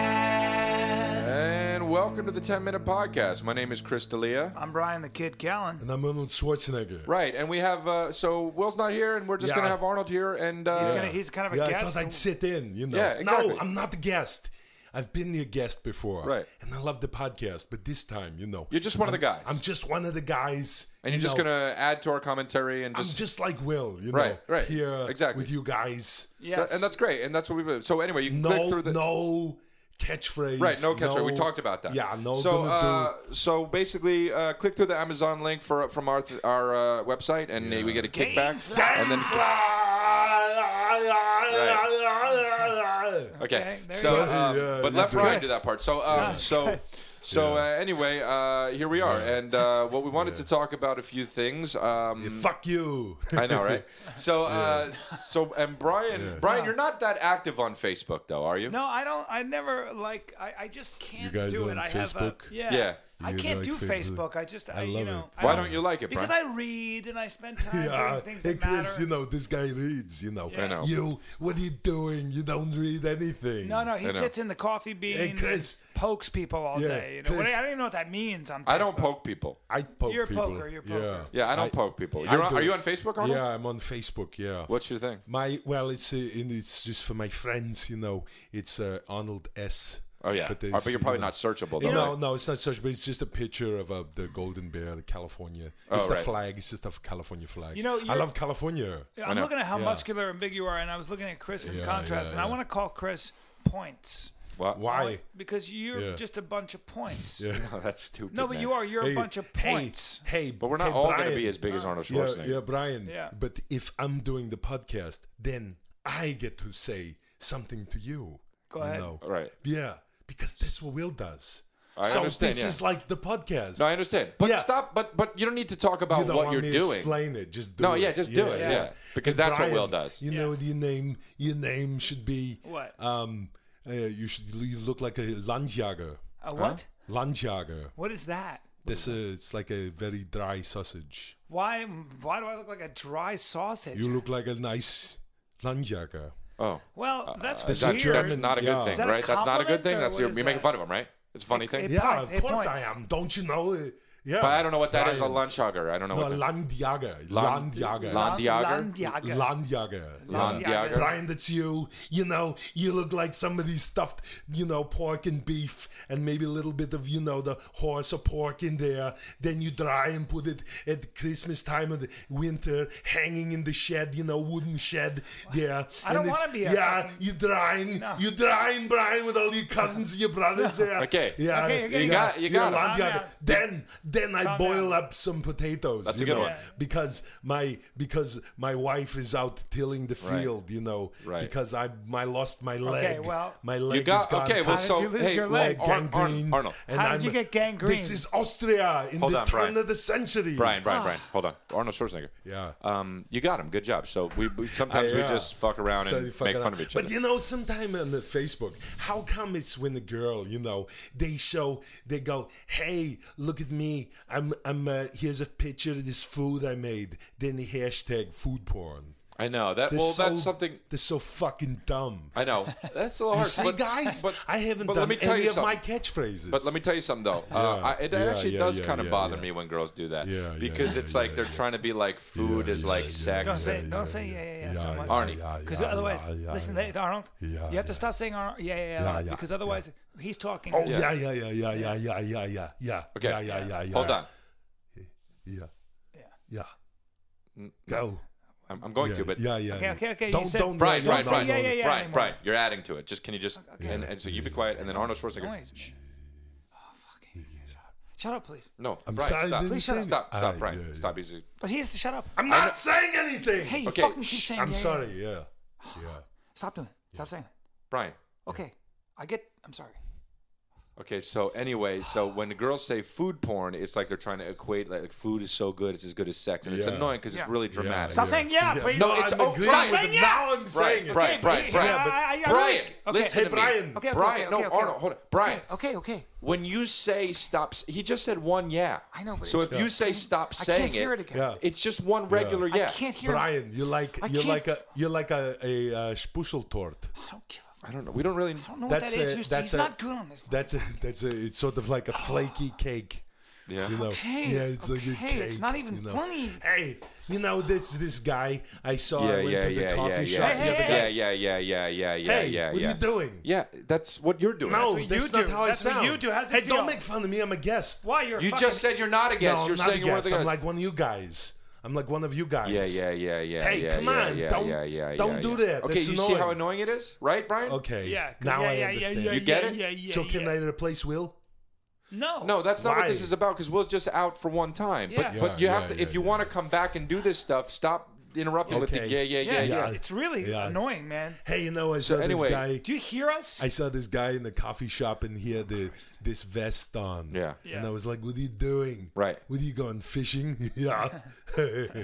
Speaker 1: And welcome to the 10 minute podcast. My name is Chris D'Elia.
Speaker 2: I'm Brian the Kid Callen.
Speaker 6: And I'm Arnold Schwarzenegger.
Speaker 1: Right, and we have uh, so Will's not here, and we're just
Speaker 6: Yeah.
Speaker 1: gonna have Arnold here, and uh,
Speaker 2: He's gonna. He's kind of a
Speaker 6: Yeah, I
Speaker 2: guest.
Speaker 6: thought I'd sit in, you know.
Speaker 1: Yeah, exactly.
Speaker 6: No, I'm not the guest. I've been the guest before.
Speaker 1: Right.
Speaker 6: And I love the podcast, but this time, you know.
Speaker 1: You're just one of
Speaker 6: I'm-
Speaker 1: the guys.
Speaker 6: I'm just one of the guys.
Speaker 1: and you're just
Speaker 6: know.
Speaker 1: gonna add to our commentary and
Speaker 6: I'm
Speaker 1: just,
Speaker 6: just like Will, you
Speaker 1: Right,
Speaker 6: know.
Speaker 1: right.
Speaker 6: Here
Speaker 1: Exactly.
Speaker 6: with you guys.
Speaker 2: yes.
Speaker 1: and that's great, and that's what we. So anyway, you can click
Speaker 6: No,
Speaker 1: through the
Speaker 6: no catchphrase.
Speaker 1: Right, no catch. we talked about that.
Speaker 6: Yeah, no.
Speaker 1: So,
Speaker 6: gonna
Speaker 1: uh, so basically, uh, click through the Amazon link for from our th- our uh, website, and uh, we get a kickback. And then,
Speaker 6: do.
Speaker 1: okay.
Speaker 2: Okay, there
Speaker 1: so,
Speaker 2: you
Speaker 6: go.
Speaker 1: um,
Speaker 6: So,
Speaker 1: but
Speaker 6: yeah, yeah,
Speaker 1: let
Speaker 6: that's
Speaker 1: Brian
Speaker 6: good.
Speaker 1: do that part. So, um,
Speaker 6: <laughs>
Speaker 1: so, so uh, anyway, uh, here we are, and uh, what we wanted
Speaker 6: <laughs>
Speaker 1: to talk about a few things. Um,
Speaker 6: Fuck you.
Speaker 1: I know, right? So, uh, so, and Brian, Brian, you're not that active on Facebook, though, are you?
Speaker 2: No, I don't. I never like. I, I just can't
Speaker 6: guys
Speaker 2: do it.
Speaker 6: on
Speaker 2: I have a
Speaker 6: Facebook?
Speaker 2: yeah.
Speaker 1: Yeah.
Speaker 2: I
Speaker 6: You
Speaker 2: can't
Speaker 6: like
Speaker 2: do
Speaker 6: Facebook.
Speaker 2: Facebook. I just I,
Speaker 6: I
Speaker 2: you
Speaker 6: love
Speaker 2: know.
Speaker 6: it.
Speaker 2: I
Speaker 1: Why don't you like it, Brian?
Speaker 2: Because I read and I spend time
Speaker 6: <laughs> Yeah,
Speaker 2: doing things
Speaker 6: hey
Speaker 2: that
Speaker 6: Chris,
Speaker 2: matter.
Speaker 6: you know this guy reads. You know,
Speaker 1: I know.
Speaker 6: you. What are you doing? You don't read anything.
Speaker 2: no, no,
Speaker 1: I
Speaker 2: he
Speaker 1: know.
Speaker 2: sits in the coffee bean,
Speaker 6: Hey, Chris.
Speaker 2: and pokes people all
Speaker 6: Yeah,
Speaker 2: day. You know, what,
Speaker 6: Chris.
Speaker 2: I don't even know what that means on. Facebook.
Speaker 1: I don't poke people.
Speaker 6: I poke
Speaker 2: You're a
Speaker 6: people.
Speaker 2: poker, you're a poker.
Speaker 1: Yeah, I don't
Speaker 6: I-
Speaker 1: poke people.
Speaker 6: I
Speaker 1: You're on,
Speaker 6: do.
Speaker 1: are you on Facebook, Arnold?
Speaker 6: Yeah, I'm on Facebook. Yeah.
Speaker 1: What's your thing?
Speaker 6: My well, it's uh, and it's just for my friends. You know, it's uh, Arnold S.
Speaker 1: Oh yeah, Oh, but,
Speaker 6: it's,
Speaker 1: you're
Speaker 6: you
Speaker 1: probably
Speaker 6: know-
Speaker 1: not searchable though.
Speaker 6: No,
Speaker 1: right?
Speaker 6: no, it's not such. But it's just a picture of uh, the golden bear, of California. It's
Speaker 1: Oh,
Speaker 6: the
Speaker 1: right.
Speaker 6: flag. It's just a California flag.
Speaker 2: You know,
Speaker 6: I
Speaker 2: you're-
Speaker 6: love California.
Speaker 2: Yeah, I'm
Speaker 1: know.
Speaker 2: looking at how
Speaker 6: Yeah.
Speaker 2: muscular and big you are, and I was looking at Chris in
Speaker 6: Yeah,
Speaker 2: contrast,
Speaker 6: yeah,
Speaker 2: and I
Speaker 6: yeah.
Speaker 2: want to call Chris points.
Speaker 1: What?
Speaker 6: Why?
Speaker 2: Because you're
Speaker 6: Yeah.
Speaker 2: just a bunch of points.
Speaker 1: Oh, that's stupid.
Speaker 2: No, but
Speaker 1: man.
Speaker 2: you are. You're
Speaker 6: Hey,
Speaker 2: a bunch of
Speaker 6: hey,
Speaker 2: points.
Speaker 6: Hey,
Speaker 1: But we're not
Speaker 6: hey,
Speaker 1: all going to
Speaker 6: Brian.
Speaker 1: be as big as Arnold
Speaker 6: Yeah,
Speaker 1: Schwarzenegger.
Speaker 6: yeah, Brian.
Speaker 2: Yeah.
Speaker 6: But if I'm doing the podcast, then I get to say something to you.
Speaker 2: Go
Speaker 6: you
Speaker 2: ahead.
Speaker 6: know?
Speaker 1: Right.
Speaker 6: Yeah, because that's what Will does.
Speaker 1: I
Speaker 6: so
Speaker 1: understand,
Speaker 6: this
Speaker 1: yeah.
Speaker 6: is like the podcast.
Speaker 1: No, I understand. But
Speaker 6: Yeah.
Speaker 1: stop. But but you don't need to talk about
Speaker 6: you don't
Speaker 1: what
Speaker 6: want
Speaker 1: you're
Speaker 6: me to
Speaker 1: doing.
Speaker 6: Explain it. Just do
Speaker 1: No,
Speaker 6: it.
Speaker 1: yeah, just do it, yeah. Because
Speaker 6: And
Speaker 1: that's what
Speaker 6: Brian,
Speaker 1: Will does.
Speaker 6: You know, your name. Your name should be
Speaker 2: What?
Speaker 6: Um, uh, you should. You look like a landjager.
Speaker 2: A what?
Speaker 6: Landjager.
Speaker 2: What is that?
Speaker 6: This uh, it's like a very dry sausage.
Speaker 2: Why? Why do I look like a dry sausage?
Speaker 6: You look like a nice landjager.
Speaker 1: Oh,
Speaker 6: uh,
Speaker 2: well. That's
Speaker 1: is
Speaker 2: weird.
Speaker 1: that,
Speaker 6: German?
Speaker 1: that's not a good
Speaker 6: Yeah.
Speaker 1: thing,
Speaker 6: Is
Speaker 2: that a
Speaker 1: right? That's not a good
Speaker 2: compliment,
Speaker 1: thing.
Speaker 2: or
Speaker 1: That's
Speaker 2: what
Speaker 1: you're,
Speaker 2: is
Speaker 1: you're making
Speaker 2: that?
Speaker 1: fun of him, right? It's a funny
Speaker 2: It-
Speaker 1: thing.
Speaker 2: it-
Speaker 6: Yeah,
Speaker 2: points,
Speaker 6: Ah, of course
Speaker 2: points.
Speaker 6: I am. Don't you know? Uh, Yeah.
Speaker 1: But I don't know what that is.
Speaker 6: Lion.
Speaker 1: A lunch hugger. I don't know
Speaker 6: No,
Speaker 1: what that
Speaker 6: Landjager.
Speaker 1: Land-
Speaker 6: Landjager.
Speaker 1: Land- Landjager?
Speaker 2: Landjager.
Speaker 6: Landjager.
Speaker 2: Landjager.
Speaker 1: Landjager.
Speaker 6: Brian, that's you. You know, you look like somebody stuffed, you know, pork and beef and maybe a little bit of, you know, the horse or pork in there. Then you dry and put it at Christmas time of the winter, hanging in the shed, you know, wooden shed there.
Speaker 2: I don't
Speaker 6: And it's-
Speaker 2: wanna be a-
Speaker 6: Yeah, you're drying.
Speaker 2: No.
Speaker 6: You're drying, Brian, with all your cousins and your brothers there.
Speaker 1: Okay.
Speaker 6: Yeah.
Speaker 2: Okay, okay.
Speaker 1: You
Speaker 6: yeah,
Speaker 1: got- you
Speaker 6: yeah,
Speaker 1: got it.
Speaker 6: Landjager.
Speaker 2: Calm down.
Speaker 6: Then, then I
Speaker 2: Calm
Speaker 6: boil
Speaker 2: down.
Speaker 6: up some potatoes.
Speaker 1: That's a
Speaker 6: you
Speaker 1: good
Speaker 6: know,
Speaker 1: one. Yeah.
Speaker 6: because my because my wife is out tilling the
Speaker 1: Right.
Speaker 6: field, you know.
Speaker 1: Right.
Speaker 6: Because I my lost my leg.
Speaker 2: well-
Speaker 6: my
Speaker 1: You
Speaker 6: leg is
Speaker 1: got
Speaker 6: gone.
Speaker 1: okay. Well,
Speaker 2: did
Speaker 1: so
Speaker 2: you lose
Speaker 1: hey,
Speaker 2: your
Speaker 1: like
Speaker 2: leg?
Speaker 1: Arn,
Speaker 6: gangrene.
Speaker 1: Arn, Arnold,
Speaker 6: and
Speaker 2: How did you get gangrene?
Speaker 6: This is Austria in
Speaker 1: Hold
Speaker 6: the
Speaker 1: on,
Speaker 6: turn
Speaker 1: Brian.
Speaker 6: of the century.
Speaker 1: Brian, Brian, Brian. Hold on, Arnold Schwarzenegger.
Speaker 6: Yeah.
Speaker 1: Um, you got him. Good job. So we, we
Speaker 6: <laughs>
Speaker 1: sometimes
Speaker 6: I,
Speaker 1: we
Speaker 6: uh,
Speaker 1: just fuck around
Speaker 6: so
Speaker 1: and
Speaker 6: you fuck
Speaker 1: make
Speaker 6: it
Speaker 1: fun
Speaker 6: up.
Speaker 1: of each
Speaker 6: but
Speaker 1: other.
Speaker 6: you know, sometime on the Facebook, how come it's when the girl, you know, they show, they go, "Hey, look at me! I'm, I'm. Uh, here's a picture of this food I made." Then the hashtag food porn.
Speaker 1: I know that.
Speaker 6: They're
Speaker 1: Well,
Speaker 6: so-
Speaker 1: that's something.
Speaker 6: They're so fucking dumb.
Speaker 1: I
Speaker 6: <laughs>
Speaker 1: know that's a little hard.
Speaker 6: See,
Speaker 1: but-
Speaker 6: guys,
Speaker 1: but-
Speaker 6: I haven't
Speaker 1: but
Speaker 6: done
Speaker 1: let me tell
Speaker 6: any
Speaker 1: you
Speaker 6: of my
Speaker 1: something.
Speaker 6: catchphrases.
Speaker 1: But let me tell you something though. Uh,
Speaker 6: <laughs> Yeah,
Speaker 1: I, it
Speaker 6: yeah,
Speaker 1: actually
Speaker 6: yeah,
Speaker 1: does
Speaker 6: yeah,
Speaker 1: kind of
Speaker 6: yeah,
Speaker 1: bother
Speaker 6: yeah.
Speaker 1: me when girls do that.
Speaker 6: Yeah, yeah,
Speaker 1: because
Speaker 6: yeah,
Speaker 1: it's like
Speaker 6: yeah,
Speaker 1: they're
Speaker 6: yeah.
Speaker 1: trying to be like food is like sex.
Speaker 2: Don't say,
Speaker 1: and-
Speaker 2: don't say, yeah, yeah, yeah,
Speaker 6: yeah,
Speaker 2: so
Speaker 6: yeah,
Speaker 2: much.
Speaker 1: Arnie.
Speaker 6: yeah, yeah,
Speaker 2: because otherwise,
Speaker 6: yeah, yeah,
Speaker 2: listen,
Speaker 6: yeah.
Speaker 2: They, Arnold,
Speaker 6: Yeah,
Speaker 2: you have to
Speaker 6: yeah.
Speaker 2: stop saying Arnold. Yeah, yeah, yeah,
Speaker 6: Yeah,
Speaker 2: Arnold,
Speaker 6: yeah,
Speaker 2: because
Speaker 6: yeah.
Speaker 2: other's he's talking.
Speaker 6: Oh yeah, yeah, yeah, yeah, yeah, yeah, yeah, yeah, yeah.
Speaker 1: Okay.
Speaker 6: Yeah, yeah, yeah, yeah.
Speaker 1: Hold on.
Speaker 6: Yeah,
Speaker 2: Yeah.
Speaker 6: yeah. Go.
Speaker 1: I'm, I'm Mm, going
Speaker 6: Yeah,
Speaker 1: to, but
Speaker 6: yeah, yeah.
Speaker 2: Okay,
Speaker 6: yeah.
Speaker 2: okay, okay, you
Speaker 6: Don't,
Speaker 2: said-
Speaker 6: don't.
Speaker 1: Brian,
Speaker 6: yeah,
Speaker 1: Brian,
Speaker 6: no,
Speaker 1: Brian,
Speaker 6: no,
Speaker 2: yeah, yeah, yeah,
Speaker 1: Brian,
Speaker 2: anymore.
Speaker 1: Brian, you're adding to it. Just can you just and, and so you be quiet, and then Arnold Schwarzenegger.
Speaker 2: Noise. Oh,
Speaker 1: Shh.
Speaker 2: Shut up, please.
Speaker 1: No,
Speaker 6: I'm
Speaker 1: Brian,
Speaker 6: sorry, I
Speaker 1: stop,
Speaker 6: didn't
Speaker 1: stop,
Speaker 6: say
Speaker 1: stop,
Speaker 6: that.
Speaker 1: stop,
Speaker 6: Ah,
Speaker 1: Brian,
Speaker 6: yeah, yeah.
Speaker 1: stop. He's a-
Speaker 2: But he's shut up.
Speaker 6: I'm not saying anything.
Speaker 2: Hey, you
Speaker 1: Okay,
Speaker 2: fucking keep
Speaker 1: shh,
Speaker 2: saying.
Speaker 6: I'm
Speaker 2: yeah, yeah,
Speaker 6: sorry.
Speaker 2: yeah.
Speaker 6: Yeah,
Speaker 2: <sighs>
Speaker 6: yeah.
Speaker 2: Stop doing. it. Stop saying. it.
Speaker 1: Brian.
Speaker 2: Okay, I get. I'm sorry.
Speaker 1: Okay, so anyway, so when the girls say food porn, it's like they're trying to equate like, food is so good, it's as good as sex, and it's
Speaker 6: Yeah.
Speaker 1: annoying because
Speaker 2: Yeah.
Speaker 1: it's really dramatic.
Speaker 2: Stop saying yeah, please.
Speaker 1: No, it's-
Speaker 6: I'm
Speaker 1: oh,
Speaker 6: agreeing
Speaker 1: Brian,
Speaker 6: with
Speaker 2: saying
Speaker 6: it.
Speaker 2: yeah.
Speaker 6: Now I'm
Speaker 1: Brian,
Speaker 6: saying it.
Speaker 1: Brian, Brian,
Speaker 2: Yeah,
Speaker 1: Brian,
Speaker 2: but- I- I- I-
Speaker 1: Brian,
Speaker 2: okay.
Speaker 1: listen
Speaker 2: Hey,
Speaker 1: to
Speaker 6: Brian.
Speaker 1: me.
Speaker 6: Okay,
Speaker 2: okay,
Speaker 1: Brian,
Speaker 2: okay,
Speaker 1: no,
Speaker 2: okay, okay.
Speaker 1: Arnold, hold on, Brian.
Speaker 2: Okay, okay.
Speaker 1: When you say stop, s- he just said one yeah.
Speaker 2: I know, but
Speaker 1: so if
Speaker 2: it's-
Speaker 1: you say stop
Speaker 2: I
Speaker 1: saying
Speaker 2: can't hear it again.
Speaker 6: Yeah.
Speaker 1: it's just one regular yeah.
Speaker 2: I can't hear. it.
Speaker 6: Brian, you like
Speaker 2: I
Speaker 6: you
Speaker 2: can't-
Speaker 6: like a you like a a uh, Spuscheltort.
Speaker 2: I don't give a.
Speaker 1: I don't know. We don't really.
Speaker 2: I don't know what
Speaker 6: That's
Speaker 2: that is.
Speaker 6: a,
Speaker 2: He's-
Speaker 6: that's
Speaker 2: He's
Speaker 6: a,
Speaker 2: not good on this.
Speaker 6: That's a that's a it's sort of like a flaky cake.
Speaker 1: Yeah.
Speaker 6: You know?
Speaker 2: Okay,
Speaker 6: Yeah, it's like a
Speaker 2: okay,
Speaker 6: cake.
Speaker 2: it's not even
Speaker 6: you know?
Speaker 2: funny.
Speaker 6: Hey, you know this this guy I saw
Speaker 1: Yeah,
Speaker 6: I went
Speaker 1: yeah,
Speaker 6: to the
Speaker 1: yeah, yeah,
Speaker 6: coffee
Speaker 1: yeah,
Speaker 6: shop the other
Speaker 1: yeah,
Speaker 6: day.
Speaker 1: yeah, yeah, yeah, yeah, yeah,
Speaker 6: Hey,
Speaker 1: yeah,
Speaker 6: what
Speaker 1: yeah.
Speaker 6: are you doing?
Speaker 1: Yeah, that's what you're doing.
Speaker 6: No,
Speaker 2: what
Speaker 6: that's,
Speaker 2: you
Speaker 6: not
Speaker 2: do.
Speaker 6: how
Speaker 2: That's
Speaker 6: I
Speaker 2: what
Speaker 6: sound.
Speaker 2: you do. How's it
Speaker 6: hey,
Speaker 2: feel?
Speaker 6: don't make fun of me. I'm a guest.
Speaker 2: Why you're?
Speaker 1: you
Speaker 2: fucking-
Speaker 1: just said you're not a
Speaker 6: No,
Speaker 1: guest. you're
Speaker 6: I'm not a
Speaker 1: saying you're one of
Speaker 6: guest.
Speaker 1: the guys.
Speaker 6: I'm like one of you guys. I'm like one of you guys.
Speaker 1: yeah, yeah, yeah, yeah.
Speaker 6: Hey,
Speaker 1: yeah,
Speaker 6: come
Speaker 1: yeah,
Speaker 6: on,
Speaker 1: Yeah,
Speaker 6: don't-
Speaker 1: yeah, yeah,
Speaker 6: don't
Speaker 1: yeah,
Speaker 6: do
Speaker 1: yeah.
Speaker 6: that,
Speaker 1: Okay,
Speaker 6: that's
Speaker 1: you see how annoying
Speaker 6: annoying.
Speaker 1: it is, right, Brian?
Speaker 6: Okay.
Speaker 2: Yeah.
Speaker 6: Now
Speaker 2: yeah,
Speaker 6: I
Speaker 2: yeah,
Speaker 6: understand.
Speaker 2: Yeah, yeah,
Speaker 1: You get
Speaker 2: yeah,
Speaker 1: it?
Speaker 2: Yeah, yeah,
Speaker 6: so can
Speaker 2: yeah.
Speaker 6: I replace Will?
Speaker 2: No.
Speaker 1: No, that's not what this
Speaker 6: Why?
Speaker 1: is about. Because Will's just out for one time. But
Speaker 2: Yeah.
Speaker 1: but you
Speaker 6: Yeah,
Speaker 1: have to
Speaker 6: yeah,
Speaker 1: if you
Speaker 6: yeah,
Speaker 1: want to come back and do this stuff. Stop interrupting with the
Speaker 6: Okay.
Speaker 1: yeah, yeah, yeah, yeah.
Speaker 6: Yeah.
Speaker 2: It's really
Speaker 6: Yeah.
Speaker 2: annoying, man.
Speaker 6: Hey, you know I saw
Speaker 1: anyway-
Speaker 6: this guy.
Speaker 2: Do you hear us?
Speaker 6: I saw this guy in the coffee shop and he had the, this vest on.
Speaker 1: Yeah.
Speaker 6: And
Speaker 2: Yeah.
Speaker 6: I was like, what are you doing?
Speaker 1: Right.
Speaker 6: What are you going fishing? <laughs> yeah.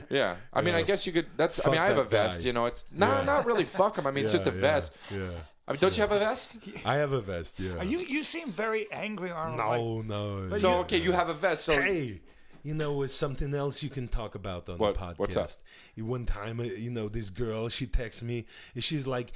Speaker 1: Yeah. I mean, I guess you could. That's. I
Speaker 6: Fuck
Speaker 1: mean, I have a
Speaker 6: that
Speaker 1: vest.
Speaker 6: guy.
Speaker 1: You know, it's no, not really. Fuck him. I mean, it's just a vest.
Speaker 6: Yeah.
Speaker 1: I mean, don't you have a vest?
Speaker 6: I have a vest, yeah.
Speaker 2: Are you you seem very angry, Arnold. Like,
Speaker 6: No, no.
Speaker 1: So okay, you have a vest. So
Speaker 6: Hey, you know, it's something else you can talk about on
Speaker 1: What-
Speaker 6: the podcast.
Speaker 1: what's up?
Speaker 6: One time, uh, you know, this girl, she texts me and she's like,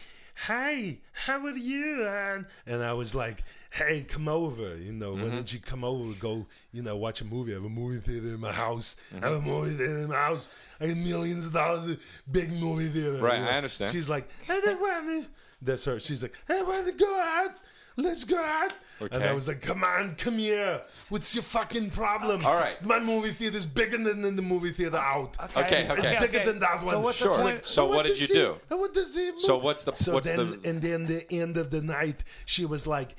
Speaker 6: Hey, how are you? And, and I was like, Hey, come over. You know, why
Speaker 1: Mm-hmm.
Speaker 6: don't you come over? and Go, you know, watch a movie. I have a movie theater in my house. I
Speaker 1: Mm-hmm.
Speaker 6: have a movie theater in my house. I have millions of dollars, in big movie theater.
Speaker 1: Right,
Speaker 6: you
Speaker 1: I
Speaker 6: know.
Speaker 1: understand.
Speaker 6: She's like, I don't want to. That's her. She's like, I want to go out. Let's go out. And
Speaker 1: Okay.
Speaker 6: I was like, come on, come here. What's your fucking problem?
Speaker 1: All right.
Speaker 6: My movie theater's bigger than, than the movie theater out.
Speaker 1: Okay,
Speaker 6: It's
Speaker 1: okay.
Speaker 6: bigger than that one.
Speaker 2: So what's
Speaker 1: Sure.
Speaker 2: the
Speaker 1: Like,
Speaker 2: point?
Speaker 1: so
Speaker 6: I
Speaker 1: what
Speaker 6: want
Speaker 1: did
Speaker 6: to
Speaker 1: you
Speaker 6: see-
Speaker 1: do?
Speaker 6: I want to see a
Speaker 1: So
Speaker 6: movie.
Speaker 1: what's the-
Speaker 6: so
Speaker 1: what's
Speaker 6: then,
Speaker 1: the-
Speaker 6: And then the end of the night, she was like,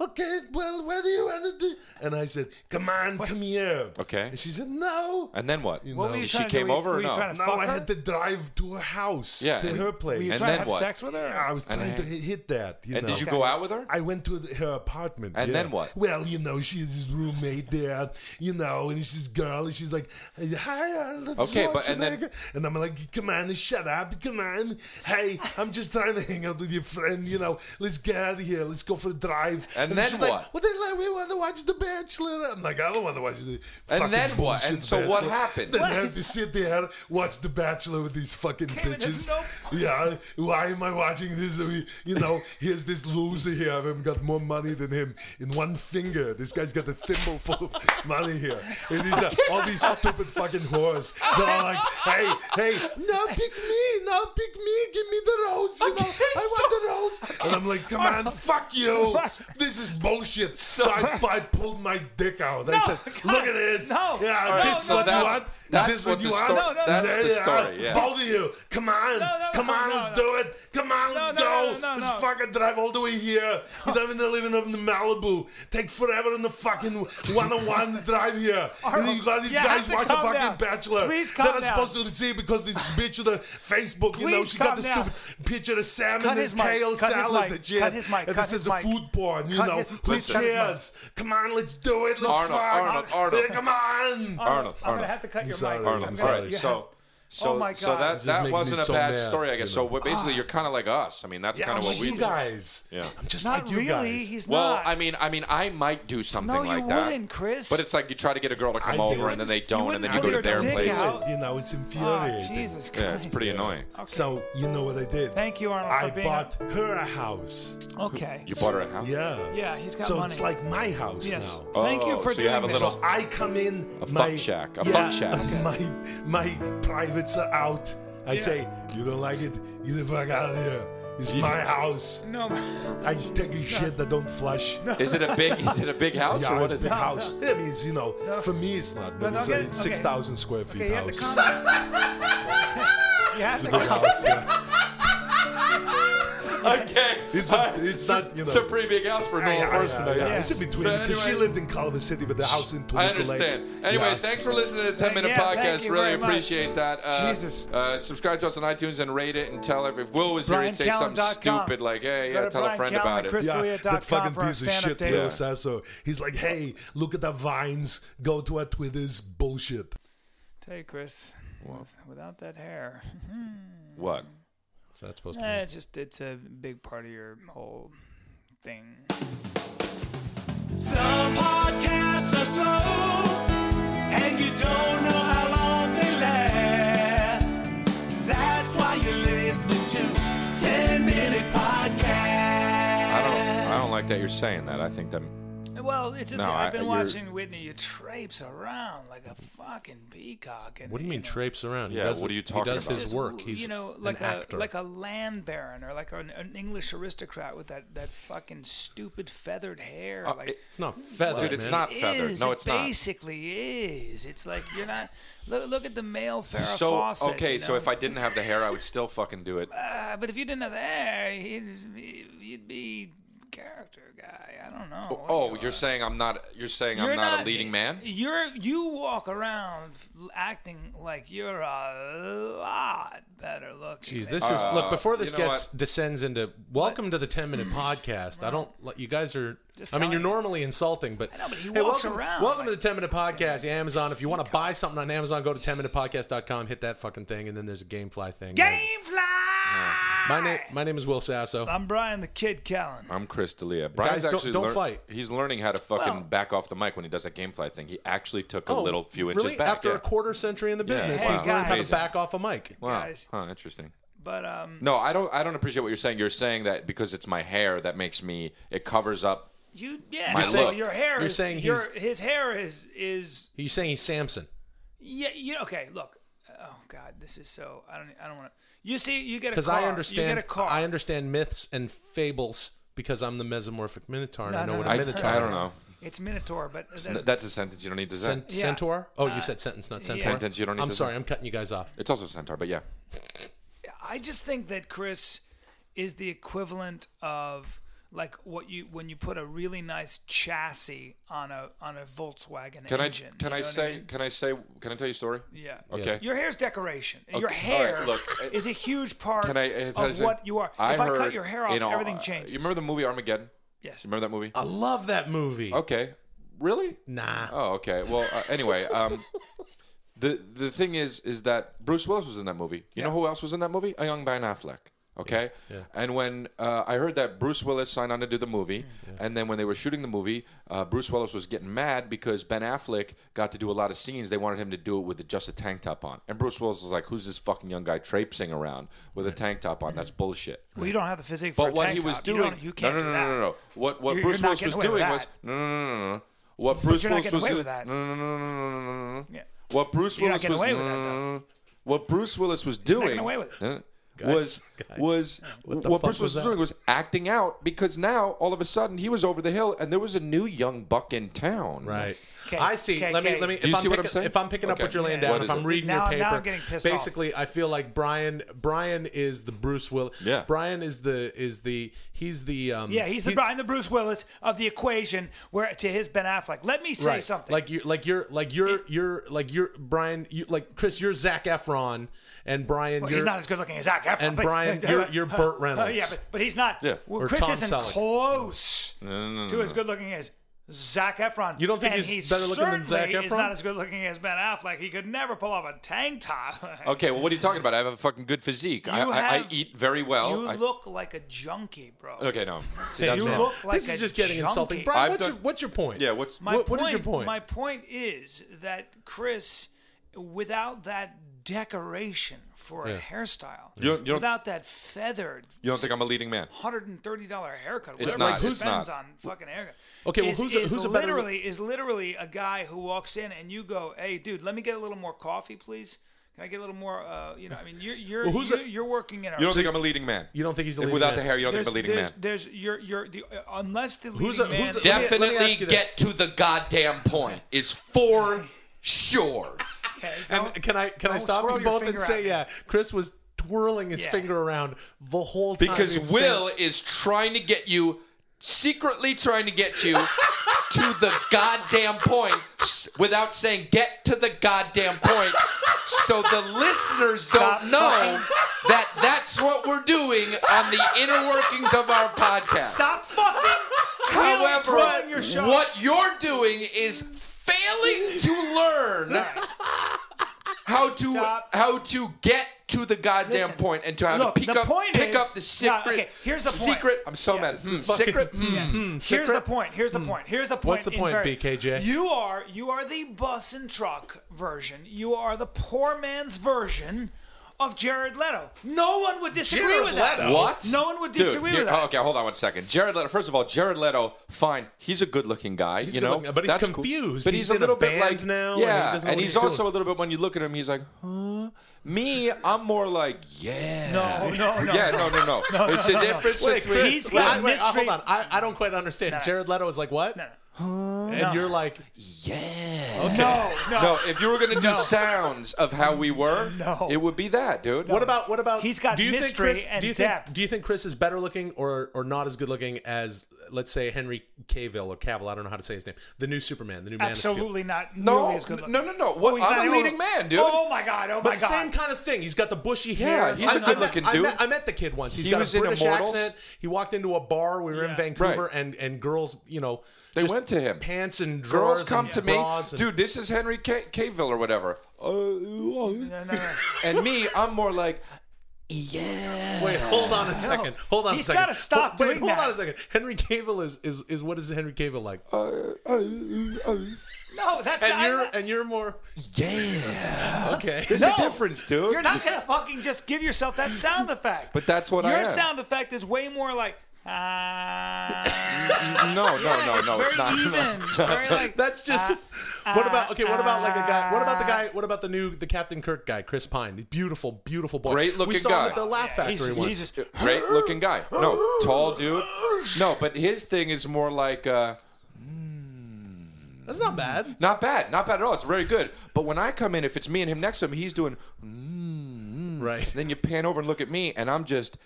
Speaker 6: okay, well, what do you want to do? And I said, come on, come here.
Speaker 1: Okay.
Speaker 6: And she said, no.
Speaker 1: And then what?
Speaker 2: What were
Speaker 6: No.
Speaker 2: you
Speaker 1: She
Speaker 2: trying to
Speaker 1: came
Speaker 2: do? Were you-
Speaker 1: over or
Speaker 2: were you
Speaker 1: no?
Speaker 2: trying to
Speaker 6: No,
Speaker 2: fuck
Speaker 6: I
Speaker 2: her?
Speaker 6: had to drive to her house,
Speaker 1: Yeah,
Speaker 6: to
Speaker 1: and-
Speaker 6: her
Speaker 2: Were you
Speaker 6: place.
Speaker 1: And
Speaker 2: trying
Speaker 1: then
Speaker 2: to have
Speaker 1: what?
Speaker 2: sex with her?
Speaker 6: I was
Speaker 1: And
Speaker 6: trying to
Speaker 1: then-
Speaker 6: hit that. You
Speaker 1: And
Speaker 6: know.
Speaker 1: did you go out with her?
Speaker 6: I went to the- her apartment.
Speaker 1: And
Speaker 6: yeah.
Speaker 1: then what?
Speaker 6: Well, you know, she has this roommate there, you know, and it's this girl, and she's like, "Hi, uh, let's
Speaker 1: Okay,
Speaker 6: okay,
Speaker 1: but- and then-
Speaker 6: and I'm like, "Come on, shut up, come on, hey, I'm just trying to hang out with your friend, you know, let's get out of here, let's go for a drive."
Speaker 1: And And
Speaker 6: then
Speaker 1: then
Speaker 6: she's
Speaker 1: what?
Speaker 6: Like, well, they let me want to watch The Bachelor. I'm like, I don't want to watch the
Speaker 1: And
Speaker 6: fucking
Speaker 1: then what?
Speaker 6: bullshit
Speaker 1: And so what
Speaker 6: Bachelor.
Speaker 1: happened?
Speaker 6: Then I have to sit there watch The Bachelor with these fucking
Speaker 2: Kevin, there's
Speaker 6: bitches.
Speaker 2: no
Speaker 6: yeah, why am I watching this? I mean, You know, here's this loser here. I've got more money than him in one finger. This guy's got a thimble full of money here. And these are all these stupid fucking whores. They're all like, hey, hey, now pick me, now pick me, give me the rose. You know, I want the rose. And I'm like, come on, fuck you. This is bullshit. So I, I pulled my dick out. I said, look at this.
Speaker 2: no.
Speaker 6: Yeah,
Speaker 2: All right,
Speaker 6: this
Speaker 2: so
Speaker 6: what you
Speaker 1: that's-
Speaker 6: want? Is
Speaker 1: that's
Speaker 6: this
Speaker 1: what
Speaker 6: what you
Speaker 1: the
Speaker 6: want?
Speaker 1: story-
Speaker 2: No, no, that's
Speaker 1: the story, yeah.
Speaker 6: Both of you, come on,
Speaker 2: no,
Speaker 6: come
Speaker 2: no,
Speaker 6: on,
Speaker 2: no, no.
Speaker 6: let's do it. Come on, let's
Speaker 2: no,
Speaker 6: go.
Speaker 2: no, no,
Speaker 6: let's
Speaker 2: no.
Speaker 6: fucking drive all the way here. You don't even live in in Malibu. Take forever in the fucking 101 drive here. and you got these
Speaker 2: you have
Speaker 6: guys
Speaker 2: to
Speaker 6: watch the
Speaker 2: calm
Speaker 6: fucking
Speaker 2: down.
Speaker 6: Bachelor.
Speaker 2: Please
Speaker 6: They're
Speaker 2: calm
Speaker 6: not
Speaker 2: down.
Speaker 6: supposed to see
Speaker 2: <laughs>
Speaker 6: because this bitch with the Facebook, you know,
Speaker 2: Please
Speaker 6: she got
Speaker 2: calm
Speaker 6: this
Speaker 2: down.
Speaker 6: stupid picture of salmon
Speaker 2: Cut his
Speaker 6: and
Speaker 2: mic.
Speaker 6: kale
Speaker 2: Cut his
Speaker 6: salad
Speaker 2: mic.
Speaker 6: that she
Speaker 2: Cut
Speaker 6: had.
Speaker 2: his mic.
Speaker 6: And
Speaker 2: Cut
Speaker 6: this
Speaker 2: his
Speaker 6: is a
Speaker 2: mic.
Speaker 6: food porn, you
Speaker 2: Cut
Speaker 6: know.
Speaker 2: his-
Speaker 6: Who
Speaker 2: please cut his mic.
Speaker 6: cares? Come on, let's do it. Let's
Speaker 1: Arnold,
Speaker 6: fuck.
Speaker 1: Arnold, Arnold.
Speaker 6: Yeah, Come on.
Speaker 1: Arnold,
Speaker 2: I'm gonna
Speaker 1: Arnold.
Speaker 2: have to cut your
Speaker 6: sorry.
Speaker 2: mic. I'm
Speaker 6: Arnold, I'm
Speaker 2: gonna-
Speaker 1: All
Speaker 6: sorry.
Speaker 1: right,
Speaker 2: you have-
Speaker 1: so so
Speaker 2: Oh my
Speaker 1: so
Speaker 2: God.
Speaker 1: that
Speaker 2: This
Speaker 1: that
Speaker 6: makes
Speaker 1: wasn't
Speaker 6: me
Speaker 1: a
Speaker 6: so
Speaker 1: bad
Speaker 6: mad,
Speaker 1: story, I guess.
Speaker 6: you
Speaker 1: So what, basically, you're kind of like us. I mean, that's
Speaker 6: Yeah,
Speaker 1: kind
Speaker 6: I'm
Speaker 1: of what
Speaker 6: like
Speaker 1: we
Speaker 6: you
Speaker 1: do.
Speaker 6: guys.
Speaker 1: Yeah.
Speaker 6: I'm just
Speaker 2: not
Speaker 6: like you
Speaker 2: really.
Speaker 6: guys.
Speaker 2: He's
Speaker 1: Well,
Speaker 2: not.
Speaker 1: I mean, I mean, I might do something
Speaker 2: No, you
Speaker 1: like that.
Speaker 2: wouldn't, Chris.
Speaker 1: But it's like you try to get a girl to come
Speaker 6: I
Speaker 1: over,
Speaker 6: did.
Speaker 1: and then they
Speaker 6: You
Speaker 1: don't, and then you go
Speaker 2: wouldn't
Speaker 1: to
Speaker 2: put your
Speaker 1: their
Speaker 2: dick
Speaker 1: place.
Speaker 2: out.
Speaker 6: You know, it's infuriating.
Speaker 2: Oh, Jesus Christ.
Speaker 1: Yeah, it's pretty annoying.
Speaker 6: So you know what I did?
Speaker 2: Thank you, Arnold,
Speaker 6: I
Speaker 2: for being
Speaker 6: bought her a house.
Speaker 2: Okay.
Speaker 1: You bought her a house.
Speaker 6: Yeah.
Speaker 2: Yeah, he's got
Speaker 6: so
Speaker 2: money.
Speaker 6: it's like my house
Speaker 2: yes.
Speaker 6: now.
Speaker 2: Thank you
Speaker 1: Oh,
Speaker 2: for
Speaker 1: so
Speaker 2: doing
Speaker 1: you have a
Speaker 2: this.
Speaker 1: little-
Speaker 6: I come in
Speaker 1: A
Speaker 6: my
Speaker 1: fuck shack, a
Speaker 6: yeah,
Speaker 1: fuck shack.
Speaker 6: <laughs> My my privates are out. I
Speaker 2: Yeah.
Speaker 6: say you don't like it, you the fuck out of here. It's my house.
Speaker 2: no,
Speaker 6: I take a shit that don't flush.
Speaker 1: Is it a big? Is it a big house
Speaker 6: Yeah,
Speaker 1: or what is
Speaker 6: it's big
Speaker 1: it?
Speaker 6: house. I mean, it's, you know, for me it's not, but
Speaker 2: No,
Speaker 6: it's
Speaker 2: okay,
Speaker 6: a
Speaker 2: okay.
Speaker 6: six thousand square feet
Speaker 2: okay, you have to
Speaker 6: house.
Speaker 2: calm down. <laughs> you have to
Speaker 6: Big
Speaker 2: calm
Speaker 6: house, yeah.
Speaker 1: <laughs> Okay,
Speaker 6: It's, a,
Speaker 1: <laughs>
Speaker 6: it's not you know.
Speaker 1: it's a pretty big house for
Speaker 6: Yeah,
Speaker 1: normal
Speaker 6: yeah,
Speaker 1: person.
Speaker 6: yeah,
Speaker 1: I
Speaker 6: yeah.
Speaker 1: guess.
Speaker 6: It's in between
Speaker 1: So
Speaker 6: because she
Speaker 1: anyway-
Speaker 6: lived in Culver City, but the house in Toluca
Speaker 1: I
Speaker 6: Lake.
Speaker 1: understand. Anyway,
Speaker 6: Yeah.
Speaker 1: thanks for listening to the 10 Minute
Speaker 2: Yeah, thank
Speaker 1: Podcast.
Speaker 2: you
Speaker 1: Really
Speaker 2: very much.
Speaker 1: appreciate that. Uh,
Speaker 2: Jesus.
Speaker 1: Uh, subscribe to us on iTunes and rate it and tell every. If Will was here, he'd say something
Speaker 2: BrianCallen.com.
Speaker 1: stupid like, hey,
Speaker 2: Go
Speaker 1: yeah,
Speaker 2: to
Speaker 1: tell a friend
Speaker 2: BrianCallen,
Speaker 1: about it.
Speaker 2: Chris-
Speaker 6: Yeah,
Speaker 2: Soria.com
Speaker 6: that fucking
Speaker 2: for our
Speaker 6: piece of
Speaker 2: stand-up
Speaker 6: shit,
Speaker 2: days.
Speaker 6: Will
Speaker 2: Yeah.
Speaker 6: Sasso. He's like, hey, look at the vines. Go to our Twitter's bullshit.
Speaker 2: Tell you, Chris, with- without that hair,
Speaker 1: What?
Speaker 3: So that's supposed to
Speaker 2: eh, it's just it's a big part of your whole thing.
Speaker 4: Some podcasts are slow, and you don't know how long they last. That's why you're listening to 10 Minute Podcast.
Speaker 1: I don't, I don't like that you're saying that. I think that.
Speaker 2: Well, it's just
Speaker 1: No,
Speaker 2: I've
Speaker 1: I-
Speaker 2: been
Speaker 1: you're-
Speaker 2: watching Whitney. You traipse around like a fucking peacock. And,
Speaker 3: What do you mean
Speaker 2: know,
Speaker 3: traipse around? He
Speaker 1: Yeah,
Speaker 3: does
Speaker 1: what
Speaker 3: it-
Speaker 1: are you talking
Speaker 3: He does
Speaker 1: about?
Speaker 3: his
Speaker 2: just,
Speaker 3: work.
Speaker 2: w-
Speaker 3: He's
Speaker 2: you know like
Speaker 3: an
Speaker 2: a
Speaker 3: actor.
Speaker 2: like a land baron or like an, an English aristocrat with that, that fucking stupid feathered hair.
Speaker 1: Uh,
Speaker 2: like
Speaker 1: it-
Speaker 3: it's not feathered.
Speaker 1: Dude, it's
Speaker 3: man.
Speaker 1: not feathered.
Speaker 2: is,
Speaker 1: No,
Speaker 2: it
Speaker 1: it's not.
Speaker 2: Basically, is it's like you're not. Look, look at the male Farrah
Speaker 1: So
Speaker 2: Fawcett.
Speaker 1: okay,
Speaker 2: you
Speaker 1: so
Speaker 2: know?
Speaker 1: if I didn't have the hair, I would still fucking do
Speaker 2: <laughs>
Speaker 1: it.
Speaker 2: uh, but if you didn't have the hair, you'd, you'd be character guy. I don't know. what
Speaker 1: Oh,
Speaker 2: you
Speaker 1: you're
Speaker 2: are.
Speaker 1: saying I'm not. You're saying I'm not, a leading man.
Speaker 2: You're you walk around f- acting like you're a lot better looking.
Speaker 3: Jeez,
Speaker 2: than-
Speaker 3: this is look before this
Speaker 1: Uh, you know
Speaker 3: gets descends into welcome to the
Speaker 2: <clears throat>
Speaker 3: ten minute podcast. I don't let you guys are. I mean,
Speaker 2: telling
Speaker 3: you're
Speaker 2: you.
Speaker 3: normally insulting, but,
Speaker 2: know, but he
Speaker 3: hey,
Speaker 2: walks
Speaker 3: welcome,
Speaker 2: around
Speaker 3: Welcome to
Speaker 2: like-
Speaker 3: the ten minute podcast, Amazon. If you want to buy something on Amazon, go to ten minutepodcast.com, hit that fucking thing, and then there's a GameFly thing.
Speaker 2: Gamefly.
Speaker 3: My name, my name is Will Sasso.
Speaker 2: I'm Brian the Kid Callen.
Speaker 1: I'm Chris D'Elia. Brian's
Speaker 3: don't-
Speaker 1: actually
Speaker 3: don't
Speaker 1: learn-
Speaker 3: fight.
Speaker 1: He's learning how to fucking
Speaker 2: Well-
Speaker 1: back off the mic when he does that GameFly thing. He actually took a
Speaker 3: Oh,
Speaker 1: little few
Speaker 3: really?
Speaker 1: inches back.
Speaker 3: After
Speaker 1: yeah.
Speaker 3: a quarter century in the business,
Speaker 2: Hey,
Speaker 3: he's learned how to
Speaker 1: guys.
Speaker 3: back off a mic.
Speaker 1: Wow.
Speaker 2: Guys.
Speaker 1: Huh, interesting.
Speaker 2: But um,
Speaker 1: No, I don't. I don't appreciate what you're saying. You're saying that because it's my hair that makes me. It covers up.
Speaker 2: you yeah.
Speaker 1: My
Speaker 2: so
Speaker 1: look.
Speaker 2: your hair.
Speaker 3: You're
Speaker 2: is,
Speaker 3: saying
Speaker 2: your,
Speaker 3: he's-
Speaker 2: his hair is is
Speaker 3: He's saying he's Samson.
Speaker 2: yeah. You, okay, look. Oh God, this is so. I don't. I don't want to. You see, you get a
Speaker 3: Because
Speaker 2: car.
Speaker 3: I
Speaker 2: You
Speaker 3: understand,
Speaker 2: get a car.
Speaker 3: I understand myths and fables because I'm the mesomorphic minotaur. and I know
Speaker 2: no,
Speaker 3: what
Speaker 2: no.
Speaker 3: a
Speaker 1: I,
Speaker 3: minotaur
Speaker 1: I don't
Speaker 3: is.
Speaker 1: know.
Speaker 2: It's Minotaur, but that's,
Speaker 1: That's a sentence you don't need to say.
Speaker 3: Cen-
Speaker 2: Yeah. Uh,
Speaker 3: Centaur? Oh, you said sentence, not centaur.
Speaker 1: Sentence, you don't need
Speaker 3: I'm
Speaker 1: to-
Speaker 3: sorry, I'm cutting you guys off.
Speaker 1: it's also centaur, but yeah.
Speaker 2: I just think that Chris is the equivalent of like what you when you put a really nice chassis on a on a Volkswagen
Speaker 1: Can
Speaker 2: engine.
Speaker 1: I? Can
Speaker 2: you
Speaker 1: I
Speaker 2: know what
Speaker 1: say?
Speaker 2: mean?
Speaker 1: Can I say? Can I tell you a story?
Speaker 2: Yeah.
Speaker 1: Okay.
Speaker 2: Your hair's decoration. and Your
Speaker 1: Okay, all right,
Speaker 2: hair
Speaker 1: look, I-
Speaker 2: is a huge part
Speaker 1: Can I? uh, tell
Speaker 2: of
Speaker 1: you-
Speaker 2: what you are. if I
Speaker 1: heard,
Speaker 2: cut your hair off,
Speaker 1: you know,
Speaker 2: everything
Speaker 1: uh,
Speaker 2: changes.
Speaker 1: You remember the movie Armageddon?
Speaker 2: yes.
Speaker 1: You remember that movie?
Speaker 3: I love that movie.
Speaker 1: Okay. Really?
Speaker 3: Nah.
Speaker 1: Oh, okay. Well, uh, anyway, um, the the thing is, is that Bruce Willis was in that movie. You know who else was in that movie? A young Ben Affleck. Okay. And when uh, I heard that Bruce Willis signed on to do the movie, and then when they were shooting the movie, uh, Bruce Willis was getting mad because Ben Affleck got to do a lot of scenes. They wanted him to do it with just a tank top on, and Bruce Willis was like, "Who's this fucking young guy traipsing around with a tank top on? That's bullshit."
Speaker 2: Well, you don't have the physique for
Speaker 1: But
Speaker 2: a
Speaker 1: what
Speaker 2: tank
Speaker 1: he was
Speaker 2: top.
Speaker 1: doing,
Speaker 2: You, don't- you can't
Speaker 1: no, no,
Speaker 2: do
Speaker 1: no,
Speaker 2: that.
Speaker 1: no, no, no. What what
Speaker 2: You're-
Speaker 1: Bruce
Speaker 2: you're
Speaker 1: Willis
Speaker 2: not getting
Speaker 1: was
Speaker 2: away with
Speaker 1: doing
Speaker 2: that.
Speaker 1: was no, no, no, no, no. What Bruce
Speaker 2: you're not
Speaker 1: Willis
Speaker 2: getting
Speaker 1: was
Speaker 2: away
Speaker 1: doing-
Speaker 2: with that.
Speaker 1: no, no, no, no, no, no, no.
Speaker 2: Yeah.
Speaker 1: What Bruce
Speaker 2: You're not
Speaker 1: Willis
Speaker 2: getting
Speaker 1: was
Speaker 2: away with that, though.
Speaker 1: what Bruce Willis was doing
Speaker 2: away with
Speaker 1: uh, was was
Speaker 3: What
Speaker 1: what,
Speaker 3: the fuck
Speaker 1: Bruce
Speaker 3: was
Speaker 1: Willis was
Speaker 3: that?
Speaker 1: doing was acting out because now all of a sudden he was over the hill and there was a new young buck in town.
Speaker 3: Right.
Speaker 2: 'Kay,
Speaker 3: I see.
Speaker 2: okay,
Speaker 3: Let me
Speaker 2: okay.
Speaker 3: let me. If
Speaker 1: Do you
Speaker 3: I'm
Speaker 1: see what
Speaker 3: picking,
Speaker 1: I'm saying?
Speaker 3: If I'm picking up what
Speaker 1: Okay.
Speaker 3: you're laying
Speaker 1: Yeah.
Speaker 3: down,
Speaker 1: What is
Speaker 3: if I'm
Speaker 1: it?
Speaker 3: reading
Speaker 2: Now-
Speaker 3: your paper,
Speaker 2: now I'm getting pissed off.
Speaker 3: basically, I feel like Brian Brian is the Bruce Will.
Speaker 1: Yeah.
Speaker 3: Brian is the is the he's the um,
Speaker 2: Yeah, he's the
Speaker 3: he-
Speaker 2: Brian the Bruce Willis of the equation where to his Ben Affleck. Let me say
Speaker 3: right.
Speaker 2: something.
Speaker 3: Like you like you're like you're you're like you're Brian. You like Chris. You're Zach Efron, and Brian.
Speaker 2: Well,
Speaker 3: you're,
Speaker 2: he's not as good looking as Zac Efron.
Speaker 3: and
Speaker 2: but- <laughs>
Speaker 3: Brian, you're- you're Burt Reynolds.
Speaker 2: yeah, but, but he's not.
Speaker 1: Yeah.
Speaker 2: Well,
Speaker 3: Or
Speaker 2: Chris
Speaker 3: Tom
Speaker 2: isn't
Speaker 3: Selleck.
Speaker 2: close to as good looking as Zac Efron.
Speaker 3: You don't think
Speaker 2: And
Speaker 3: he's
Speaker 2: he
Speaker 3: better looking than Zac
Speaker 2: certainly is
Speaker 3: Efron?
Speaker 2: not as good looking as Ben Affleck. He could never pull off a tank top. <laughs>
Speaker 1: Okay, well, what are you talking about? I have a fucking good physique. I,
Speaker 2: You
Speaker 1: I, I
Speaker 2: have-
Speaker 1: eat very well.
Speaker 2: you
Speaker 1: I-
Speaker 2: look like a junkie, bro.
Speaker 1: okay,
Speaker 2: <laughs>
Speaker 1: no. See, that's
Speaker 2: You
Speaker 1: wrong.
Speaker 2: look like
Speaker 3: this
Speaker 2: a
Speaker 3: is just getting
Speaker 2: junkie.
Speaker 3: insulting. Brian,
Speaker 1: I've
Speaker 3: what's
Speaker 1: done-
Speaker 3: your what's your point?
Speaker 1: yeah, what's
Speaker 2: My
Speaker 3: What- what is your point?
Speaker 2: My point is that Chris, without that decoration for a hairstyle,
Speaker 1: You don't- you don't-
Speaker 2: without that feathered
Speaker 1: you don't think I'm a leading man?
Speaker 2: hundred and thirty dollar haircut.
Speaker 1: It's
Speaker 2: whatever
Speaker 1: not,
Speaker 2: He
Speaker 1: it's
Speaker 2: spends
Speaker 1: not.
Speaker 2: on fucking haircut.
Speaker 3: Okay, well,
Speaker 2: is,
Speaker 3: who's a-
Speaker 2: is
Speaker 3: who's a better-
Speaker 2: literally is literally a guy who walks in and you go, "Hey, dude, let me get a little more coffee, please. Can I get a little more? Uh, you know, I mean, you're you're
Speaker 3: Well, who's a-
Speaker 2: you're, you're working in a
Speaker 1: You don't think I'm a leading man?
Speaker 3: You don't think he's the
Speaker 1: If
Speaker 3: leading
Speaker 1: without
Speaker 3: man?
Speaker 1: the hair? You don't think
Speaker 2: there's,
Speaker 1: I'm a leading
Speaker 2: there's,
Speaker 1: man?
Speaker 2: there's you're you're the, uh, unless the leading
Speaker 3: Who's a-
Speaker 2: man
Speaker 3: who's a-
Speaker 2: is-
Speaker 3: Let me- let me
Speaker 1: Definitely
Speaker 3: ask you this.
Speaker 1: get to the goddamn point is for sure.
Speaker 2: okay,
Speaker 3: And
Speaker 2: don't-
Speaker 3: can I can I
Speaker 2: don't
Speaker 3: stop
Speaker 2: twirl
Speaker 3: you
Speaker 2: your
Speaker 3: both and
Speaker 2: finger
Speaker 3: say
Speaker 2: at me.
Speaker 3: yeah? Chris was twirling his
Speaker 2: Yeah.
Speaker 3: finger around the whole time he was
Speaker 1: Because
Speaker 3: saying-
Speaker 1: Will is trying to get you, secretly trying to get
Speaker 3: <laughs>
Speaker 1: you to the goddamn point s- without saying get to the goddamn point. So the listeners
Speaker 2: Stop
Speaker 1: don't know that that's what we're doing on the inner workings of our podcast.
Speaker 2: Stop
Speaker 3: <laughs>
Speaker 2: fucking.
Speaker 1: However,
Speaker 2: twirling your shot.
Speaker 1: what you're doing is failing to
Speaker 2: <laughs>
Speaker 1: learn how to
Speaker 2: Stop.
Speaker 1: how to get to the goddamn
Speaker 2: Listen,
Speaker 1: point and to how
Speaker 2: look,
Speaker 1: to pick
Speaker 2: the
Speaker 1: up
Speaker 2: point
Speaker 1: pick
Speaker 2: is-
Speaker 1: up the
Speaker 2: No,
Speaker 1: secret.
Speaker 2: okay, here's the point.
Speaker 1: secret. I'm so mad. Hmm,
Speaker 2: <laughs>
Speaker 1: secret. Hmm.
Speaker 2: Here's the point. Here's the point. Here's the point.
Speaker 3: What's the
Speaker 2: in
Speaker 3: point,
Speaker 2: very-
Speaker 3: BKJ?
Speaker 2: You are you are the bus and truck version. You are the poor man's version of Jared Leto. No one would disagree
Speaker 3: Jared
Speaker 2: with that.
Speaker 3: Leto?
Speaker 1: What?
Speaker 2: No one would
Speaker 1: Dude,
Speaker 2: disagree
Speaker 1: here-
Speaker 2: with that.
Speaker 1: oh, okay, hold on one second. Jared Leto. First of all, Jared Leto, fine, he's a good-looking guy, you know,
Speaker 3: good-looking, but he's
Speaker 1: that's cool.
Speaker 3: confused.
Speaker 1: But
Speaker 3: He's
Speaker 1: he's, a
Speaker 3: in a
Speaker 1: little bit
Speaker 3: band
Speaker 1: like
Speaker 3: now, and he
Speaker 1: yeah,
Speaker 3: doesn't know what
Speaker 1: he's,
Speaker 3: he's
Speaker 1: also
Speaker 3: doing.
Speaker 1: a little bit when you look at him, he's like, huh? Me, I'm more like, yeah,
Speaker 2: Oh, No, no, no.
Speaker 1: yeah, no, no, no. it's the difference
Speaker 3: Wait,
Speaker 1: between.
Speaker 3: Chris,
Speaker 2: He's
Speaker 3: wait,
Speaker 2: got
Speaker 3: wait, uh,
Speaker 2: mystery-
Speaker 3: hold on. I, I don't quite understand. Jared Leto is like what?
Speaker 2: No,
Speaker 3: And
Speaker 2: No.
Speaker 3: you're like,
Speaker 1: Yeah.
Speaker 2: no, no.
Speaker 1: No, if you were gonna do sounds of how we were,
Speaker 2: No.
Speaker 1: it would be that, dude.
Speaker 3: what about what about?
Speaker 2: He's got
Speaker 3: do you think
Speaker 2: mystery
Speaker 3: Chris,
Speaker 2: and
Speaker 3: do you
Speaker 2: depth.
Speaker 3: Think, do you think Chris is better looking or or not as good looking as let's say Henry Cavill or Cavill? I don't know how to say his name. The new Superman, the new Man of Steel.
Speaker 2: Absolutely not.
Speaker 1: No,
Speaker 2: nearly as good
Speaker 1: n-
Speaker 2: looking.
Speaker 1: no, no, no. What-
Speaker 2: he's
Speaker 1: I'm
Speaker 2: not
Speaker 1: a
Speaker 2: even-
Speaker 1: leading man, dude.
Speaker 2: Oh my god. Oh my
Speaker 3: But
Speaker 2: god.
Speaker 3: same kind of thing. He's got the bushy hair.
Speaker 1: Yeah, he's a
Speaker 3: I- I
Speaker 1: good-looking
Speaker 3: met- I
Speaker 1: dude.
Speaker 3: met, I met the kid once. He's
Speaker 1: He
Speaker 3: got
Speaker 1: was
Speaker 3: a
Speaker 1: in
Speaker 3: British
Speaker 1: Immortals.
Speaker 3: accent. He walked into a bar. We were in
Speaker 2: Yeah.
Speaker 3: Vancouver,
Speaker 1: Right.
Speaker 3: and and girls, you know,
Speaker 1: They
Speaker 3: just
Speaker 1: went to him.
Speaker 3: Pants and drawers
Speaker 1: Girls come
Speaker 3: and
Speaker 1: to me,
Speaker 3: bras and-
Speaker 1: dude. This is Henry Ca- Cavill or whatever. Uh,
Speaker 2: No, no, no.
Speaker 1: and me, I'm more like, yeah.
Speaker 3: Wait, hold on a second. Hold on
Speaker 2: He's
Speaker 3: a second.
Speaker 2: gotta stop
Speaker 3: Hold- wait,
Speaker 2: doing
Speaker 3: hold
Speaker 2: that.
Speaker 3: on a second. Henry Cavill is is is what is Henry Cavill like?
Speaker 1: Uh, <laughs>
Speaker 2: No, that's
Speaker 3: and
Speaker 2: not.
Speaker 3: you're and you're more
Speaker 1: Yeah.
Speaker 3: okay.
Speaker 1: There's
Speaker 2: No.
Speaker 1: a difference, dude.
Speaker 2: You're not gonna fucking just give yourself that
Speaker 1: <laughs>
Speaker 2: sound effect.
Speaker 1: But that's what I
Speaker 2: your
Speaker 1: am.
Speaker 2: sound effect is way more like
Speaker 1: <laughs>
Speaker 2: ah.
Speaker 1: no, no, no,
Speaker 2: it's
Speaker 1: no. It's
Speaker 2: very
Speaker 1: not.
Speaker 2: even. It's very
Speaker 1: <laughs>
Speaker 2: like
Speaker 3: That's just.
Speaker 2: Uh,
Speaker 3: what about okay? What about like a guy? What about the guy? What about the new the Captain Kirk guy, Chris Pine? Beautiful, beautiful boy.
Speaker 1: Great looking
Speaker 3: We saw
Speaker 1: guy.
Speaker 3: him at the Laugh Factory
Speaker 2: he's,
Speaker 3: once.
Speaker 2: he's just,
Speaker 1: Great looking guy. No, tall dude. No, but his thing is more like. Uh,
Speaker 3: That's not bad.
Speaker 1: Not bad, not bad at all. It's very good. But when I come in, if it's me and him next to him, he's doing.
Speaker 2: Mm.
Speaker 3: Right.
Speaker 1: Then you pan over and look at me, and I'm just.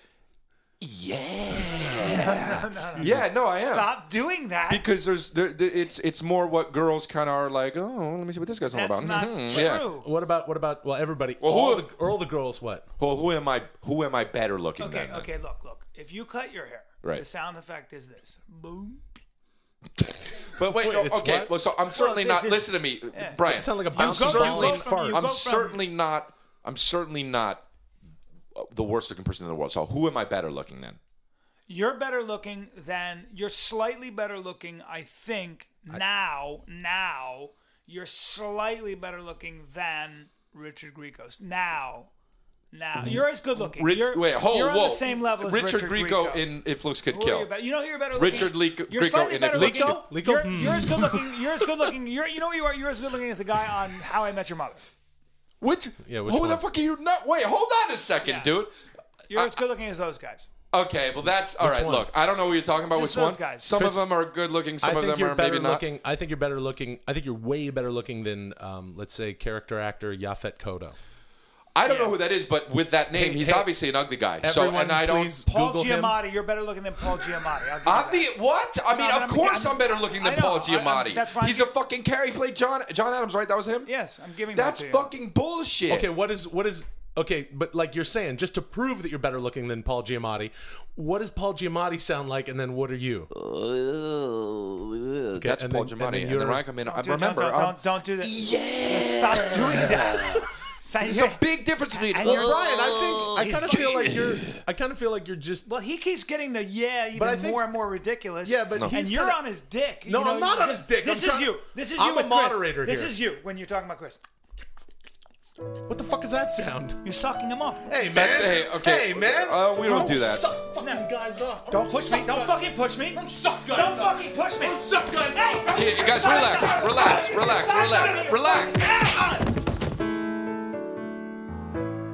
Speaker 1: Yeah. Yeah, no, I am.
Speaker 2: stop doing that.
Speaker 1: Because there's, there, there- it's it's more what girls kind of are like. Oh, let me see what this guy's all
Speaker 2: that's
Speaker 1: about.
Speaker 2: not
Speaker 1: Mhm,
Speaker 2: true.
Speaker 1: yeah.
Speaker 3: What about what about well everybody
Speaker 1: who-
Speaker 3: all the all the girls what
Speaker 1: Well, who am I? Who am I better looking
Speaker 2: Okay,
Speaker 1: than? then?
Speaker 2: okay. Look, look. If you cut your hair,
Speaker 1: Right.
Speaker 2: the sound effect is this. Boom.
Speaker 1: But wait,
Speaker 3: Wait,
Speaker 1: no,
Speaker 3: it's
Speaker 1: okay.
Speaker 3: what?
Speaker 1: Well, so I'm certainly
Speaker 2: it's-
Speaker 1: not.
Speaker 2: it's-
Speaker 1: listen to me, Brian.
Speaker 3: It sounds like a
Speaker 1: I'm
Speaker 3: bouncy
Speaker 1: certainly.
Speaker 3: ball and
Speaker 2: from-
Speaker 3: fart.
Speaker 2: you
Speaker 1: I'm
Speaker 2: go from-
Speaker 1: certainly not. I'm certainly not the worst looking person in the world. So who am I better looking than?
Speaker 2: You're better looking than you're slightly better looking, I think, now. Now you're slightly better looking than Richard Grieco's. Now. Now you're as good looking.
Speaker 1: Mm-hmm. Ri-
Speaker 2: you're,
Speaker 1: wait, hold,
Speaker 2: you're on
Speaker 1: whoa.
Speaker 2: the same level as Richard,
Speaker 1: Richard Grieco
Speaker 2: Grieco.
Speaker 1: in If Looks Could
Speaker 2: Who are
Speaker 1: Kill.
Speaker 2: you, bet- you know who you're better looking.
Speaker 1: Richard Leco-
Speaker 2: You're
Speaker 1: Grieco
Speaker 2: slightly
Speaker 1: in
Speaker 2: better
Speaker 1: If
Speaker 2: looking.
Speaker 1: Looks
Speaker 2: though.
Speaker 3: Could- Leco?
Speaker 2: You're, you're
Speaker 3: Hmm.
Speaker 2: as good looking. You're
Speaker 3: <laughs>
Speaker 2: as good looking. You're, you know who you are. You're as good looking as the guy on How I Met Your Mother.
Speaker 1: Which?
Speaker 3: Yeah, which
Speaker 1: who the
Speaker 3: one?
Speaker 1: fuck are you? Not wait. Hold on a second, dude.
Speaker 2: You're as good looking as those guys.
Speaker 1: Okay, well that's all right.
Speaker 3: one?
Speaker 1: Look, I don't know what you're talking about.
Speaker 2: Just
Speaker 1: which one?
Speaker 2: those guys.
Speaker 1: Some of them are good looking. Some
Speaker 3: I
Speaker 1: of
Speaker 3: think
Speaker 1: them
Speaker 3: you're
Speaker 1: are maybe
Speaker 3: better
Speaker 1: not.
Speaker 3: looking. I think you're better looking. I think you're way better looking than, um, let's say, character actor Yafet Kodo.
Speaker 1: I don't know who that is, but with that name,
Speaker 3: Hey,
Speaker 1: he's
Speaker 3: hey,
Speaker 1: obviously an ugly guy. So
Speaker 3: everyone,
Speaker 1: and I don't.
Speaker 3: please-
Speaker 2: Paul
Speaker 3: Google him.
Speaker 2: Giamatti. You're better looking than Paul Giamatti. I'll give you
Speaker 1: I'm
Speaker 2: that.
Speaker 1: the what? I mean,
Speaker 2: No, but
Speaker 1: of
Speaker 2: I'm-
Speaker 1: course I'm,
Speaker 2: I'm-
Speaker 1: better looking than
Speaker 2: I know,
Speaker 1: Paul
Speaker 2: I- I'm-
Speaker 1: Giamatti.
Speaker 2: that's why I'm-
Speaker 1: he's a fucking carry played John John Adams, right? That was him.
Speaker 2: Yes, I'm giving that
Speaker 1: That's
Speaker 2: to you.
Speaker 1: fucking bullshit.
Speaker 3: Okay, what is what is okay? But like you're saying, just to prove that you're better looking than Paul Giamatti, what does Paul Giamatti sound like? And then what are you?
Speaker 1: Okay, That's
Speaker 3: and
Speaker 1: Paul
Speaker 3: then- and
Speaker 1: Giamatti.
Speaker 3: then
Speaker 1: And
Speaker 3: you're-
Speaker 1: then when I come in, I
Speaker 2: Dude, don't-
Speaker 1: remember. um,
Speaker 2: Don't,
Speaker 1: I'm-
Speaker 2: don't, don't do that.
Speaker 3: E
Speaker 1: Yeah.
Speaker 2: Stop doing <laughs> that. Stop-
Speaker 1: It's a big difference between.
Speaker 2: <laughs> And you're-
Speaker 3: Brian, I think I kind of feel like you're. I kind of feel like you're just.
Speaker 2: Well, he keeps getting the yeah even
Speaker 3: But I think-
Speaker 2: more and more ridiculous.
Speaker 3: Yeah, but No.
Speaker 2: and
Speaker 3: he's
Speaker 2: you're
Speaker 3: kinda-
Speaker 2: on his dick.
Speaker 3: No,
Speaker 2: you know,
Speaker 3: I'm not on his dick.
Speaker 2: This
Speaker 3: I'm
Speaker 2: is
Speaker 3: trying-
Speaker 2: you. This is you.
Speaker 3: I'm a
Speaker 2: with Chris.
Speaker 3: moderator
Speaker 2: This
Speaker 3: here.
Speaker 2: is you when you're talking about Chris.
Speaker 3: What the fuck is that sound?
Speaker 2: You're sucking him off.
Speaker 3: Hey man.
Speaker 1: That's- hey, okay.
Speaker 3: Hey man.
Speaker 1: Uh, we don't do that.
Speaker 3: Suck fucking guys off.
Speaker 2: Don't push me. Don't fucking push me. Don't
Speaker 3: suck guys up.
Speaker 2: fucking push me.
Speaker 3: Don't suck guys
Speaker 2: Hey,
Speaker 3: up.
Speaker 2: don't-
Speaker 1: See, you guys, relax, relax, relax, relax, relax.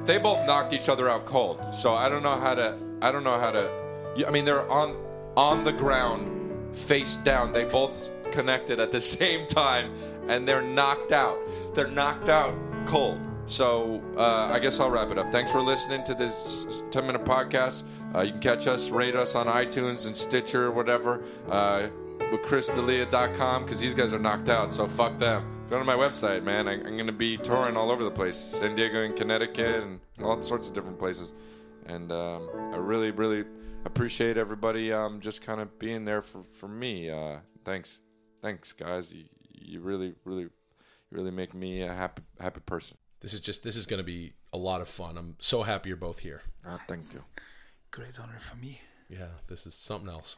Speaker 1: They both knocked each other out cold, so I don't know how to. I don't know how to. you- I mean, they're on on the ground, face down. They both connected at the <laughs> same time, and they're knocked out. They're knocked out cold. So uh, I guess I'll wrap it up. Thanks for listening to this ten minute podcast. Uh, you can catch us, rate us on iTunes and Stitcher, whatever. Uh, with chrisdelia.com because these guys are knocked out, so fuck them. Go to my website, man. I, I'm going to be touring all over the place San Diego and Connecticut and all sorts of different places. And um, I really, really appreciate everybody um, just kind of being there for, for me. Uh, thanks. Thanks, guys. You, you really, really, you really make me a happy, happy person.
Speaker 3: This is just. This is going to be a lot of fun. I'm so happy you're both here.
Speaker 1: Uh, thank you.
Speaker 2: Great honor for me.
Speaker 3: Yeah, this is something else.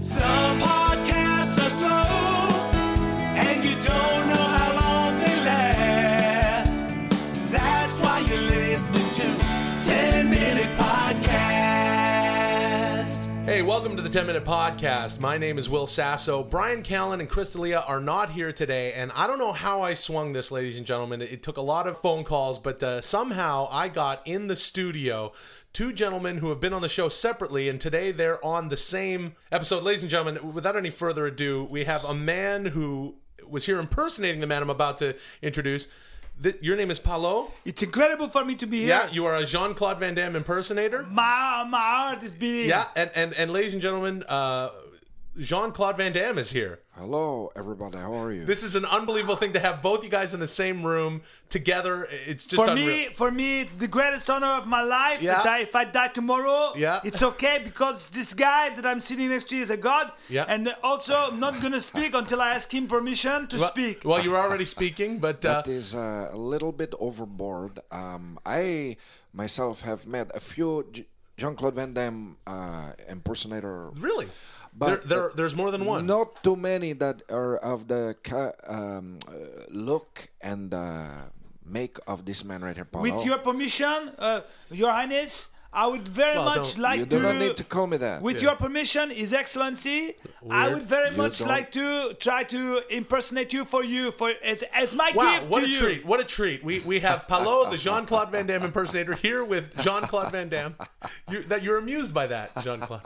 Speaker 4: Some podcasts are slow, and you don't know how long they last. That's why you're listening to 10 Minute Podcast.
Speaker 3: Hey, welcome to the 10 Minute Podcast. My name is Will Sasso. Brian Callen and Chris D'Elia are not here today, and I don't know how I swung this, ladies and gentlemen. It took a lot of phone calls, but uh, somehow I got in the studio two gentlemen who have been on the show separately, and today they're on the same episode. Ladies and gentlemen, without any further ado, we have a man who was here impersonating the man I'm about to introduce. Th- your name is Paolo?
Speaker 2: It's incredible for me to be here.
Speaker 3: You are a Jean Claude Van Damme impersonator?
Speaker 2: My my heart is beating.
Speaker 3: Yeah, and and and ladies and gentlemen, uh, Jean Claude Van Damme is here.
Speaker 1: Hello, everybody. How are you?
Speaker 3: This is an unbelievable thing to have both you guys in the same room together. It's just
Speaker 2: For
Speaker 3: unreal.
Speaker 2: me, for me, it's the greatest honor of my life.
Speaker 3: Yeah.
Speaker 2: If, I, if I die tomorrow,
Speaker 3: Yeah.
Speaker 2: it's okay because this guy that I'm sitting next to is a god.
Speaker 3: Yeah.
Speaker 2: And also, I'm not gonna speak until I ask him permission to
Speaker 3: Well-
Speaker 2: speak.
Speaker 3: Well, you're already speaking, but uh,
Speaker 7: That is uh, a little bit overboard. Um, I myself have met a few J- Jean-Claude Van Damme uh, impersonator.
Speaker 3: really,
Speaker 7: But
Speaker 3: there, there there's more than one.
Speaker 7: Not too many that are of the ca- um, uh, look and uh, make of this man right here, Paulo.
Speaker 2: With your permission, uh, Your Highness, I would very
Speaker 3: Well,
Speaker 2: much
Speaker 3: don't-
Speaker 7: you
Speaker 2: like
Speaker 7: do
Speaker 2: to.
Speaker 7: not need to call me that.
Speaker 2: with your permission, His Excellency, I
Speaker 3: Weird.
Speaker 2: would very
Speaker 7: You
Speaker 2: much
Speaker 7: don't-
Speaker 2: like to try to impersonate you for you for as as my
Speaker 3: Wow,
Speaker 2: gift
Speaker 3: what
Speaker 2: to
Speaker 3: a
Speaker 2: you.
Speaker 3: treat! What a treat! We we have Paolo, the Jean Claude Van Damme impersonator, here with Jean Claude Van Damme. You, that you're amused by that, Jean Claude.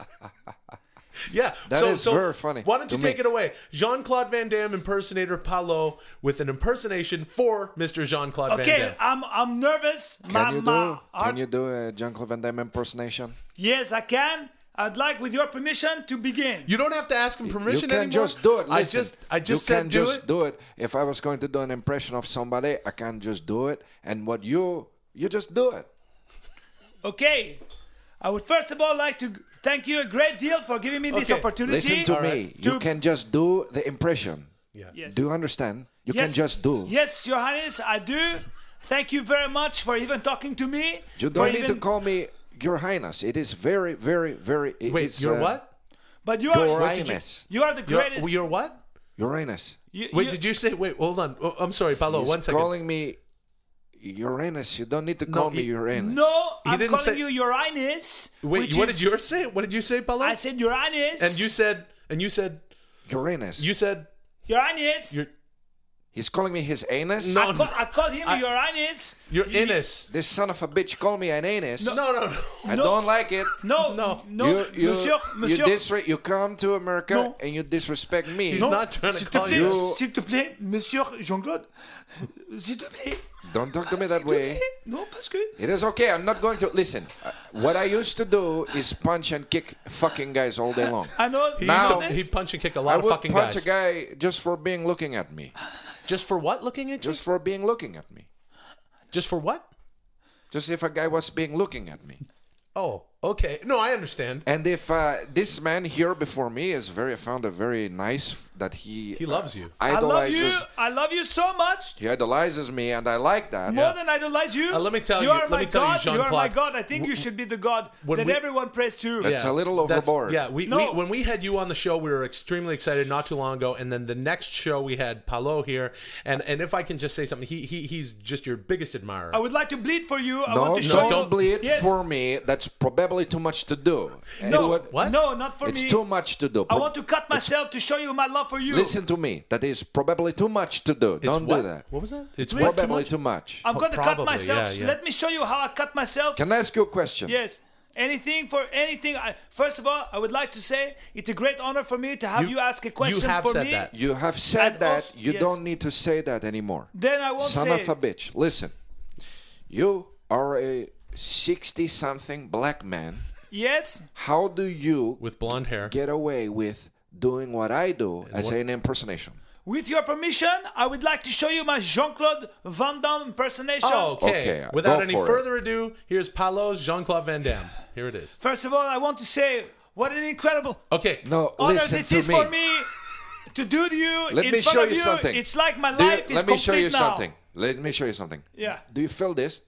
Speaker 3: Yeah,
Speaker 7: That
Speaker 3: so,
Speaker 7: is
Speaker 3: so
Speaker 7: very funny
Speaker 3: Why don't
Speaker 7: to
Speaker 3: you take
Speaker 7: me.
Speaker 3: it away, Jean Claude Van Damme impersonator Paolo, with an impersonation for Mr. Jean Claude Van
Speaker 2: Okay,
Speaker 3: Damme?
Speaker 2: I'm I'm nervous.
Speaker 7: Can you do?
Speaker 2: heart-
Speaker 7: Can you do a Jean-Claude Van Damme impersonation?
Speaker 2: Yes, I can. I'd like, with your permission, to begin.
Speaker 3: You don't have to ask him permission
Speaker 7: you can
Speaker 3: anymore.
Speaker 7: just do it.
Speaker 3: I
Speaker 7: Listen,
Speaker 3: just I just
Speaker 7: you
Speaker 3: said
Speaker 7: can
Speaker 3: do
Speaker 7: just
Speaker 3: it.
Speaker 7: do it. If I was going to do an impression of somebody, I can just do it. And what you you just do it.
Speaker 2: Okay. I would first of all like to thank you a great deal for giving me this
Speaker 3: Okay,
Speaker 2: opportunity.
Speaker 7: Listen to me. You
Speaker 2: To-
Speaker 7: can just do the impression.
Speaker 3: Yeah.
Speaker 2: Yes.
Speaker 7: Do you understand? You
Speaker 2: Yes.
Speaker 7: can just do.
Speaker 2: Yes, Your Highness, I do. Thank you very much for even talking to me.
Speaker 1: You
Speaker 2: for
Speaker 1: don't need to
Speaker 2: even-
Speaker 1: call me Your Highness. It is very, very, very. it-
Speaker 3: Wait,
Speaker 1: it's,
Speaker 3: you're
Speaker 1: uh,
Speaker 3: what?
Speaker 2: But you
Speaker 1: Your
Speaker 2: are you,
Speaker 1: Highness.
Speaker 2: you are the
Speaker 3: You're,
Speaker 2: greatest.
Speaker 3: you're what?
Speaker 1: Your Highness.
Speaker 2: you-
Speaker 3: Wait,
Speaker 2: you-
Speaker 3: did you say? Wait, hold on. Oh, I'm sorry, Paolo.
Speaker 1: He's
Speaker 3: one second.
Speaker 1: calling me Uranus. You don't need to call me
Speaker 3: he-
Speaker 1: Uranus.
Speaker 2: No,
Speaker 3: He
Speaker 2: I'm
Speaker 3: didn't
Speaker 2: calling
Speaker 3: say-
Speaker 2: you Your Highness.
Speaker 3: Wait,
Speaker 2: which
Speaker 3: what
Speaker 2: is-
Speaker 3: did yours say? What did you say, Paolo?
Speaker 2: I said Your Highness.
Speaker 3: and you said, and you said,
Speaker 1: Uranus.
Speaker 3: you said,
Speaker 2: Your Highness.
Speaker 3: Your-
Speaker 1: He's calling me his anus.
Speaker 3: No.
Speaker 2: I, call, I called him Your Highness.
Speaker 3: you're Ennis.
Speaker 1: This son of a bitch called me an anus.
Speaker 3: No, no, no.
Speaker 1: I don't like it.
Speaker 2: No,
Speaker 3: No.
Speaker 2: no, no,
Speaker 1: you, you,
Speaker 2: Monsieur, Monsieur.
Speaker 1: you, disre- you come to America
Speaker 2: No.
Speaker 1: and you disrespect me.
Speaker 3: He's not trying to
Speaker 2: S'il te
Speaker 3: call
Speaker 2: plaît,
Speaker 3: you.
Speaker 1: You-
Speaker 2: s'il te plaît, Monsieur Jean-Claude, euh, s'il te plaît.
Speaker 1: Don't talk to me that
Speaker 2: s'il te
Speaker 1: way.
Speaker 2: plaît. Non, parce que
Speaker 1: It is okay. I'm not going to listen. Uh, what I used to do is punch and kick fucking guys all day long.
Speaker 2: I know.
Speaker 3: <laughs> He
Speaker 1: Now-
Speaker 3: used to, he'd punch and kick a lot
Speaker 1: I
Speaker 3: of
Speaker 1: would
Speaker 3: fucking
Speaker 1: punch
Speaker 3: guys.
Speaker 1: a guy just for being looking at me.
Speaker 3: Just for what? Looking at you?
Speaker 1: Just
Speaker 3: Just,
Speaker 1: for being looking at me.
Speaker 3: for what?
Speaker 1: Just if a guy was being looking at me.
Speaker 3: Oh, okay. No, I understand.
Speaker 1: And if uh, this man here before me is very, I found it very nice that he
Speaker 3: He loves you.
Speaker 2: I love you.
Speaker 1: idolizes.
Speaker 2: I love you so much.
Speaker 1: He idolizes me, and I like that.
Speaker 2: More than idolize you.
Speaker 3: Uh, let me tell
Speaker 2: you.
Speaker 3: you-
Speaker 2: are
Speaker 3: let
Speaker 2: my
Speaker 3: me tell you,
Speaker 2: God. are my
Speaker 3: Jean-Claude,
Speaker 2: God. I think you should be the God
Speaker 3: when
Speaker 2: that
Speaker 3: we-
Speaker 2: everyone prays to.
Speaker 1: That's a little
Speaker 3: That's-
Speaker 1: overboard.
Speaker 3: Yeah, we,
Speaker 2: No.
Speaker 3: we when we had you on the show, we were extremely excited not too long ago, and then the next show we had Paolo here, and and if I can just say something, he, he he's just your biggest admirer.
Speaker 2: I would like to bleed for you. I
Speaker 1: No,
Speaker 2: want to
Speaker 1: no,
Speaker 2: show
Speaker 1: don't bleed
Speaker 2: Yes.
Speaker 1: for me. That's probably too much to do.
Speaker 2: No,
Speaker 1: It's what-
Speaker 3: What?
Speaker 2: no, not for
Speaker 1: It's
Speaker 2: me.
Speaker 1: too much to do.
Speaker 2: I want to cut myself to show you my love for you.
Speaker 1: Listen to me. That is probably too much to do.
Speaker 3: It's
Speaker 1: Don't
Speaker 3: what?
Speaker 1: do that.
Speaker 3: What was that?
Speaker 1: It's
Speaker 3: It's what too
Speaker 1: probably
Speaker 3: much?
Speaker 1: too much.
Speaker 2: I'm going to
Speaker 3: Probably,
Speaker 2: cut myself.
Speaker 3: yeah, yeah.
Speaker 2: Let me show you how I cut myself.
Speaker 1: Can I ask you a question?
Speaker 2: Yes. Anything for anything. I, first of all, I would like to say it's a great honor for me to have you, ask a question
Speaker 3: you have
Speaker 2: for
Speaker 3: said
Speaker 2: me.
Speaker 3: that.
Speaker 1: You have said
Speaker 2: And
Speaker 1: that.
Speaker 2: also-
Speaker 1: you
Speaker 2: yes.
Speaker 1: don't need to say that anymore.
Speaker 2: Then I won't
Speaker 1: Son
Speaker 2: say.
Speaker 1: of a bitch. Listen, you are a 60 something black man.
Speaker 2: yes.
Speaker 1: How do you
Speaker 3: with blonde hair.
Speaker 1: get away with doing what I do as an impersonation?
Speaker 2: With your permission, I would like to show you my Jean-Claude Van Damme impersonation.
Speaker 3: Oh, okay.
Speaker 1: Okay,
Speaker 3: Without
Speaker 1: go
Speaker 3: any
Speaker 1: for it.
Speaker 3: further ado, here's Paolo's Jean Claude Van Damme. Here it is.
Speaker 2: First of all, I want to say what an incredible
Speaker 3: Okay.
Speaker 1: No,
Speaker 2: honor
Speaker 1: listen
Speaker 2: this
Speaker 1: to
Speaker 2: is
Speaker 1: me.
Speaker 2: for me to do to you.
Speaker 1: Let
Speaker 2: in
Speaker 1: me
Speaker 2: front
Speaker 1: show
Speaker 2: of
Speaker 1: you something.
Speaker 2: It's like my
Speaker 1: Do you-
Speaker 2: life is
Speaker 1: let me show
Speaker 2: complete
Speaker 1: you
Speaker 2: now.
Speaker 1: something. Let me show you something.
Speaker 2: Yeah.
Speaker 1: Do you feel this?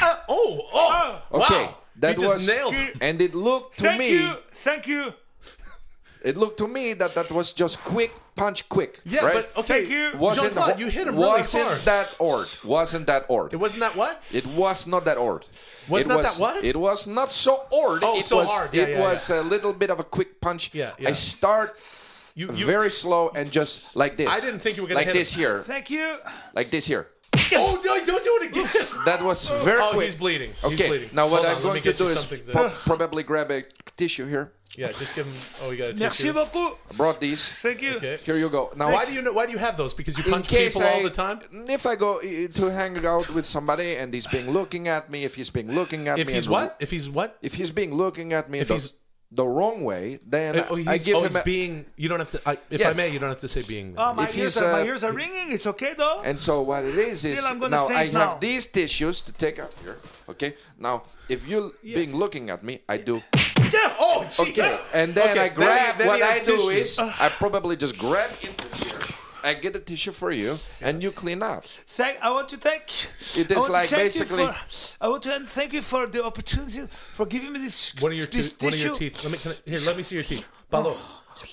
Speaker 3: Ah, oh, oh,
Speaker 1: Okay.
Speaker 3: wow.
Speaker 1: That
Speaker 3: you just
Speaker 1: was
Speaker 3: nailed. it.
Speaker 1: and it looked to
Speaker 2: Thank
Speaker 1: me
Speaker 2: you. Thank you.
Speaker 1: it looked to me that that was just quick punch quick.
Speaker 3: Yeah,
Speaker 1: right?
Speaker 3: but okay,
Speaker 2: Thank you.
Speaker 3: Jean Claude, you hit him really
Speaker 1: wasn't
Speaker 3: hard.
Speaker 1: that hard? Wasn't that hard?
Speaker 3: it wasn't that what?
Speaker 1: It was not that hard.
Speaker 3: Was
Speaker 1: it
Speaker 3: not
Speaker 1: was,
Speaker 3: that what?
Speaker 1: It was not so hard.
Speaker 3: Oh,
Speaker 1: it
Speaker 3: so
Speaker 1: was,
Speaker 3: hard. Yeah,
Speaker 1: it
Speaker 3: yeah,
Speaker 1: was
Speaker 3: yeah.
Speaker 1: a little bit of a quick punch.
Speaker 3: Yeah, yeah.
Speaker 1: I start
Speaker 3: You, you
Speaker 1: very slow and just like this.
Speaker 3: I didn't think you were gonna
Speaker 1: like
Speaker 3: hit
Speaker 1: this
Speaker 3: him.
Speaker 1: here,
Speaker 2: Thank you.
Speaker 1: like this here.
Speaker 3: <laughs> Oh no! Don't do it again.
Speaker 1: That was <laughs> very
Speaker 3: oh,
Speaker 1: quick.
Speaker 3: he's bleeding.
Speaker 1: Okay,
Speaker 3: He's bleeding.
Speaker 1: now what
Speaker 3: Hold on,
Speaker 1: I'm
Speaker 3: let me
Speaker 1: going to
Speaker 3: get
Speaker 1: do
Speaker 3: you
Speaker 1: is
Speaker 3: something that-
Speaker 1: po- probably grab a tissue here.
Speaker 3: yeah, just give him. Oh, you got a
Speaker 2: Merci
Speaker 3: tissue.
Speaker 2: beaucoup.
Speaker 1: I brought these.
Speaker 2: Thank you.
Speaker 3: Okay.
Speaker 1: Here you go. Now
Speaker 3: Why do you know? Why do you have those? Because you
Speaker 1: in
Speaker 3: punch
Speaker 1: case
Speaker 3: people
Speaker 1: I,
Speaker 3: all the time.
Speaker 1: If I go uh, to hang out with somebody and he's being looking at me, if he's being looking at
Speaker 3: If
Speaker 1: me,
Speaker 3: he's
Speaker 1: and-
Speaker 3: what? If he's what?
Speaker 1: If he's being looking at me,
Speaker 3: If
Speaker 1: the,
Speaker 3: he's-
Speaker 1: the wrong way, then
Speaker 3: oh,
Speaker 1: I
Speaker 3: he's,
Speaker 1: give
Speaker 3: oh,
Speaker 1: him
Speaker 3: he's
Speaker 1: a,
Speaker 3: being. You don't have to. I, if
Speaker 1: Yes.
Speaker 3: I may, you don't have to say being.
Speaker 2: Oh, my
Speaker 1: If
Speaker 2: ears,
Speaker 1: he's,
Speaker 2: are, my
Speaker 1: uh,
Speaker 2: ears are ringing. It's okay though.
Speaker 1: And so what it is is
Speaker 2: I'm gonna
Speaker 1: now
Speaker 2: faint
Speaker 1: I have
Speaker 2: now.
Speaker 1: these tissues to take out here. Okay. Now if you being looking at me, I do.
Speaker 3: yeah. Oh, jeez.
Speaker 1: Okay. And then
Speaker 3: Okay,
Speaker 1: I grab.
Speaker 3: then he
Speaker 1: what I
Speaker 3: has
Speaker 1: do
Speaker 3: tissue. Uh,
Speaker 1: is I probably just grab into here. I get a tissue for you, and you clean up.
Speaker 2: Thank, I want to thank.
Speaker 1: It is
Speaker 2: I want to
Speaker 1: like
Speaker 2: thank you
Speaker 1: basically-
Speaker 2: for- I want to thank you for the opportunity for giving me this.
Speaker 3: One of your
Speaker 2: this
Speaker 3: tooth. One of your
Speaker 2: tissue.
Speaker 3: teeth. Let me. Can I, here, let me see your teeth. Paolo.
Speaker 2: <sighs>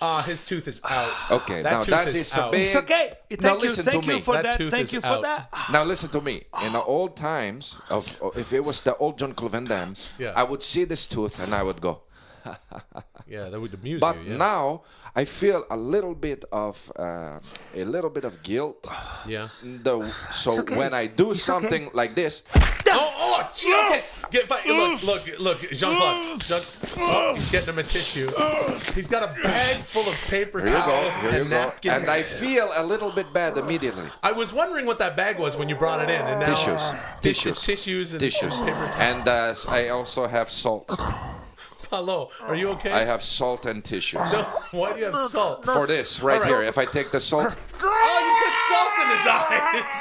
Speaker 3: Ah, his tooth is out.
Speaker 1: Okay,
Speaker 3: That
Speaker 1: now
Speaker 3: tooth
Speaker 1: that
Speaker 3: is
Speaker 1: is,
Speaker 3: out.
Speaker 1: a big.
Speaker 2: It's okay. Thank
Speaker 1: now
Speaker 2: you.
Speaker 1: listen
Speaker 2: thank
Speaker 1: to
Speaker 2: you
Speaker 1: me.
Speaker 2: for
Speaker 3: That
Speaker 2: that.
Speaker 3: tooth
Speaker 2: Thank
Speaker 3: is
Speaker 2: you for
Speaker 3: out.
Speaker 2: that.
Speaker 1: Now listen to me. In the old times of, if it was the old John Van Damme,
Speaker 3: Yeah.
Speaker 1: I would see this tooth and I would go.
Speaker 3: Yeah, that would amuse
Speaker 1: But
Speaker 3: you. Yeah.
Speaker 1: now I feel a little bit of uh, a little bit of guilt.
Speaker 3: yeah.
Speaker 1: The, so when I do something like this,
Speaker 3: Oh, oh, gee, okay. Get, if I- look, look, look, Jean Claude. Jean, oh, he's getting him a tissue. He's got a bag full of paper
Speaker 1: here you go,
Speaker 3: towels
Speaker 1: here you
Speaker 3: and
Speaker 1: go,
Speaker 3: napkins.
Speaker 1: and I feel a little bit bad immediately.
Speaker 3: I was wondering what that bag was when you brought it in, and now
Speaker 1: Tissues,
Speaker 3: It's
Speaker 1: tissues,
Speaker 3: tissues, and
Speaker 1: tissues,
Speaker 3: paper.
Speaker 1: and uh, I also have salt.
Speaker 3: Hello, are you okay?
Speaker 1: I have salt and tissues
Speaker 3: <laughs> no, why do you have salt?
Speaker 1: for this right here. If I take the salt,
Speaker 3: Oh, you put salt in his eyes.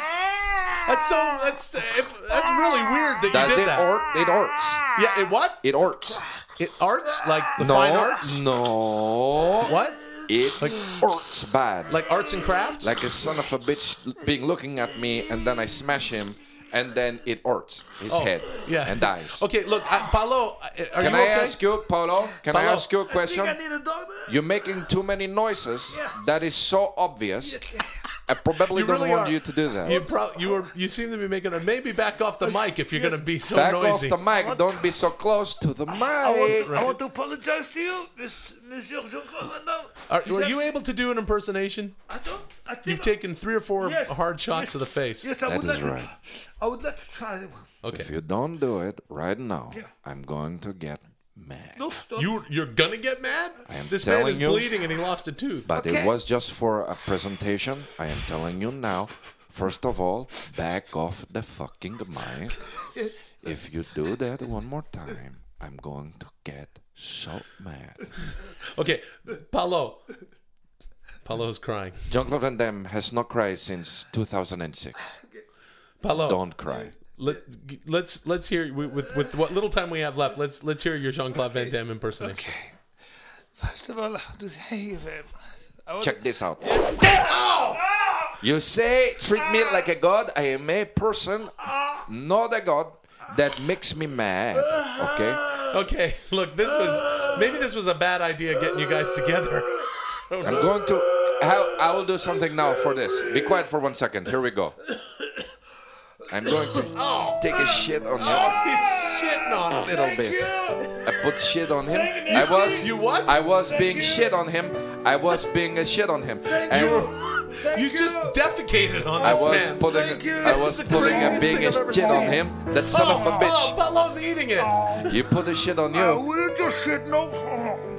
Speaker 3: That's so. That's if, that's really weird that you
Speaker 1: does
Speaker 3: did
Speaker 1: it
Speaker 3: that.
Speaker 1: hurt? It hurts.
Speaker 3: yeah, it what?
Speaker 1: It hurts.
Speaker 3: It arts like the
Speaker 1: No,
Speaker 3: fine arts.
Speaker 1: no,
Speaker 3: What?
Speaker 1: it hurts bad.
Speaker 3: Like arts and crafts?
Speaker 1: like a son of a bitch being looking at me, and then I smash him, and then it hurts his head
Speaker 3: Oh, yeah.
Speaker 1: and dies.
Speaker 3: Okay, look, I, Paolo, I- are
Speaker 1: Can
Speaker 3: you
Speaker 1: I
Speaker 3: okay?
Speaker 1: ask you, Paulo? Can I
Speaker 3: Paulo.
Speaker 1: ask you a question?
Speaker 2: I need a doctor.
Speaker 1: You're making too many noises.
Speaker 2: Yeah.
Speaker 1: That is so obvious. I probably
Speaker 3: You
Speaker 1: don't
Speaker 3: really
Speaker 1: want
Speaker 3: are.
Speaker 1: you to do that.
Speaker 3: You pro- you were you seem to be making a maybe back off the mic if you're going to be so
Speaker 1: Back
Speaker 3: noisy.
Speaker 1: off the mic. Don't be so close to the mic.
Speaker 3: Right.
Speaker 8: to apologize to you, Miss, Monsieur Jean-Claude Van Damme.
Speaker 3: Are,
Speaker 8: Is
Speaker 3: were
Speaker 8: that-
Speaker 3: you able to do an impersonation?
Speaker 8: I don't. I think
Speaker 3: You've
Speaker 8: I-
Speaker 3: taken three or four
Speaker 8: Yes.
Speaker 3: hard shots to the face.
Speaker 8: Yes, I
Speaker 1: That
Speaker 8: would
Speaker 1: is
Speaker 8: like
Speaker 1: right.
Speaker 8: To, I would like to try it.
Speaker 1: If you don't do it right now, I'm going to get mad.
Speaker 8: No, no.
Speaker 3: You you're gonna get mad.
Speaker 1: am
Speaker 3: This man
Speaker 1: telling
Speaker 3: is
Speaker 1: you.
Speaker 3: bleeding and he lost a tooth.
Speaker 1: But
Speaker 8: Okay.
Speaker 1: it was just for a presentation. I am telling you now. First of all, back off the fucking mic. If you do that one more time, I'm going to get so mad.
Speaker 3: Okay, Paolo. Paolo's crying.
Speaker 1: Jean-Claude Van Damme has not cried since 2006.
Speaker 3: Paolo,
Speaker 1: Don't cry.
Speaker 3: Let, let's let's hear with, with with what little time we have left. Let's let's hear your Jean Claude Van Damme impersonation.
Speaker 8: First of all, I have to thank you very much.
Speaker 1: Check this out. You say, treat me like a god. I am a person, not a god. That makes me mad. Okay?
Speaker 3: Okay, look, this was maybe this was a bad idea getting you guys together. <laughs>
Speaker 1: I'm going to. How, I will do something now for this. Be quiet for one second. Here we go. I'm going to take a shit on you
Speaker 3: He's shitting on
Speaker 1: a little bit. I put shit on him. I was.
Speaker 3: You what?
Speaker 1: I was being shit on him. I was being a shit on him. And
Speaker 3: You just defecated on
Speaker 1: I
Speaker 3: this
Speaker 1: was
Speaker 3: man.
Speaker 1: putting, I
Speaker 3: This
Speaker 1: was
Speaker 3: is the
Speaker 1: putting a
Speaker 3: craziest
Speaker 1: big
Speaker 3: thing I've ever
Speaker 1: shit on
Speaker 3: seen.
Speaker 1: him. That son of a
Speaker 3: Oh,
Speaker 1: bitch.
Speaker 3: Paolo's eating it.
Speaker 1: You put the shit on you.
Speaker 8: Wouldn't you sit no problem?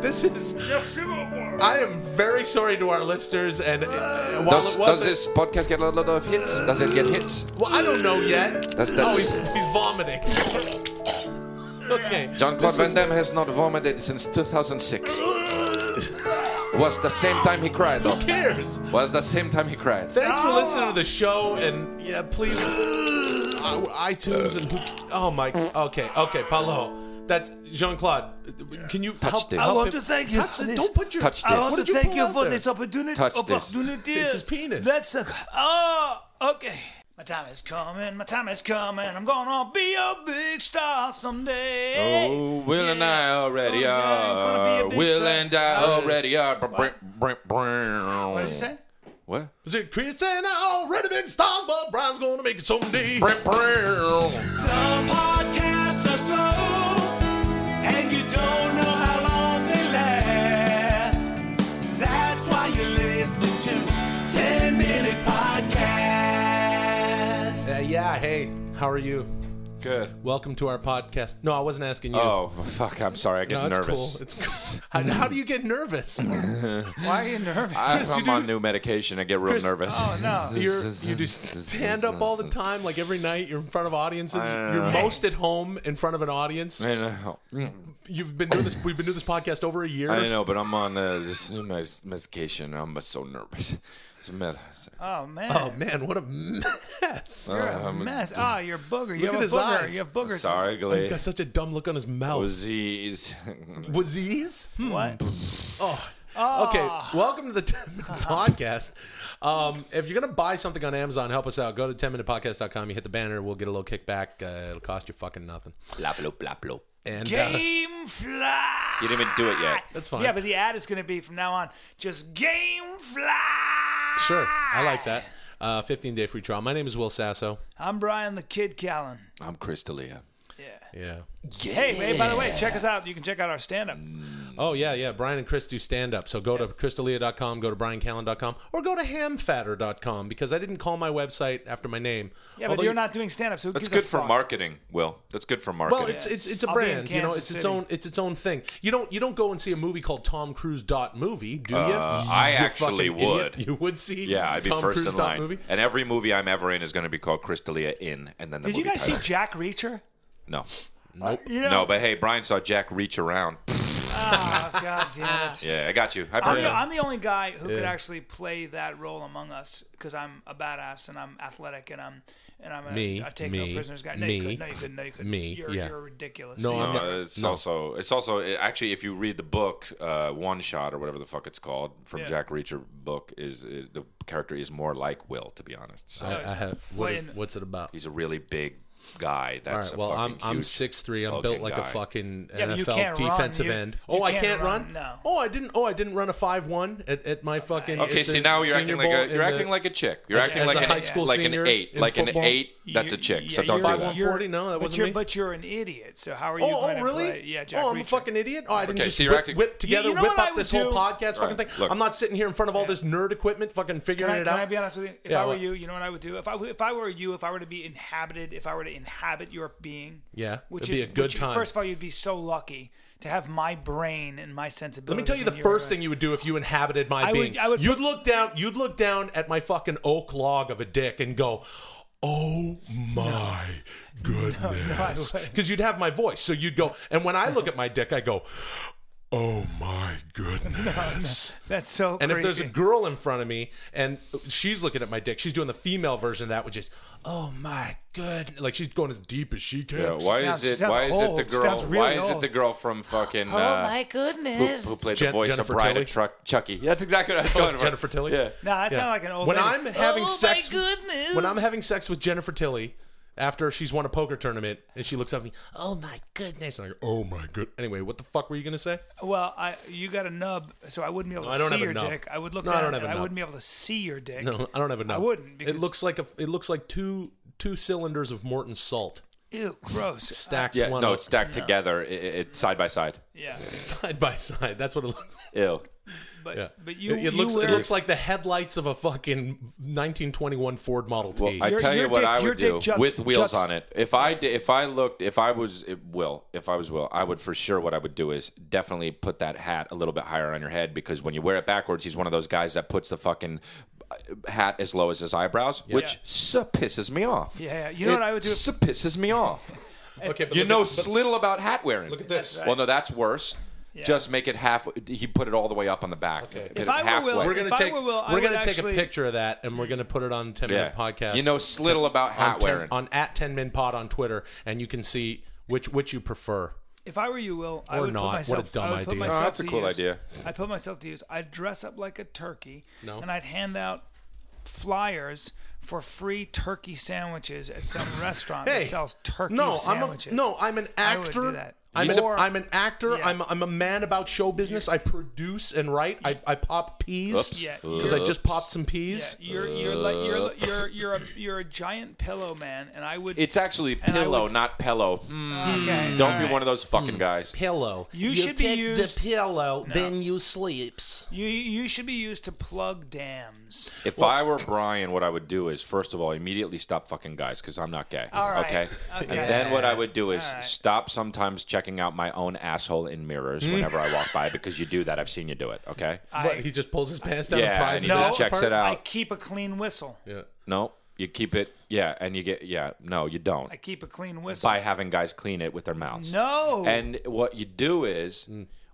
Speaker 3: This is.
Speaker 8: Yes, you are.
Speaker 3: I am very sorry to our listeners, and uh, while
Speaker 1: Does, does
Speaker 3: it wasn't,
Speaker 1: this podcast get a lot of hits? Does it get hits?
Speaker 3: well, I don't know yet.
Speaker 1: That's-
Speaker 3: oh,
Speaker 1: that's-
Speaker 3: he's, he's vomiting. <laughs> okay,
Speaker 1: Jean Claude
Speaker 3: This was-
Speaker 1: Van Damme has not vomited since 2006. Was the same time he cried, though.
Speaker 3: Who cares?
Speaker 1: Was the same time he cried.
Speaker 3: Thanks for listening to the show, and yeah, please, uh, iTunes and who, oh my, okay, okay, Paolo, that Jean Claude, can you help,
Speaker 1: this.
Speaker 3: help
Speaker 8: I want
Speaker 3: him?
Speaker 8: to thank you
Speaker 3: Touch
Speaker 8: for
Speaker 3: it,
Speaker 8: this.
Speaker 3: Don't put your
Speaker 1: Touch
Speaker 8: I
Speaker 1: this.
Speaker 8: want
Speaker 3: What
Speaker 8: to
Speaker 3: did you
Speaker 8: thank
Speaker 3: pull
Speaker 8: you
Speaker 3: out
Speaker 8: for
Speaker 3: there?
Speaker 8: this opportunity.
Speaker 1: Touch this.
Speaker 8: opportunity.
Speaker 3: It's his penis.
Speaker 8: That's a.
Speaker 2: uh, Oh, okay. My time is coming. My time is coming. I'm gonna be a big star someday.
Speaker 1: Oh, Will and I already
Speaker 2: Oh, yeah,
Speaker 1: are.
Speaker 2: gonna be a big
Speaker 1: Will
Speaker 2: star.
Speaker 1: and I already are. What
Speaker 2: What did you say?
Speaker 1: What?
Speaker 3: Is it Chris and I already big stars, but Brian's gonna make it someday.
Speaker 4: Some podcasts are slow, and you don't know how long they last. That's why you're listening to 10 Minute Podcast.
Speaker 3: Uh, yeah, hey, how are you?
Speaker 1: Good.
Speaker 3: Welcome to our podcast. No, I wasn't asking you.
Speaker 1: Oh, fuck. I'm sorry. I get
Speaker 3: no, it's
Speaker 1: nervous.
Speaker 3: cool. It's cool. how, how do you
Speaker 1: <laughs>
Speaker 3: get nervous?
Speaker 2: Why are you nervous?
Speaker 1: I'm
Speaker 3: Chris, you
Speaker 1: I'm on
Speaker 3: do-
Speaker 1: new medication. I get real
Speaker 3: Chris-
Speaker 1: nervous.
Speaker 2: Oh
Speaker 1: <laughs>
Speaker 2: no.
Speaker 3: You're, you just stand up all the time, like every night. You're in front of audiences. You're most at home in front of an audience.
Speaker 1: I know.
Speaker 3: You've been doing this. We've been doing this podcast over a year.
Speaker 1: I know, but I'm on uh, this new mes- medication. and I'm so nervous. It's a med- it's-
Speaker 2: Oh man.
Speaker 3: Oh man, what a mess!
Speaker 2: You're
Speaker 1: Uh,
Speaker 2: a
Speaker 1: I'm-
Speaker 2: mess. Ah, you're booger. You
Speaker 3: Look
Speaker 2: have
Speaker 3: at
Speaker 2: a
Speaker 3: his
Speaker 2: booger.
Speaker 3: eyes.
Speaker 2: You have boogers.
Speaker 1: Sorry,
Speaker 3: Oh, He's
Speaker 1: Glee.
Speaker 3: got such a dumb look on his mouth.
Speaker 1: Disease. <laughs>
Speaker 3: Waziz? Hmm.
Speaker 2: What?
Speaker 3: Oh.
Speaker 1: Ah.
Speaker 3: Okay, welcome to the <laughs> 10 Minute Podcast. Um, if you're going to buy something on Amazon, help us out. Go to 10minutepodcast.com. You hit the banner. We'll get a little kickback. Uh, it'll cost you fucking nothing.
Speaker 1: Blap, blop, blap, blop.
Speaker 3: And uh,
Speaker 2: Game fly.
Speaker 1: You didn't even do it yet.
Speaker 3: that's fine.
Speaker 2: Yeah, but the ad is going to be from now on just game fly.
Speaker 3: sure, I like that. Uh, 15 day free trial. My name is Will Sasso.
Speaker 2: I'm Brian the Kid Callen.
Speaker 3: Ah.
Speaker 1: I'm Chris D'Elia.
Speaker 3: Yeah.
Speaker 2: Hey, hey, by the way, check us out. You can check out our stand up.
Speaker 3: Oh, yeah, yeah. Brian and Chris do stand up. So go to chrisdalia.com, go to briancallen.com, or go to hamfatter.com because I didn't call my website after my name.
Speaker 2: Yeah,
Speaker 3: Although
Speaker 2: but you're
Speaker 3: you-
Speaker 2: not doing stand up, so who
Speaker 1: That's
Speaker 2: gives a
Speaker 1: good for
Speaker 2: fuck?
Speaker 1: marketing, Will. That's good for marketing.
Speaker 3: Well, it's it's it's a
Speaker 2: I'll be in
Speaker 3: brand, you know.
Speaker 2: Kansas
Speaker 3: It's its
Speaker 2: City.
Speaker 3: own it's its own thing. You don't you don't go and see a movie called Tom Cruise dot movie, do you?
Speaker 1: Uh, I
Speaker 3: You
Speaker 1: actually
Speaker 3: fucking idiot.
Speaker 1: would.
Speaker 3: You would see.
Speaker 1: yeah, I'd be
Speaker 3: Tom
Speaker 1: first
Speaker 3: Cruise
Speaker 1: in
Speaker 3: dot
Speaker 1: line.
Speaker 3: Movie.
Speaker 1: And every movie I'm ever in is going to be called Chris D'Elia in, and then the
Speaker 2: Did
Speaker 1: movie
Speaker 2: you guys see
Speaker 1: title.
Speaker 2: Jack Reacher?
Speaker 1: No. Nope. No, but hey, Brian saw Jack reach around.
Speaker 2: Oh, God damn
Speaker 1: <laughs>
Speaker 2: it.
Speaker 1: Yeah, I got you. I
Speaker 2: I'm
Speaker 1: burned
Speaker 2: the,
Speaker 1: him.
Speaker 2: I'm the only guy who could
Speaker 6: Yeah.
Speaker 2: actually play that role among us because I'm a badass and I'm athletic and I'm and I'm a,
Speaker 3: Me,
Speaker 2: a take
Speaker 3: me,
Speaker 2: no prisoners guy. No,
Speaker 3: me,
Speaker 2: you couldn't. No, you couldn't. No, you couldn't.
Speaker 3: me,
Speaker 2: You're,
Speaker 3: yeah.
Speaker 2: you're ridiculous.
Speaker 3: No,
Speaker 2: See,
Speaker 3: I'm
Speaker 2: you-
Speaker 3: not.
Speaker 1: No, it's
Speaker 3: No.
Speaker 1: also it's also it- actually if you read the book uh, one shot or whatever the fuck it's called from
Speaker 2: Yeah.
Speaker 1: Jack Reacher book is uh, the character is more like Will to be honest. So
Speaker 3: I, I have, Uh, what
Speaker 2: Wait
Speaker 3: it-
Speaker 2: a-
Speaker 3: what's it about?
Speaker 1: he's a really big guy.
Speaker 3: All
Speaker 1: That's
Speaker 3: right. Well,
Speaker 1: a
Speaker 3: I'm
Speaker 1: fucking
Speaker 3: I'm
Speaker 1: huge
Speaker 3: six three. I'm
Speaker 1: hulking
Speaker 3: built like a
Speaker 1: guy.
Speaker 3: fucking
Speaker 2: Yeah, but you
Speaker 3: NFL
Speaker 2: can't run.
Speaker 3: defensive
Speaker 2: You-
Speaker 3: end.
Speaker 2: you
Speaker 3: Oh, I
Speaker 2: can't
Speaker 3: can't run.
Speaker 2: run. No.
Speaker 3: Oh, I didn't. Oh, I didn't run a five one at, at my fucking.
Speaker 1: Okay,
Speaker 3: at
Speaker 1: see
Speaker 3: the
Speaker 1: now you're
Speaker 3: Senior
Speaker 1: acting like
Speaker 3: Bowl
Speaker 1: a you're
Speaker 3: in the-
Speaker 1: acting like a chick. You're
Speaker 3: as-
Speaker 1: acting
Speaker 3: as
Speaker 1: like
Speaker 3: a
Speaker 1: an
Speaker 3: high school
Speaker 1: like an
Speaker 3: senior
Speaker 1: eight,
Speaker 3: in
Speaker 1: like
Speaker 3: football?
Speaker 1: an eight. That's a chick. so
Speaker 2: yeah,
Speaker 1: don't do
Speaker 2: you're-
Speaker 1: that.
Speaker 2: you're-
Speaker 3: 4140? No, that wasn't
Speaker 2: but you're,
Speaker 3: me.
Speaker 2: But you're an idiot. So how are you?
Speaker 3: Oh,
Speaker 2: going
Speaker 3: oh,
Speaker 2: to
Speaker 3: really?
Speaker 2: Play? Yeah, Jack
Speaker 3: oh, I'm a
Speaker 2: Reacher.
Speaker 3: fucking idiot. Oh, I didn't
Speaker 1: Okay,
Speaker 3: just
Speaker 1: so you're
Speaker 3: whip,
Speaker 1: acting-
Speaker 3: whip together,
Speaker 2: You know
Speaker 3: whip
Speaker 2: what I
Speaker 3: up this
Speaker 2: would
Speaker 3: whole
Speaker 2: do?
Speaker 3: podcast fucking
Speaker 1: Alright,
Speaker 3: thing.
Speaker 1: look.
Speaker 3: I'm not sitting here in front of all this nerd equipment, fucking figuring
Speaker 2: Can I,
Speaker 3: it
Speaker 2: can
Speaker 3: out.
Speaker 2: I be honest with you? If
Speaker 3: Yeah,
Speaker 2: I were
Speaker 3: what?
Speaker 2: you, you know what I would do. If I if I were you, if I were to be inhabited, if I were to inhabit your being,
Speaker 3: Yeah,
Speaker 2: which
Speaker 3: it'd be
Speaker 2: is
Speaker 3: a good
Speaker 2: which-
Speaker 3: time.
Speaker 2: First of all, you'd be so lucky to have my brain and my
Speaker 3: Let
Speaker 2: sensibility.
Speaker 3: me tell you the first thing you would do if you inhabited my
Speaker 2: I
Speaker 3: being.
Speaker 2: would- I would-
Speaker 3: you'd look down. You'd look down at my fucking oak log of a dick and go, "Oh
Speaker 2: <laughs>
Speaker 3: my goodness!" Because you'd have my voice, so you'd go. And when I look at my dick, I go, "Oh
Speaker 2: <laughs>
Speaker 3: my goodness."
Speaker 2: That's so.
Speaker 3: And if there's a
Speaker 2: creepy.
Speaker 3: girl in front of me and she's looking at my dick, she's doing the female version of that, which is, oh my good, like she's going as deep as she can.
Speaker 1: Yeah, why
Speaker 2: sounds- she
Speaker 1: is it?
Speaker 2: sounds
Speaker 1: Why is it the
Speaker 2: old. She sounds
Speaker 1: girl?
Speaker 2: really
Speaker 1: why is it
Speaker 2: old.
Speaker 1: the girl from fucking? Oh my goodness! Who, who played
Speaker 3: Jen-
Speaker 1: the voice
Speaker 3: Jennifer
Speaker 1: of Bride
Speaker 3: Tilly?
Speaker 1: of Truck, Chucky? That's exactly what I was going for.
Speaker 3: Jennifer Tilly.
Speaker 1: Yeah.
Speaker 2: no, that sounds like an old.
Speaker 3: when
Speaker 2: lady. Oh,
Speaker 3: I'm having
Speaker 1: Oh,
Speaker 3: sex, when I'm having sex with Jennifer Tilly after she's won a poker tournament, and she looks up at me, oh my goodness, and I go, oh my good. Anyway, what the fuck were you gonna say?
Speaker 2: Well, I you got a nub, so I wouldn't be able to
Speaker 3: I don't
Speaker 2: see
Speaker 3: have a
Speaker 2: your
Speaker 3: nub.
Speaker 2: dick. I would look
Speaker 3: No, I
Speaker 2: down.
Speaker 3: don't have a
Speaker 2: and I
Speaker 3: nub.
Speaker 2: wouldn't be able to see your dick.
Speaker 3: No, I don't have a nub.
Speaker 2: wouldn't, because-
Speaker 3: It looks like a. It looks like two two cylinders of Morton salt
Speaker 2: Ew, gross. Uh,
Speaker 3: stacked
Speaker 1: Yeah,
Speaker 3: one
Speaker 1: no,
Speaker 3: up
Speaker 1: it's stacked together, it, it, it's side by side.
Speaker 2: yeah,
Speaker 3: side by side. That's what it looks. like.
Speaker 1: Ew.
Speaker 2: but
Speaker 3: Yeah.
Speaker 2: but you
Speaker 3: it, it
Speaker 2: you
Speaker 3: looks
Speaker 2: wear,
Speaker 3: it looks like the headlights of a fucking 1921 Ford Model T.
Speaker 1: Well, I
Speaker 2: Your-
Speaker 1: tell
Speaker 2: your
Speaker 1: you what
Speaker 2: dick-
Speaker 1: I
Speaker 2: your
Speaker 1: would
Speaker 2: dick
Speaker 1: do
Speaker 2: juts-
Speaker 1: with wheels
Speaker 2: juts-
Speaker 1: on it. If I di- if I looked, if I was it, Will, if I was Will, I would for sure. What I would do is definitely put that hat a little bit higher on your head because when you wear it backwards, he's one of those guys that puts the fucking uh, hat as low as his eyebrows, which so pisses me off.
Speaker 2: Yeah, yeah. You know what I would do if-
Speaker 1: So pisses me off.
Speaker 3: okay, but
Speaker 1: You
Speaker 3: look
Speaker 1: know,
Speaker 2: <laughs>
Speaker 3: at- but-
Speaker 1: slittle about hat wearing. Look
Speaker 3: at this.
Speaker 1: Well, no, that's worse. Just make it half. He put it all the way up on the back. Okay.
Speaker 2: If I were Will,
Speaker 3: we're gonna
Speaker 2: If I
Speaker 3: take
Speaker 2: were Will, I
Speaker 3: we're
Speaker 2: would
Speaker 3: gonna take
Speaker 2: actually-
Speaker 3: a picture of that and we're gonna put it on 10
Speaker 1: yeah.
Speaker 3: minute podcast.
Speaker 1: You know, slittle about
Speaker 3: on,
Speaker 1: hat
Speaker 3: 10
Speaker 1: wearing.
Speaker 3: on at 10 min pod on Twitter, and you can see which which you prefer.
Speaker 2: If I were you, Will, I
Speaker 3: Or
Speaker 2: would
Speaker 3: not.
Speaker 2: put
Speaker 3: What a
Speaker 2: myself.
Speaker 3: dumb
Speaker 2: I would Put
Speaker 3: idea. Oh,
Speaker 2: myself
Speaker 1: that's a
Speaker 2: to
Speaker 1: cool
Speaker 2: use-
Speaker 1: idea.
Speaker 2: I put myself to use. I'd dress up like a turkey,
Speaker 3: No.
Speaker 2: and I'd hand out flyers for free turkey sandwiches at
Speaker 3: <laughs>
Speaker 2: some restaurant
Speaker 3: Hey,
Speaker 2: that sells turkey
Speaker 3: no,
Speaker 2: sandwiches.
Speaker 3: I'm a, no, I'm an
Speaker 2: I would do
Speaker 3: actor.
Speaker 2: that.
Speaker 3: I'm,
Speaker 2: He's
Speaker 3: a,
Speaker 2: a-
Speaker 3: I'm an actor.
Speaker 2: Yeah.
Speaker 3: I'm, I'm a man about show business. I produce and write. I, I pop peas
Speaker 1: Oops.
Speaker 2: Yeah,
Speaker 3: because I just popped some
Speaker 2: Yeah,
Speaker 3: peas.
Speaker 2: you're you're like you're
Speaker 3: <laughs>
Speaker 2: you're you're a, you're a giant pillow man, and I would.
Speaker 1: It's actually
Speaker 2: And I
Speaker 1: pillow,
Speaker 2: would- Oh,
Speaker 1: not pillow.
Speaker 2: okay,
Speaker 1: Don't
Speaker 2: all
Speaker 1: be
Speaker 2: right.
Speaker 1: one of those fucking guys.
Speaker 3: Pillow.
Speaker 2: You should be used-
Speaker 3: pillow, then you sleeps.
Speaker 2: You you should be used to plug dams.
Speaker 1: If I were Brian, what I would do is first of all immediately stop fucking guys because I'm not gay.
Speaker 2: All right.
Speaker 1: Okay.
Speaker 2: Okay.
Speaker 1: And then what I would do is
Speaker 2: right.
Speaker 1: stop sometimes checking out my own asshole in mirrors whenever I walk by because you do that. I've seen you do it. Okay.
Speaker 3: What, he just pulls his pants down and
Speaker 1: Yeah,
Speaker 3: pries
Speaker 1: and he
Speaker 3: his
Speaker 2: just
Speaker 3: ass
Speaker 1: checks it
Speaker 3: apart?
Speaker 1: out.
Speaker 2: I keep a clean whistle.
Speaker 1: no, you keep it. Yeah, and you get. Yeah, no, you don't.
Speaker 2: I keep a clean whistle.
Speaker 1: By having guys clean it with their mouths.
Speaker 2: No.
Speaker 1: And what you do is,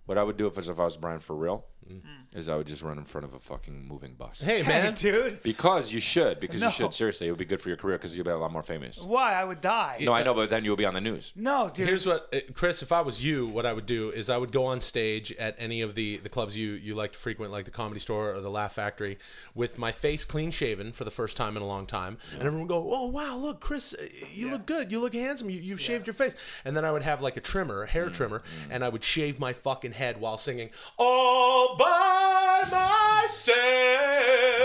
Speaker 1: what I would do if, if I was Brian for real,
Speaker 2: Hmm.
Speaker 1: is I would just run in front of a fucking moving bus.
Speaker 3: Hey, man.
Speaker 2: dude.
Speaker 1: Because you should. Because
Speaker 2: No.
Speaker 1: you should. Seriously, it would be good for your career because you'll be a lot more famous.
Speaker 2: Why? I would die.
Speaker 1: No, I know, but then you'll be on the news.
Speaker 2: No, dude.
Speaker 3: Here's what, uh, Chris. If I was you, what I would do is I would go on stage at any of the the clubs you you like to frequent, like the Comedy Store or the Laugh Factory, with my face clean shaven for the first time in a long time, and everyone would go, "Oh wow, look, Chris, uh, you look good. You look handsome. You, you've shaved your face." And then I would have like a trimmer, a hair
Speaker 1: Mm,
Speaker 3: trimmer, and I would shave my fucking head while singing "All by Myself."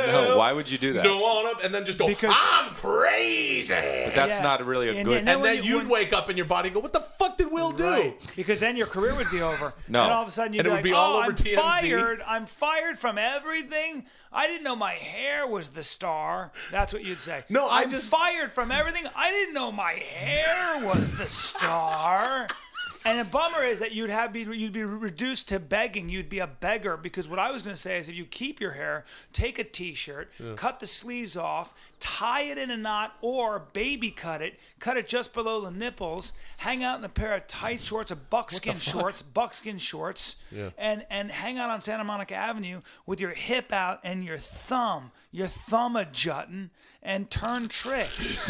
Speaker 1: No, why would you do that?
Speaker 3: No one up, and then just go,
Speaker 2: Because-
Speaker 3: "I'm crazy."
Speaker 1: That's
Speaker 2: Yeah.
Speaker 1: not really a
Speaker 2: And-
Speaker 1: good.
Speaker 2: and
Speaker 3: and then
Speaker 2: when you-
Speaker 3: you'd
Speaker 2: when-
Speaker 3: wake up in your body and go, "What the fuck did Will do?"
Speaker 2: Right. Because then your career would be
Speaker 3: <laughs>
Speaker 2: over.
Speaker 1: No.
Speaker 2: And all of a sudden you'd
Speaker 3: And it
Speaker 2: be
Speaker 3: would
Speaker 2: like,
Speaker 3: be all
Speaker 2: oh,
Speaker 3: over
Speaker 2: I'm
Speaker 3: TMZ."
Speaker 2: fired. I'm fired from everything. I didn't know my hair was the star. That's what you'd say.
Speaker 3: No, I
Speaker 2: I'm
Speaker 3: just-
Speaker 2: fired from everything. I didn't know my hair was the star. And the bummer is that you'd have be you'd be reduced to begging. You'd be a beggar because what I was going to say is if you keep your hair, take a T-shirt, cut the sleeves off, tie it in a knot or baby cut it, cut it just below the nipples, hang out in a pair of tight shorts, a buckskin shorts, buckskin shorts, and and hang out on Santa Monica Avenue with your hip out and your thumb, your thumb a jutting, and turn tricks.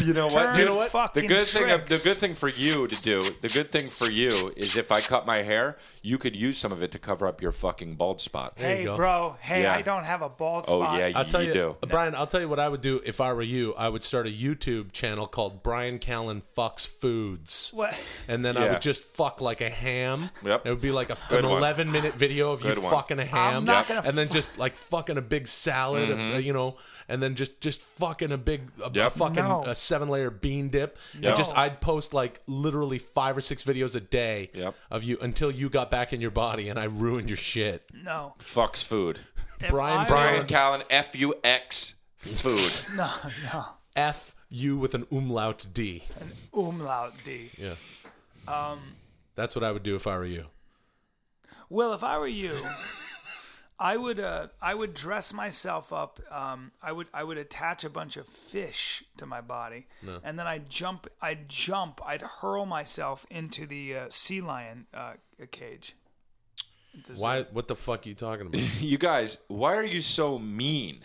Speaker 1: <laughs> You know what?
Speaker 2: Turn
Speaker 1: You know what? The
Speaker 2: fucking
Speaker 1: good thing,
Speaker 2: tricks.
Speaker 1: the good thing for you to do, the good thing for you is if I cut my hair, you could use some of it to cover up your fucking bald spot.
Speaker 2: Hey,
Speaker 3: go.
Speaker 2: bro. Hey,
Speaker 1: Yeah.
Speaker 2: I don't have a bald
Speaker 1: oh
Speaker 2: spot.
Speaker 1: yeah,
Speaker 3: I'll tell
Speaker 1: you,
Speaker 3: you,
Speaker 1: do.
Speaker 3: uh, Brian. I'll tell you what I would do if I were you. I would start a YouTube channel called Brian Callen Fucks Foods.
Speaker 2: What? <laughs>
Speaker 3: And then I
Speaker 1: Yeah.
Speaker 3: would just fuck like a ham.
Speaker 1: Yep.
Speaker 3: It would be like a,
Speaker 1: Good
Speaker 3: an
Speaker 1: one.
Speaker 3: 11 minute video of you
Speaker 1: Good one.
Speaker 3: fucking a ham.
Speaker 2: I'm not Yep. gonna
Speaker 3: and then just like fucking a big salad, uh, you know, and then just just fucking a big a, a
Speaker 1: Mm-hmm. Yep.
Speaker 3: fucking
Speaker 2: No.
Speaker 3: a seven layer bean dip.
Speaker 1: Yep.
Speaker 3: And just I'd post like literally five or six videos a day
Speaker 1: Yep.
Speaker 3: of you until you got back in your body and I ruined your shit.
Speaker 2: No.
Speaker 1: Fucks food.
Speaker 2: If
Speaker 3: Brian-
Speaker 2: I-
Speaker 1: Brian Callen, F U X food. <laughs>
Speaker 2: No, no.
Speaker 3: F you with an umlaut D.
Speaker 2: Umlaut D.
Speaker 3: Yeah. Um, That's what I would do if I were you.
Speaker 2: Well, if I were you, I would uh, I would dress myself up. Um, I would I would attach a bunch of fish to my body, and then I'd jump. I'd jump. I'd hurl myself into the uh, sea lion uh, cage. This-
Speaker 3: Why? What the fuck are you talking about?
Speaker 1: you guys, why are you so mean?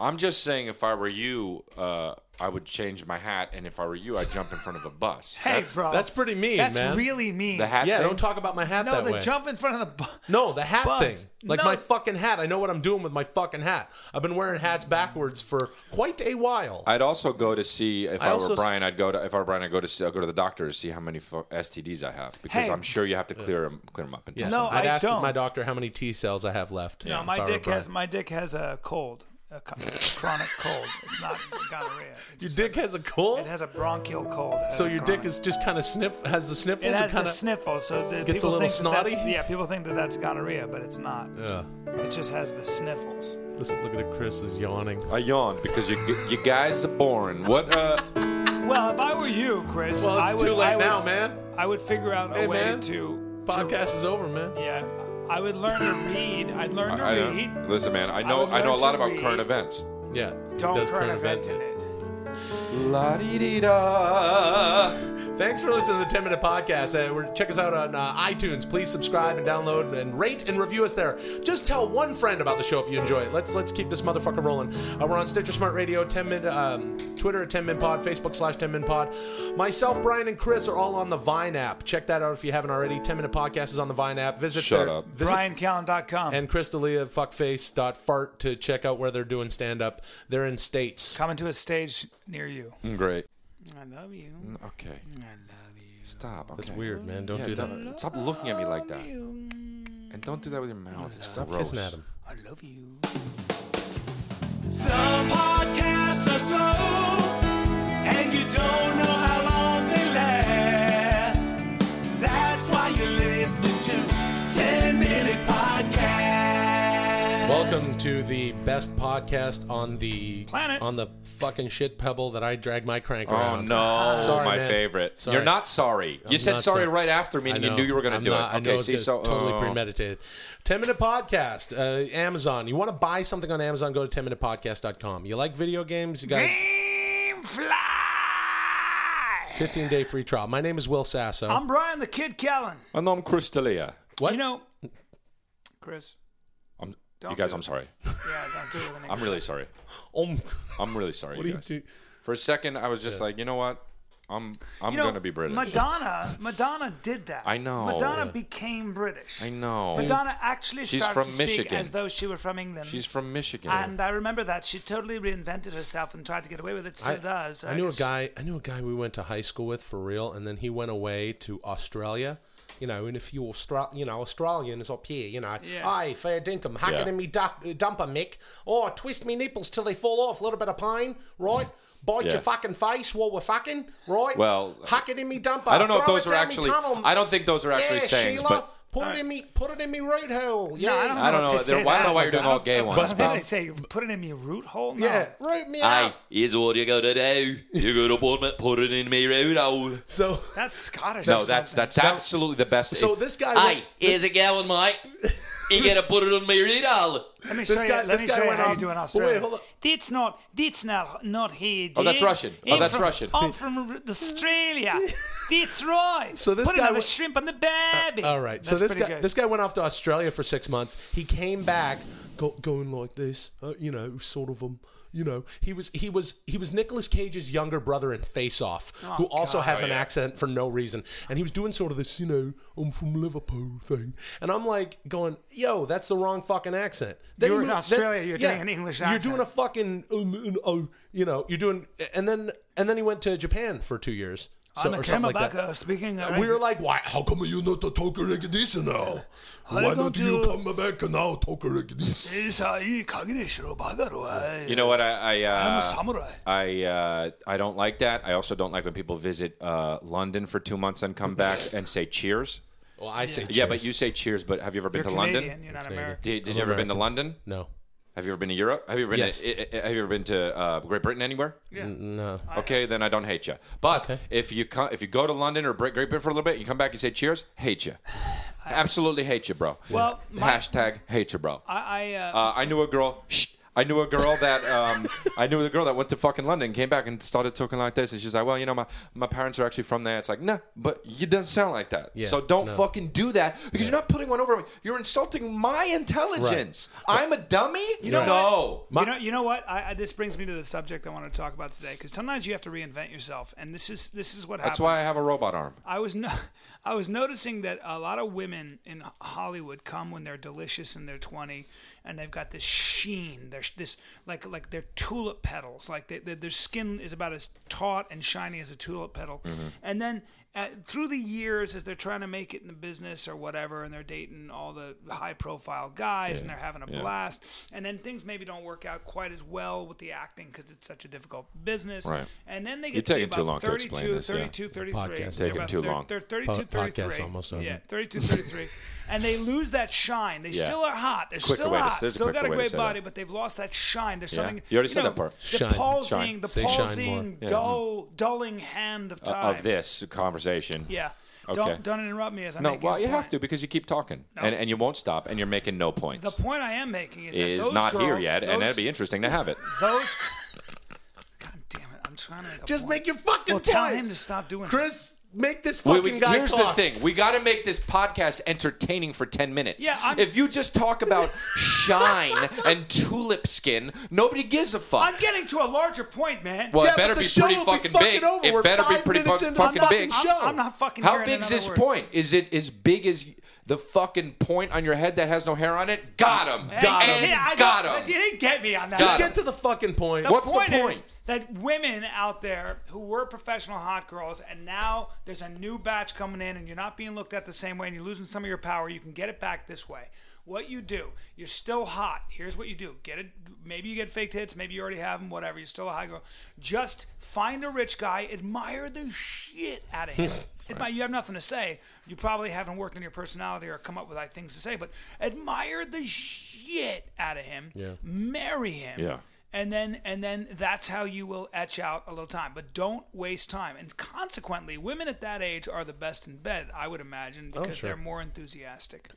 Speaker 1: I'm just saying, if I were you, uh, I would change my hat, and if I were you, I'd jump in front of a bus.
Speaker 2: Hey, bro.
Speaker 3: That's pretty mean,
Speaker 2: That's
Speaker 3: man.
Speaker 2: really mean.
Speaker 1: The hat.
Speaker 3: <laughs> yeah,
Speaker 1: thing?
Speaker 3: don't talk about my hat
Speaker 2: no,
Speaker 3: that
Speaker 2: the
Speaker 3: way.
Speaker 2: jump in front of the. Bu-
Speaker 3: no, the hat
Speaker 2: Buzz.
Speaker 3: thing. Like
Speaker 2: No.
Speaker 3: my fucking hat. I know what I'm doing with my fucking hat. I've been wearing hats backwards for quite a while.
Speaker 1: I'd also go to see if
Speaker 3: I
Speaker 1: I,
Speaker 3: also
Speaker 1: were
Speaker 3: s-
Speaker 1: Brian. I'd go to if I were Brian. I'd go to see, I'd go to the doctor to see how many fu- STDs I have because
Speaker 2: Hey.
Speaker 1: I'm sure you have to clear them clear 'em up. And test
Speaker 2: No,
Speaker 1: 'em.
Speaker 3: I'd
Speaker 2: I
Speaker 3: ask
Speaker 2: don't.
Speaker 3: my doctor how many T cells I have left.
Speaker 2: No,
Speaker 3: if
Speaker 2: my
Speaker 3: I were
Speaker 2: dick
Speaker 3: Brian.
Speaker 2: has my dick has a cold, a co- chronic cold. It's not gonorrhea. It
Speaker 3: Your
Speaker 2: just
Speaker 3: dick has a cold.
Speaker 2: It has a bronchial cold. It has
Speaker 3: so
Speaker 2: a
Speaker 3: your dick
Speaker 2: chronic-
Speaker 3: is just kind of sniff. Has the sniffles.
Speaker 2: It has
Speaker 3: kind
Speaker 2: the sniffle, so the
Speaker 3: gets a
Speaker 2: people
Speaker 3: little
Speaker 2: think That
Speaker 3: snotty?
Speaker 2: that's, yeah, people think that that's gonorrhea, but it's not.
Speaker 3: Yeah.
Speaker 2: It just has the sniffles.
Speaker 3: Listen, look at it. Chris is yawning.
Speaker 1: I yawned because you you guys are boring. What? Uh,
Speaker 2: Well, if I were you, Chris,
Speaker 3: Well, it's
Speaker 2: I would,
Speaker 3: too late
Speaker 2: I would,
Speaker 3: now, man.
Speaker 2: I would figure out
Speaker 3: Hey,
Speaker 2: a way
Speaker 3: man.
Speaker 2: to
Speaker 3: Podcast is over, man.
Speaker 2: to- Yeah, I would learn to read. I'd learn to
Speaker 1: I,
Speaker 3: uh,
Speaker 1: I-
Speaker 2: read.
Speaker 1: listen, man. I know
Speaker 2: would
Speaker 1: I, know a
Speaker 2: learn
Speaker 1: lot
Speaker 2: to
Speaker 1: about
Speaker 2: read.
Speaker 1: current events.
Speaker 3: Yeah.
Speaker 2: Don't
Speaker 3: does
Speaker 2: current event
Speaker 3: event
Speaker 2: in
Speaker 3: it.
Speaker 2: it.
Speaker 1: La di di da.
Speaker 3: Thanks for listening to the 10 Minute Podcast. Uh, we're- check us out on uh, iTunes. Please subscribe and download and rate and review us there. Just tell one friend about the show if you enjoy it. Let's let's keep this motherfucker rolling. Uh, we're on Stitcher Smart Radio, 10 Minute, um, Twitter at 10 Minute Pod, Facebook slash 10 Minute Pod. Myself, Brian, and Chris are all on the Vine app. Check that out if you haven't already. 10 Minute Podcast is on the Vine app. Visit
Speaker 1: Shut
Speaker 3: their-
Speaker 1: up.
Speaker 3: Visit
Speaker 2: BrianCallen.com.
Speaker 3: and Crystalia fuckface.fart to check out where they're doing stand up. They're in states.
Speaker 2: Coming to a stage near you.
Speaker 1: Mm, Great. Mm,
Speaker 8: I love you.
Speaker 1: Okay. Stop. Okay.
Speaker 3: It's weird, man. Don't
Speaker 1: Yeah,
Speaker 3: do that.
Speaker 1: don't- Stop looking at me like that. And don't do that with your mouth. It's
Speaker 3: Stop
Speaker 1: gross.
Speaker 3: kissing at him.
Speaker 8: I love you.
Speaker 4: Some podcasts are slow, and you don't know how long they last. That's why you're listening to 10 Minute Podcast.
Speaker 3: Welcome to the best podcast on the
Speaker 2: Planet.
Speaker 3: on the fucking shit pebble that I drag my crank
Speaker 1: Oh
Speaker 3: around.
Speaker 1: no,
Speaker 3: Sorry,
Speaker 1: my
Speaker 3: man.
Speaker 1: favorite.
Speaker 3: Sorry.
Speaker 1: You're not sorry. you
Speaker 3: I'm
Speaker 1: said
Speaker 3: not
Speaker 1: sorry
Speaker 3: sorry.
Speaker 1: right after me,
Speaker 3: I
Speaker 1: and you
Speaker 3: know.
Speaker 1: knew you were going to
Speaker 3: I'm
Speaker 1: do
Speaker 3: not-
Speaker 1: it.
Speaker 3: I know
Speaker 1: Okay,
Speaker 3: it's
Speaker 1: see,
Speaker 3: just
Speaker 1: so
Speaker 3: totally
Speaker 1: oh.
Speaker 3: premeditated. Ten minute podcast. Uh, Amazon. You want to buy something on Amazon? Go to ten minutepodcast.com. You like video games? You got fifteen day free trial. My name is Will Sasso.
Speaker 2: I'm Brian the Kid Callen.
Speaker 1: And I'm Chris D'Elia.
Speaker 3: what?
Speaker 2: You know, Chris.
Speaker 1: I'm,
Speaker 2: Don't
Speaker 1: you guys,
Speaker 2: do
Speaker 1: I'm sorry.
Speaker 2: Yeah, don't do it with an
Speaker 1: I'm really
Speaker 3: <laughs>
Speaker 1: sorry.
Speaker 3: Um,
Speaker 1: I'm really sorry,
Speaker 3: what do
Speaker 1: you
Speaker 3: you
Speaker 1: guys.
Speaker 3: do?
Speaker 1: For a second, I was just like, you know what? I'm I'm
Speaker 2: You know,
Speaker 1: going to be British.
Speaker 2: Madonna, Madonna did that.
Speaker 1: I know.
Speaker 2: Madonna
Speaker 1: Yeah.
Speaker 2: became British.
Speaker 1: I know.
Speaker 2: Madonna actually
Speaker 1: She's
Speaker 2: started
Speaker 1: from
Speaker 2: to speak
Speaker 1: Michigan.
Speaker 2: as though she were from England.
Speaker 1: She's from Michigan.
Speaker 2: and I remember that she totally reinvented herself and tried to get away with it. Still does.
Speaker 3: I knew a
Speaker 2: guess-
Speaker 3: guy. I knew a guy we went to high school with for real, and then he went away to Australia. You know, and if you Austra- you know, Australians up here, you know,
Speaker 2: Yeah.
Speaker 3: aye, fair dinkum, hacking
Speaker 1: Yeah.
Speaker 3: in me duck, uh, dumper, Mick. Oh, twist me nipples till they fall off, a little bit of pain, right?
Speaker 1: <laughs>
Speaker 3: Bite
Speaker 1: Yeah.
Speaker 3: your fucking face while we're fucking, right?
Speaker 1: Well,
Speaker 3: hack it in me dumper.
Speaker 1: I don't know if
Speaker 3: throw
Speaker 1: those
Speaker 3: it
Speaker 1: are
Speaker 3: down me
Speaker 1: actually.
Speaker 3: tunnel.
Speaker 1: I don't think those are actually
Speaker 3: yeah,
Speaker 1: sayings,
Speaker 3: Sheila,
Speaker 1: but
Speaker 3: put it in me, put it in me root hole. Yeah,
Speaker 2: I don't know.
Speaker 1: I don't
Speaker 2: if
Speaker 1: know. They're-
Speaker 2: they say
Speaker 1: why- I
Speaker 2: that.
Speaker 1: don't know why you're doing
Speaker 2: I
Speaker 1: all
Speaker 2: don't-
Speaker 1: gay ones.
Speaker 2: I think they say put it in me root hole. No.
Speaker 3: yeah, root me
Speaker 5: Aye,
Speaker 3: out.
Speaker 5: here's what you gotta do. You gotta put it- put it in me road hole.
Speaker 3: So,
Speaker 2: That's Scottish.
Speaker 1: no,
Speaker 2: or
Speaker 1: that's
Speaker 2: something.
Speaker 1: that's absolutely the best.
Speaker 3: so this guy,
Speaker 5: Aye, here's a gallon, mate. You gotta put it on my radar.
Speaker 2: Let me show
Speaker 3: This
Speaker 2: you,
Speaker 3: guy-
Speaker 2: let
Speaker 3: this
Speaker 2: me
Speaker 3: guy
Speaker 2: show you
Speaker 3: went
Speaker 2: how you
Speaker 3: off-
Speaker 2: do in
Speaker 3: Well, wait,
Speaker 2: Australia.
Speaker 3: hold on.
Speaker 2: That's not, that's not, not here,
Speaker 1: Oh, that's
Speaker 2: dear.
Speaker 1: Russian. Oh,
Speaker 2: I'm
Speaker 1: that's
Speaker 2: from-
Speaker 1: Russian.
Speaker 2: I'm from R-
Speaker 3: <laughs>
Speaker 2: Australia. that's right.
Speaker 3: So this
Speaker 2: Put
Speaker 3: guy
Speaker 2: another
Speaker 3: was-
Speaker 2: shrimp on the baby.
Speaker 3: All right. so
Speaker 2: That's
Speaker 3: this guy,
Speaker 2: pretty good.
Speaker 3: this guy went off to Australia for six months. He came back, go, going like this, uh, you know, sort of um, you know, he was he was he was Nicolas Cage's younger brother in Face Off,
Speaker 2: Oh,
Speaker 3: who also has an accent for no reason, and he was doing sort of this, you know, I'm from Liverpool thing, and I'm like going, yo, that's the wrong fucking accent. Then
Speaker 2: You
Speaker 3: he
Speaker 2: were in
Speaker 3: moved- then-
Speaker 2: Australia, you're doing an English
Speaker 3: You're doing a
Speaker 2: accent.
Speaker 3: fucking, um, um, oh, you know, you're doing, and then and then he went to Japan for two years. So,
Speaker 2: I'm a
Speaker 3: or something like that.
Speaker 2: Kamabaka speaking.
Speaker 3: And we were like, why? How come you not a talker like this now? Why
Speaker 2: don't
Speaker 3: don't you
Speaker 2: you-
Speaker 3: come back now, talker like this?
Speaker 1: You know what? I I,
Speaker 2: I'm a
Speaker 1: uh,
Speaker 2: samurai.
Speaker 1: I, uh, I don't like that. I also don't like when people visit uh, London for two months and come back and say cheers.
Speaker 3: Well, I say,
Speaker 1: Yeah, but you say cheers. But have you ever been
Speaker 2: You're
Speaker 1: to
Speaker 2: Canadian.
Speaker 1: London?
Speaker 2: You're not American.
Speaker 1: Did, did you ever been to
Speaker 3: American.
Speaker 1: London?
Speaker 3: no,
Speaker 1: Have you ever been to Europe? Have you ever been
Speaker 3: Yes.
Speaker 1: to, I- I- Have you ever been to uh, Great Britain anywhere?
Speaker 3: no.
Speaker 1: Okay, then I don't hate you. But if you come, if you go to London or Great Britain for a little bit, you come back and say cheers, hate
Speaker 2: <sighs>
Speaker 1: you. Absolutely hate you, bro.
Speaker 2: Well, my-
Speaker 1: hashtag hate you, bro.
Speaker 2: I, I, uh,
Speaker 1: Uh, I knew a girl. Shh, I knew a girl that um, I knew a girl that went to fucking London, came back and started talking like this, and she's like, "Well, you know, my, my parents are actually from there." It's like, nah, but you don't sound like that. so don't fucking do that because you're not putting one over me. You're insulting my intelligence. I'm a dummy. You
Speaker 3: know
Speaker 1: no.
Speaker 3: My-
Speaker 2: you know, you know what? I, I, this brings me to the subject I want to talk about today, because sometimes you have to reinvent yourself, and this is this is what
Speaker 1: That's
Speaker 2: happens.
Speaker 1: why I have a robot arm.
Speaker 2: I was no, <laughs> I was noticing that a lot of women in Hollywood come when they're delicious in their twenty, and they've got this sheen. They're sh- this like like they're tulip petals. Like they, they, their skin is about as taut and shiny as a tulip petal.
Speaker 1: Mm-hmm.
Speaker 2: And then uh, through the years, as they're trying to make it in the business or whatever, and they're dating all the high profile guys, and they're having a blast. And then things maybe don't work out quite as well with the acting because it's such a difficult business.
Speaker 1: Right.
Speaker 2: And then they
Speaker 1: You're
Speaker 2: get to be
Speaker 1: taking too
Speaker 2: about
Speaker 1: long to
Speaker 2: 32,
Speaker 1: explain this, yeah.
Speaker 2: 32, 33.
Speaker 3: Podcast.
Speaker 2: They're
Speaker 1: Taking
Speaker 2: about-
Speaker 1: too
Speaker 2: they're-
Speaker 1: long.
Speaker 2: They're 32,
Speaker 3: Po- podcast
Speaker 2: 33.
Speaker 3: almost over.
Speaker 2: Yeah,
Speaker 1: <laughs>
Speaker 2: 32, 33. and they lose that shine. They
Speaker 1: Yeah.
Speaker 2: still are hot. They're
Speaker 1: Quicker
Speaker 2: still
Speaker 1: way to-
Speaker 2: hot.
Speaker 1: there's a
Speaker 2: still
Speaker 1: quicker
Speaker 2: got a
Speaker 1: way to
Speaker 2: great
Speaker 1: say
Speaker 2: body,
Speaker 1: that.
Speaker 2: but they've lost that shine. There's
Speaker 1: Yeah.
Speaker 2: something.
Speaker 1: You already said
Speaker 2: know,
Speaker 1: that part.
Speaker 2: The
Speaker 3: Shine.
Speaker 2: palsying,
Speaker 1: Shine.
Speaker 2: the
Speaker 3: Say shine more.
Speaker 2: palsying, dull, dulling hand of time.
Speaker 1: uh, of this conversation.
Speaker 2: Yeah.
Speaker 1: Okay.
Speaker 2: Don't don't interrupt me as I
Speaker 1: No,
Speaker 2: make
Speaker 1: well,
Speaker 2: your
Speaker 1: you have
Speaker 2: point.
Speaker 1: to because you keep talking and, and you won't stop and you're making no
Speaker 2: The
Speaker 1: points.
Speaker 2: point I am making is, that
Speaker 1: is
Speaker 2: those
Speaker 1: not
Speaker 2: girls,
Speaker 1: here yet,
Speaker 2: those,
Speaker 1: and that'd be interesting to have it.
Speaker 2: <laughs> those. God damn it! I'm trying to make a
Speaker 3: Just
Speaker 2: point.
Speaker 3: make your fucking
Speaker 2: Well, tell
Speaker 3: point.
Speaker 2: him to stop doing. this.
Speaker 3: Chris, make this
Speaker 1: We-
Speaker 3: fucking
Speaker 1: we-
Speaker 3: guy
Speaker 1: here's
Speaker 3: talk.
Speaker 1: the thing: we got to make this podcast entertaining for ten minutes.
Speaker 2: Yeah, I'm-
Speaker 1: if you just talk about shine and tulip skin, nobody gives a fuck.
Speaker 2: I'm getting to a larger point, man.
Speaker 1: well,
Speaker 3: Yeah,
Speaker 1: it
Speaker 3: but
Speaker 1: better
Speaker 3: the
Speaker 1: be
Speaker 3: show
Speaker 1: pretty
Speaker 3: will be
Speaker 1: fucking
Speaker 3: fucking
Speaker 1: big.
Speaker 3: over.
Speaker 1: It
Speaker 3: We're
Speaker 1: better be
Speaker 3: five
Speaker 1: pretty
Speaker 3: minutes
Speaker 1: fu-
Speaker 3: into the
Speaker 1: fucking
Speaker 3: fucking
Speaker 1: big.
Speaker 2: I'm,
Speaker 3: show.
Speaker 2: I'm not fucking.
Speaker 1: How
Speaker 2: hearing
Speaker 1: big's
Speaker 2: another
Speaker 1: this
Speaker 2: word.
Speaker 1: point? Is it as big as the fucking point on your head that has no hair on it? Got him.
Speaker 3: Got
Speaker 1: and
Speaker 3: him.
Speaker 2: Yeah, I
Speaker 1: got
Speaker 2: don't-
Speaker 1: him.
Speaker 2: You didn't get me on that.
Speaker 1: Just
Speaker 3: Let's get to the fucking point.
Speaker 2: the
Speaker 1: what's the
Speaker 2: point is
Speaker 1: point?
Speaker 2: that women out there who were professional hot girls and now there's a new batch coming in and you're not being looked at the same way and you're losing some of your power, you can get it back this way. What you do, you're still hot. Here's what you do: get it. Maybe you get fake tits. Maybe you already have them. Whatever. You're still a hot girl. Just find a rich guy, admire the shit out
Speaker 1: <laughs>
Speaker 2: of him. Admire- You have nothing to say. You probably haven't worked on your personality or come up with like things to say, but admire the shit out of him. Yeah. Marry him
Speaker 1: Yeah.
Speaker 2: and then and then that's how you will etch out a little time but don't waste time and consequently women at that age are the best in bed i would imagine because
Speaker 3: Oh, sure. Uh,
Speaker 2: they're more enthusiastic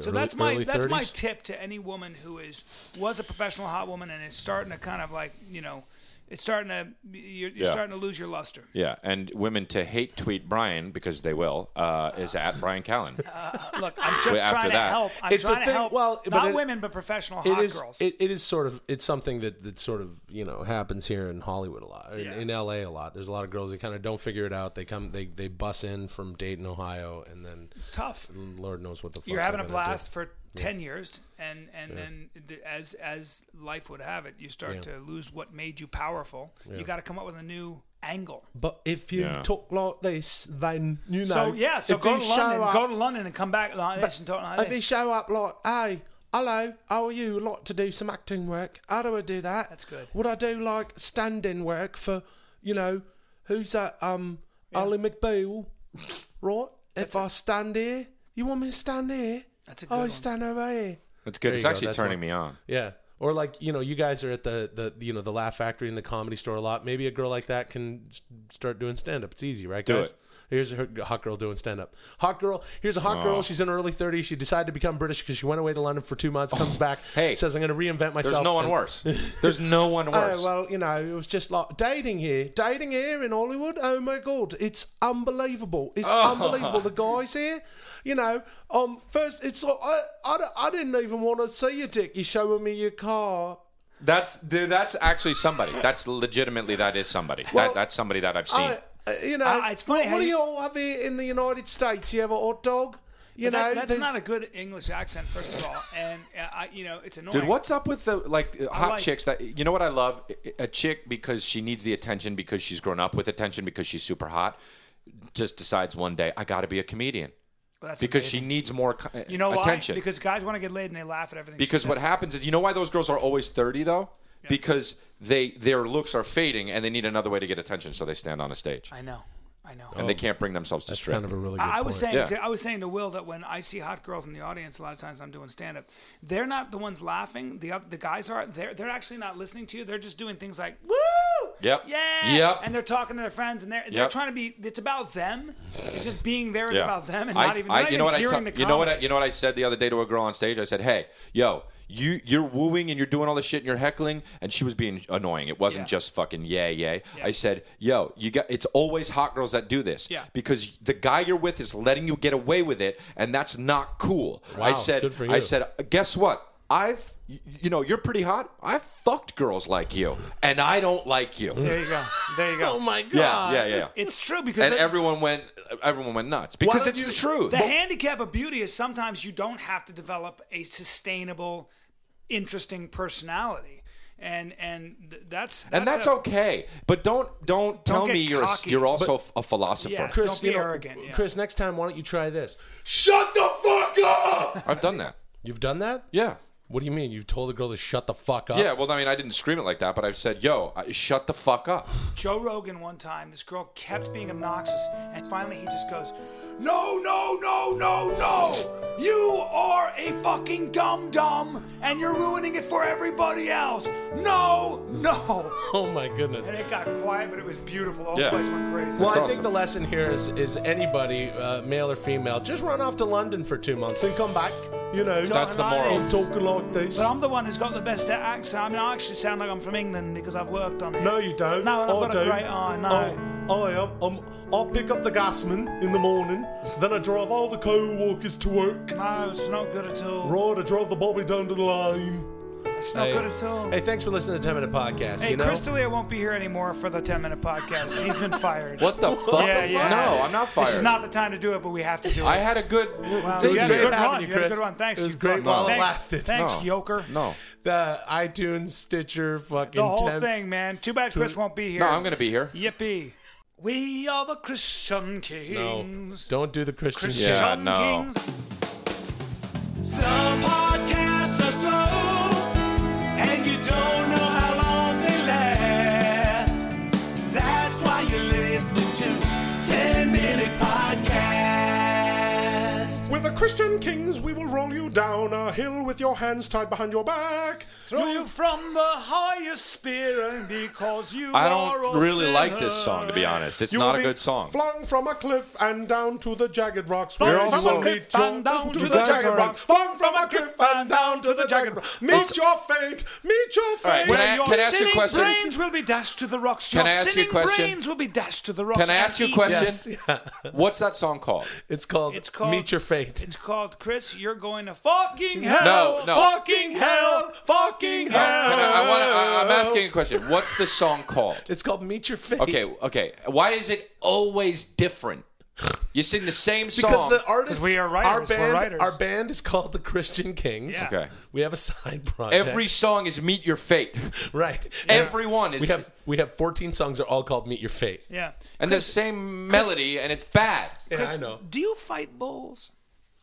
Speaker 2: so that's my
Speaker 3: early
Speaker 2: that's my
Speaker 3: 30s?
Speaker 2: tip to any woman who is was a professional hot woman and is starting to kind of like you know it's starting to you're, you're
Speaker 1: Yeah.
Speaker 2: starting to lose your luster
Speaker 1: Yeah, and women to hate tweet Brian because they will uh, is at Brian
Speaker 2: <laughs>
Speaker 1: Callen.
Speaker 2: <laughs> look i'm just
Speaker 1: Wait, after
Speaker 2: trying to
Speaker 1: that.
Speaker 2: help i'm
Speaker 3: It's a
Speaker 2: trying to
Speaker 3: thing-
Speaker 2: help
Speaker 3: well, but
Speaker 2: not
Speaker 3: it-
Speaker 2: women but professional
Speaker 3: It
Speaker 2: hot
Speaker 3: is.
Speaker 2: girls
Speaker 3: It, it is sort of. It's something that that sort of you know happens here in Hollywood a lot, in,
Speaker 2: Yeah.
Speaker 3: in L.A. a lot. There's a lot of girls that kind of don't figure it out. They come, they they bus in from Dayton, Ohio, and then
Speaker 2: it's tough
Speaker 3: Lord knows what the fuck
Speaker 2: you're having a
Speaker 3: they're gonna do.
Speaker 2: blast for 10 years and and then th- as as life would have it you start to lose what made you powerful you got to come up with a new angle
Speaker 3: But if you
Speaker 1: Yeah.
Speaker 3: talk like this, then you know.
Speaker 2: so yeah so
Speaker 3: if
Speaker 2: go
Speaker 3: you
Speaker 2: to
Speaker 3: show
Speaker 2: london
Speaker 3: up-
Speaker 2: go to london and come back like this and talk like
Speaker 3: if
Speaker 2: this
Speaker 3: you show up like, hey, hello, how are you? Would like to do some acting work? How do I do that?
Speaker 2: That's good.
Speaker 3: Would I do like standing work for, you know, who's that? Um, Ali
Speaker 2: <laughs>
Speaker 3: McBeal, right? if I stand here, you want me to stand here?
Speaker 2: That's a
Speaker 3: I
Speaker 2: good one.
Speaker 3: stand over here.
Speaker 1: That's good.
Speaker 3: There
Speaker 1: It's
Speaker 3: you go,
Speaker 1: actually
Speaker 3: that's
Speaker 1: turning
Speaker 3: one.
Speaker 1: me on.
Speaker 3: Yeah. Or like you know, you guys are at the the you know the Laugh Factory and the Comedy Store a lot. Maybe a girl like that can s- start doing stand up. It's easy, right,
Speaker 1: Do
Speaker 3: guys?
Speaker 1: it.
Speaker 3: Here's her hot girl doing stand up. Hot girl. Here's a hot girl. She's in her early 30s. She decided to become British because she went away to London for two months. Comes back.
Speaker 1: Oh, Hey.
Speaker 3: says I'm going to reinvent myself.
Speaker 1: There's no one
Speaker 3: and-
Speaker 1: worse. There's no <laughs> one
Speaker 3: Oh,
Speaker 1: worse.
Speaker 3: well, you know, it was just like dating here, dating here in Hollywood. Oh my god, it's unbelievable! It's unbelievable. The guys here, you know, um, first it's like, I, I, don't- I didn't even want to see your dick. You're showing me your car.
Speaker 1: That's dude, that's actually somebody. That's legitimately that is somebody.
Speaker 3: Well,
Speaker 1: that, that's somebody that I've seen.
Speaker 3: I, uh, you know,
Speaker 2: Uh, it's funny
Speaker 3: What,
Speaker 2: how
Speaker 3: what do
Speaker 2: you-
Speaker 3: you all have here in the United States? You have a hot dog. You know,
Speaker 2: That- that's
Speaker 3: there's-
Speaker 2: not a good English accent, first of all, and uh, I, you know, it's annoying.
Speaker 1: Dude, what's up with the like uh, hot
Speaker 2: like-
Speaker 1: chicks that you know what I love? A chick because she needs the attention because she's grown up with attention because she's super hot just decides one day I got to be a comedian
Speaker 2: Well, that's
Speaker 1: because
Speaker 2: amazing.
Speaker 1: she needs more co-
Speaker 2: you know
Speaker 1: attention.
Speaker 2: why? Because guys want to get laid and they laugh at everything. she
Speaker 1: Because what
Speaker 2: says.
Speaker 1: happens is, you know why those girls are always 30 though? Because they their looks are fading and they need another way to get attention, so they stand on a stage
Speaker 2: I know, I know.
Speaker 3: Oh,
Speaker 1: and they can't bring themselves to
Speaker 3: That's
Speaker 1: strip.
Speaker 3: <laughs> kind of a really good
Speaker 2: I I was
Speaker 3: point.
Speaker 2: saying,
Speaker 1: Yeah.
Speaker 2: to, I was saying to Will that when I see hot girls in the audience, a lot of times I'm doing stand up. They're not the ones laughing. The other, the guys are. They're they're actually not listening to you. They're just doing things like woo.
Speaker 1: Yep.
Speaker 2: Yeah.
Speaker 1: Yep.
Speaker 2: And they're talking to their friends, and they're they're
Speaker 1: Yep.
Speaker 2: trying to be. It's about them. It's just being there is
Speaker 1: Yeah.
Speaker 2: about them, and
Speaker 1: I-
Speaker 2: not even.
Speaker 1: I-
Speaker 2: they're not
Speaker 1: you know
Speaker 2: even
Speaker 1: what I
Speaker 2: hearing
Speaker 1: tell-
Speaker 2: the
Speaker 1: you know what I,
Speaker 2: comedy.
Speaker 1: you know what I said the other day to a girl on stage. I said, "Hey, yo, you you're wooing and you're doing all this shit and you're heckling," and she was being annoying. It wasn't
Speaker 2: Yeah.
Speaker 1: just fucking yay yay.
Speaker 2: Yeah.
Speaker 1: I said, "Yo, you got it's always hot girls that do this
Speaker 2: Yeah.
Speaker 1: because the guy you're with is letting you get away with it, and that's not cool." I said,
Speaker 3: good for
Speaker 1: "I
Speaker 3: you.
Speaker 1: said, guess what." I've, y- you know, you're pretty hot. I've fucked girls like you, and I don't like
Speaker 2: <laughs>
Speaker 1: you.
Speaker 2: There you go. There you go.
Speaker 3: Oh my god!
Speaker 1: Yeah, yeah, yeah.
Speaker 2: <laughs> It's true because
Speaker 1: And
Speaker 2: the,
Speaker 1: everyone went, everyone went nuts because
Speaker 3: don't
Speaker 1: it's
Speaker 3: you-
Speaker 1: the truth.
Speaker 2: the handicap of beauty is sometimes you don't have to develop a sustainable, interesting personality, and and th- that's,
Speaker 1: and that's
Speaker 2: a-
Speaker 1: okay. But don't don't, tell
Speaker 2: get
Speaker 1: me you're a,
Speaker 2: cocky.
Speaker 1: you're also a philosopher.
Speaker 2: Yeah.
Speaker 3: Chris,
Speaker 2: Don't be
Speaker 3: you know,
Speaker 2: arrogant, yeah.
Speaker 3: Chris, next time, why don't you try this?
Speaker 6: Shut the
Speaker 3: <laughs>
Speaker 6: fuck up!
Speaker 1: I've done that.
Speaker 3: You've done that?
Speaker 1: Yeah.
Speaker 3: What do you mean? You've told a girl to shut the fuck
Speaker 2: Uh,
Speaker 3: up?
Speaker 1: Yeah, well, I mean, I didn't scream it like that, but I've said, "Yo, I, shut the fuck up."
Speaker 2: Joe Rogan one time, this girl kept being obnoxious, and finally he just goes, No, no, no, no, no! You are a fucking dumb dumb, and you're ruining it for everybody else! No, no!
Speaker 3: Oh my goodness.
Speaker 2: And it got quiet, but it was beautiful. The whole
Speaker 1: Yeah.
Speaker 2: place went crazy.
Speaker 3: Well,
Speaker 1: That's
Speaker 3: I
Speaker 1: awesome.
Speaker 3: think the lesson here is is anybody, uh, male or female, just run off to London for two months and come back. You know,
Speaker 1: That's the moral.
Speaker 3: I'm talking like this.
Speaker 2: But I'm the one who's got the best accent. I mean, I actually sound like I'm from England because I've worked on it.
Speaker 3: No, you don't.
Speaker 2: No, and I've
Speaker 3: I
Speaker 2: got
Speaker 3: do.
Speaker 2: a great eye. No.
Speaker 3: I, I am. I'm, I'll pick up the gasman in the morning. Then I drive all the co-workers to work.
Speaker 2: No, it's not good at all.
Speaker 3: Right, I drive the bobby down to the line.
Speaker 2: It's not good at all.
Speaker 3: Hey, thanks for listening to the 10 Minute Podcast.
Speaker 2: Hey,
Speaker 3: you know?
Speaker 2: Chris D'Elia won't be here anymore for the 10 minute podcast. He's been fired.
Speaker 1: What the fuck?
Speaker 2: Yeah, yeah.
Speaker 1: No, I'm not fired.
Speaker 2: This is not the time to do it, but we have to do it.
Speaker 1: I had a good.
Speaker 2: Wow,
Speaker 1: thing
Speaker 2: you had a
Speaker 1: here.
Speaker 2: good
Speaker 3: having
Speaker 2: run.
Speaker 3: you,
Speaker 2: You had a
Speaker 3: Chris.
Speaker 2: good run. Thanks.
Speaker 3: It was
Speaker 2: you
Speaker 3: great
Speaker 2: fuck.
Speaker 3: while it
Speaker 2: Thanks.
Speaker 3: lasted.
Speaker 2: Thanks,
Speaker 1: No.
Speaker 2: Yoker.
Speaker 1: No,
Speaker 3: the iTunes, Stitcher, fucking
Speaker 2: The whole
Speaker 3: 10
Speaker 2: thing, man. Too bad Chris won't be here.
Speaker 1: no, I'm gonna be here.
Speaker 2: Yippee. We are the Christian Kings.
Speaker 3: Don't do the Christian
Speaker 2: Christian
Speaker 1: Yeah. no.
Speaker 2: Kings.
Speaker 4: Some podcasts are slow, and you don't know how long they last. That's why you're listening to 10 Minute Podcast.
Speaker 3: With the Christian kings, we will roll you down a hill with your hands tied behind your back.
Speaker 2: Throw you from the highest spear, and because you
Speaker 1: I
Speaker 2: are
Speaker 1: don't
Speaker 2: a
Speaker 1: really like this
Speaker 2: sinner.
Speaker 1: song, to be honest. It's
Speaker 3: You
Speaker 1: not
Speaker 3: will
Speaker 1: a
Speaker 3: be
Speaker 1: good song.
Speaker 3: Flung from a cliff and down to the jagged rocks.
Speaker 2: Flung
Speaker 3: where
Speaker 1: from
Speaker 3: you
Speaker 1: a
Speaker 3: will
Speaker 2: cliff
Speaker 3: meet your-
Speaker 2: and down to
Speaker 3: to the
Speaker 2: the
Speaker 3: jagged
Speaker 2: jagged
Speaker 3: rocks. Flung from a cliff and down to the jagged rocks. Meet your fate. Meet your fate.
Speaker 1: right,
Speaker 2: When
Speaker 1: Can I-
Speaker 2: your
Speaker 1: can I ask you a
Speaker 2: sinning
Speaker 1: question?
Speaker 2: brains will be dashed to the rocks.
Speaker 1: Can
Speaker 2: your
Speaker 1: I ask you a
Speaker 2: sinning
Speaker 1: question?
Speaker 2: brains will be dashed to the rocks.
Speaker 1: Can I ask you a
Speaker 2: Eat.
Speaker 1: question?
Speaker 3: Yes. <laughs>
Speaker 1: What's that song called?
Speaker 3: It's called,
Speaker 2: It's called
Speaker 3: Meet Your Fate.
Speaker 2: It's called Chris. You're going to fucking
Speaker 1: No,
Speaker 2: hell.
Speaker 1: no.
Speaker 3: Fucking hell. Fucking
Speaker 1: No, can
Speaker 3: hell.
Speaker 1: I, I wanna, I,
Speaker 2: Oh.
Speaker 1: I'm asking a question. What's the song called?
Speaker 3: It's called Meet Your Fate.
Speaker 1: Okay, okay. Why is it always different? You sing the same song.
Speaker 3: Because the artists,
Speaker 2: we are
Speaker 3: our
Speaker 2: writers, we're
Speaker 3: band,
Speaker 2: writers.
Speaker 3: our band is called the Christian Kings.
Speaker 2: Yeah.
Speaker 1: Okay.
Speaker 3: We have a side project.
Speaker 1: Every song is Meet Your
Speaker 2: <laughs>
Speaker 1: Fate.
Speaker 3: right.
Speaker 1: Everyone is.
Speaker 3: we have we have 14 songs that are all called Meet Your Fate.
Speaker 2: Yeah.
Speaker 1: and the same melody, and it's bad.
Speaker 3: Yeah, I know.
Speaker 2: Do you fight bulls?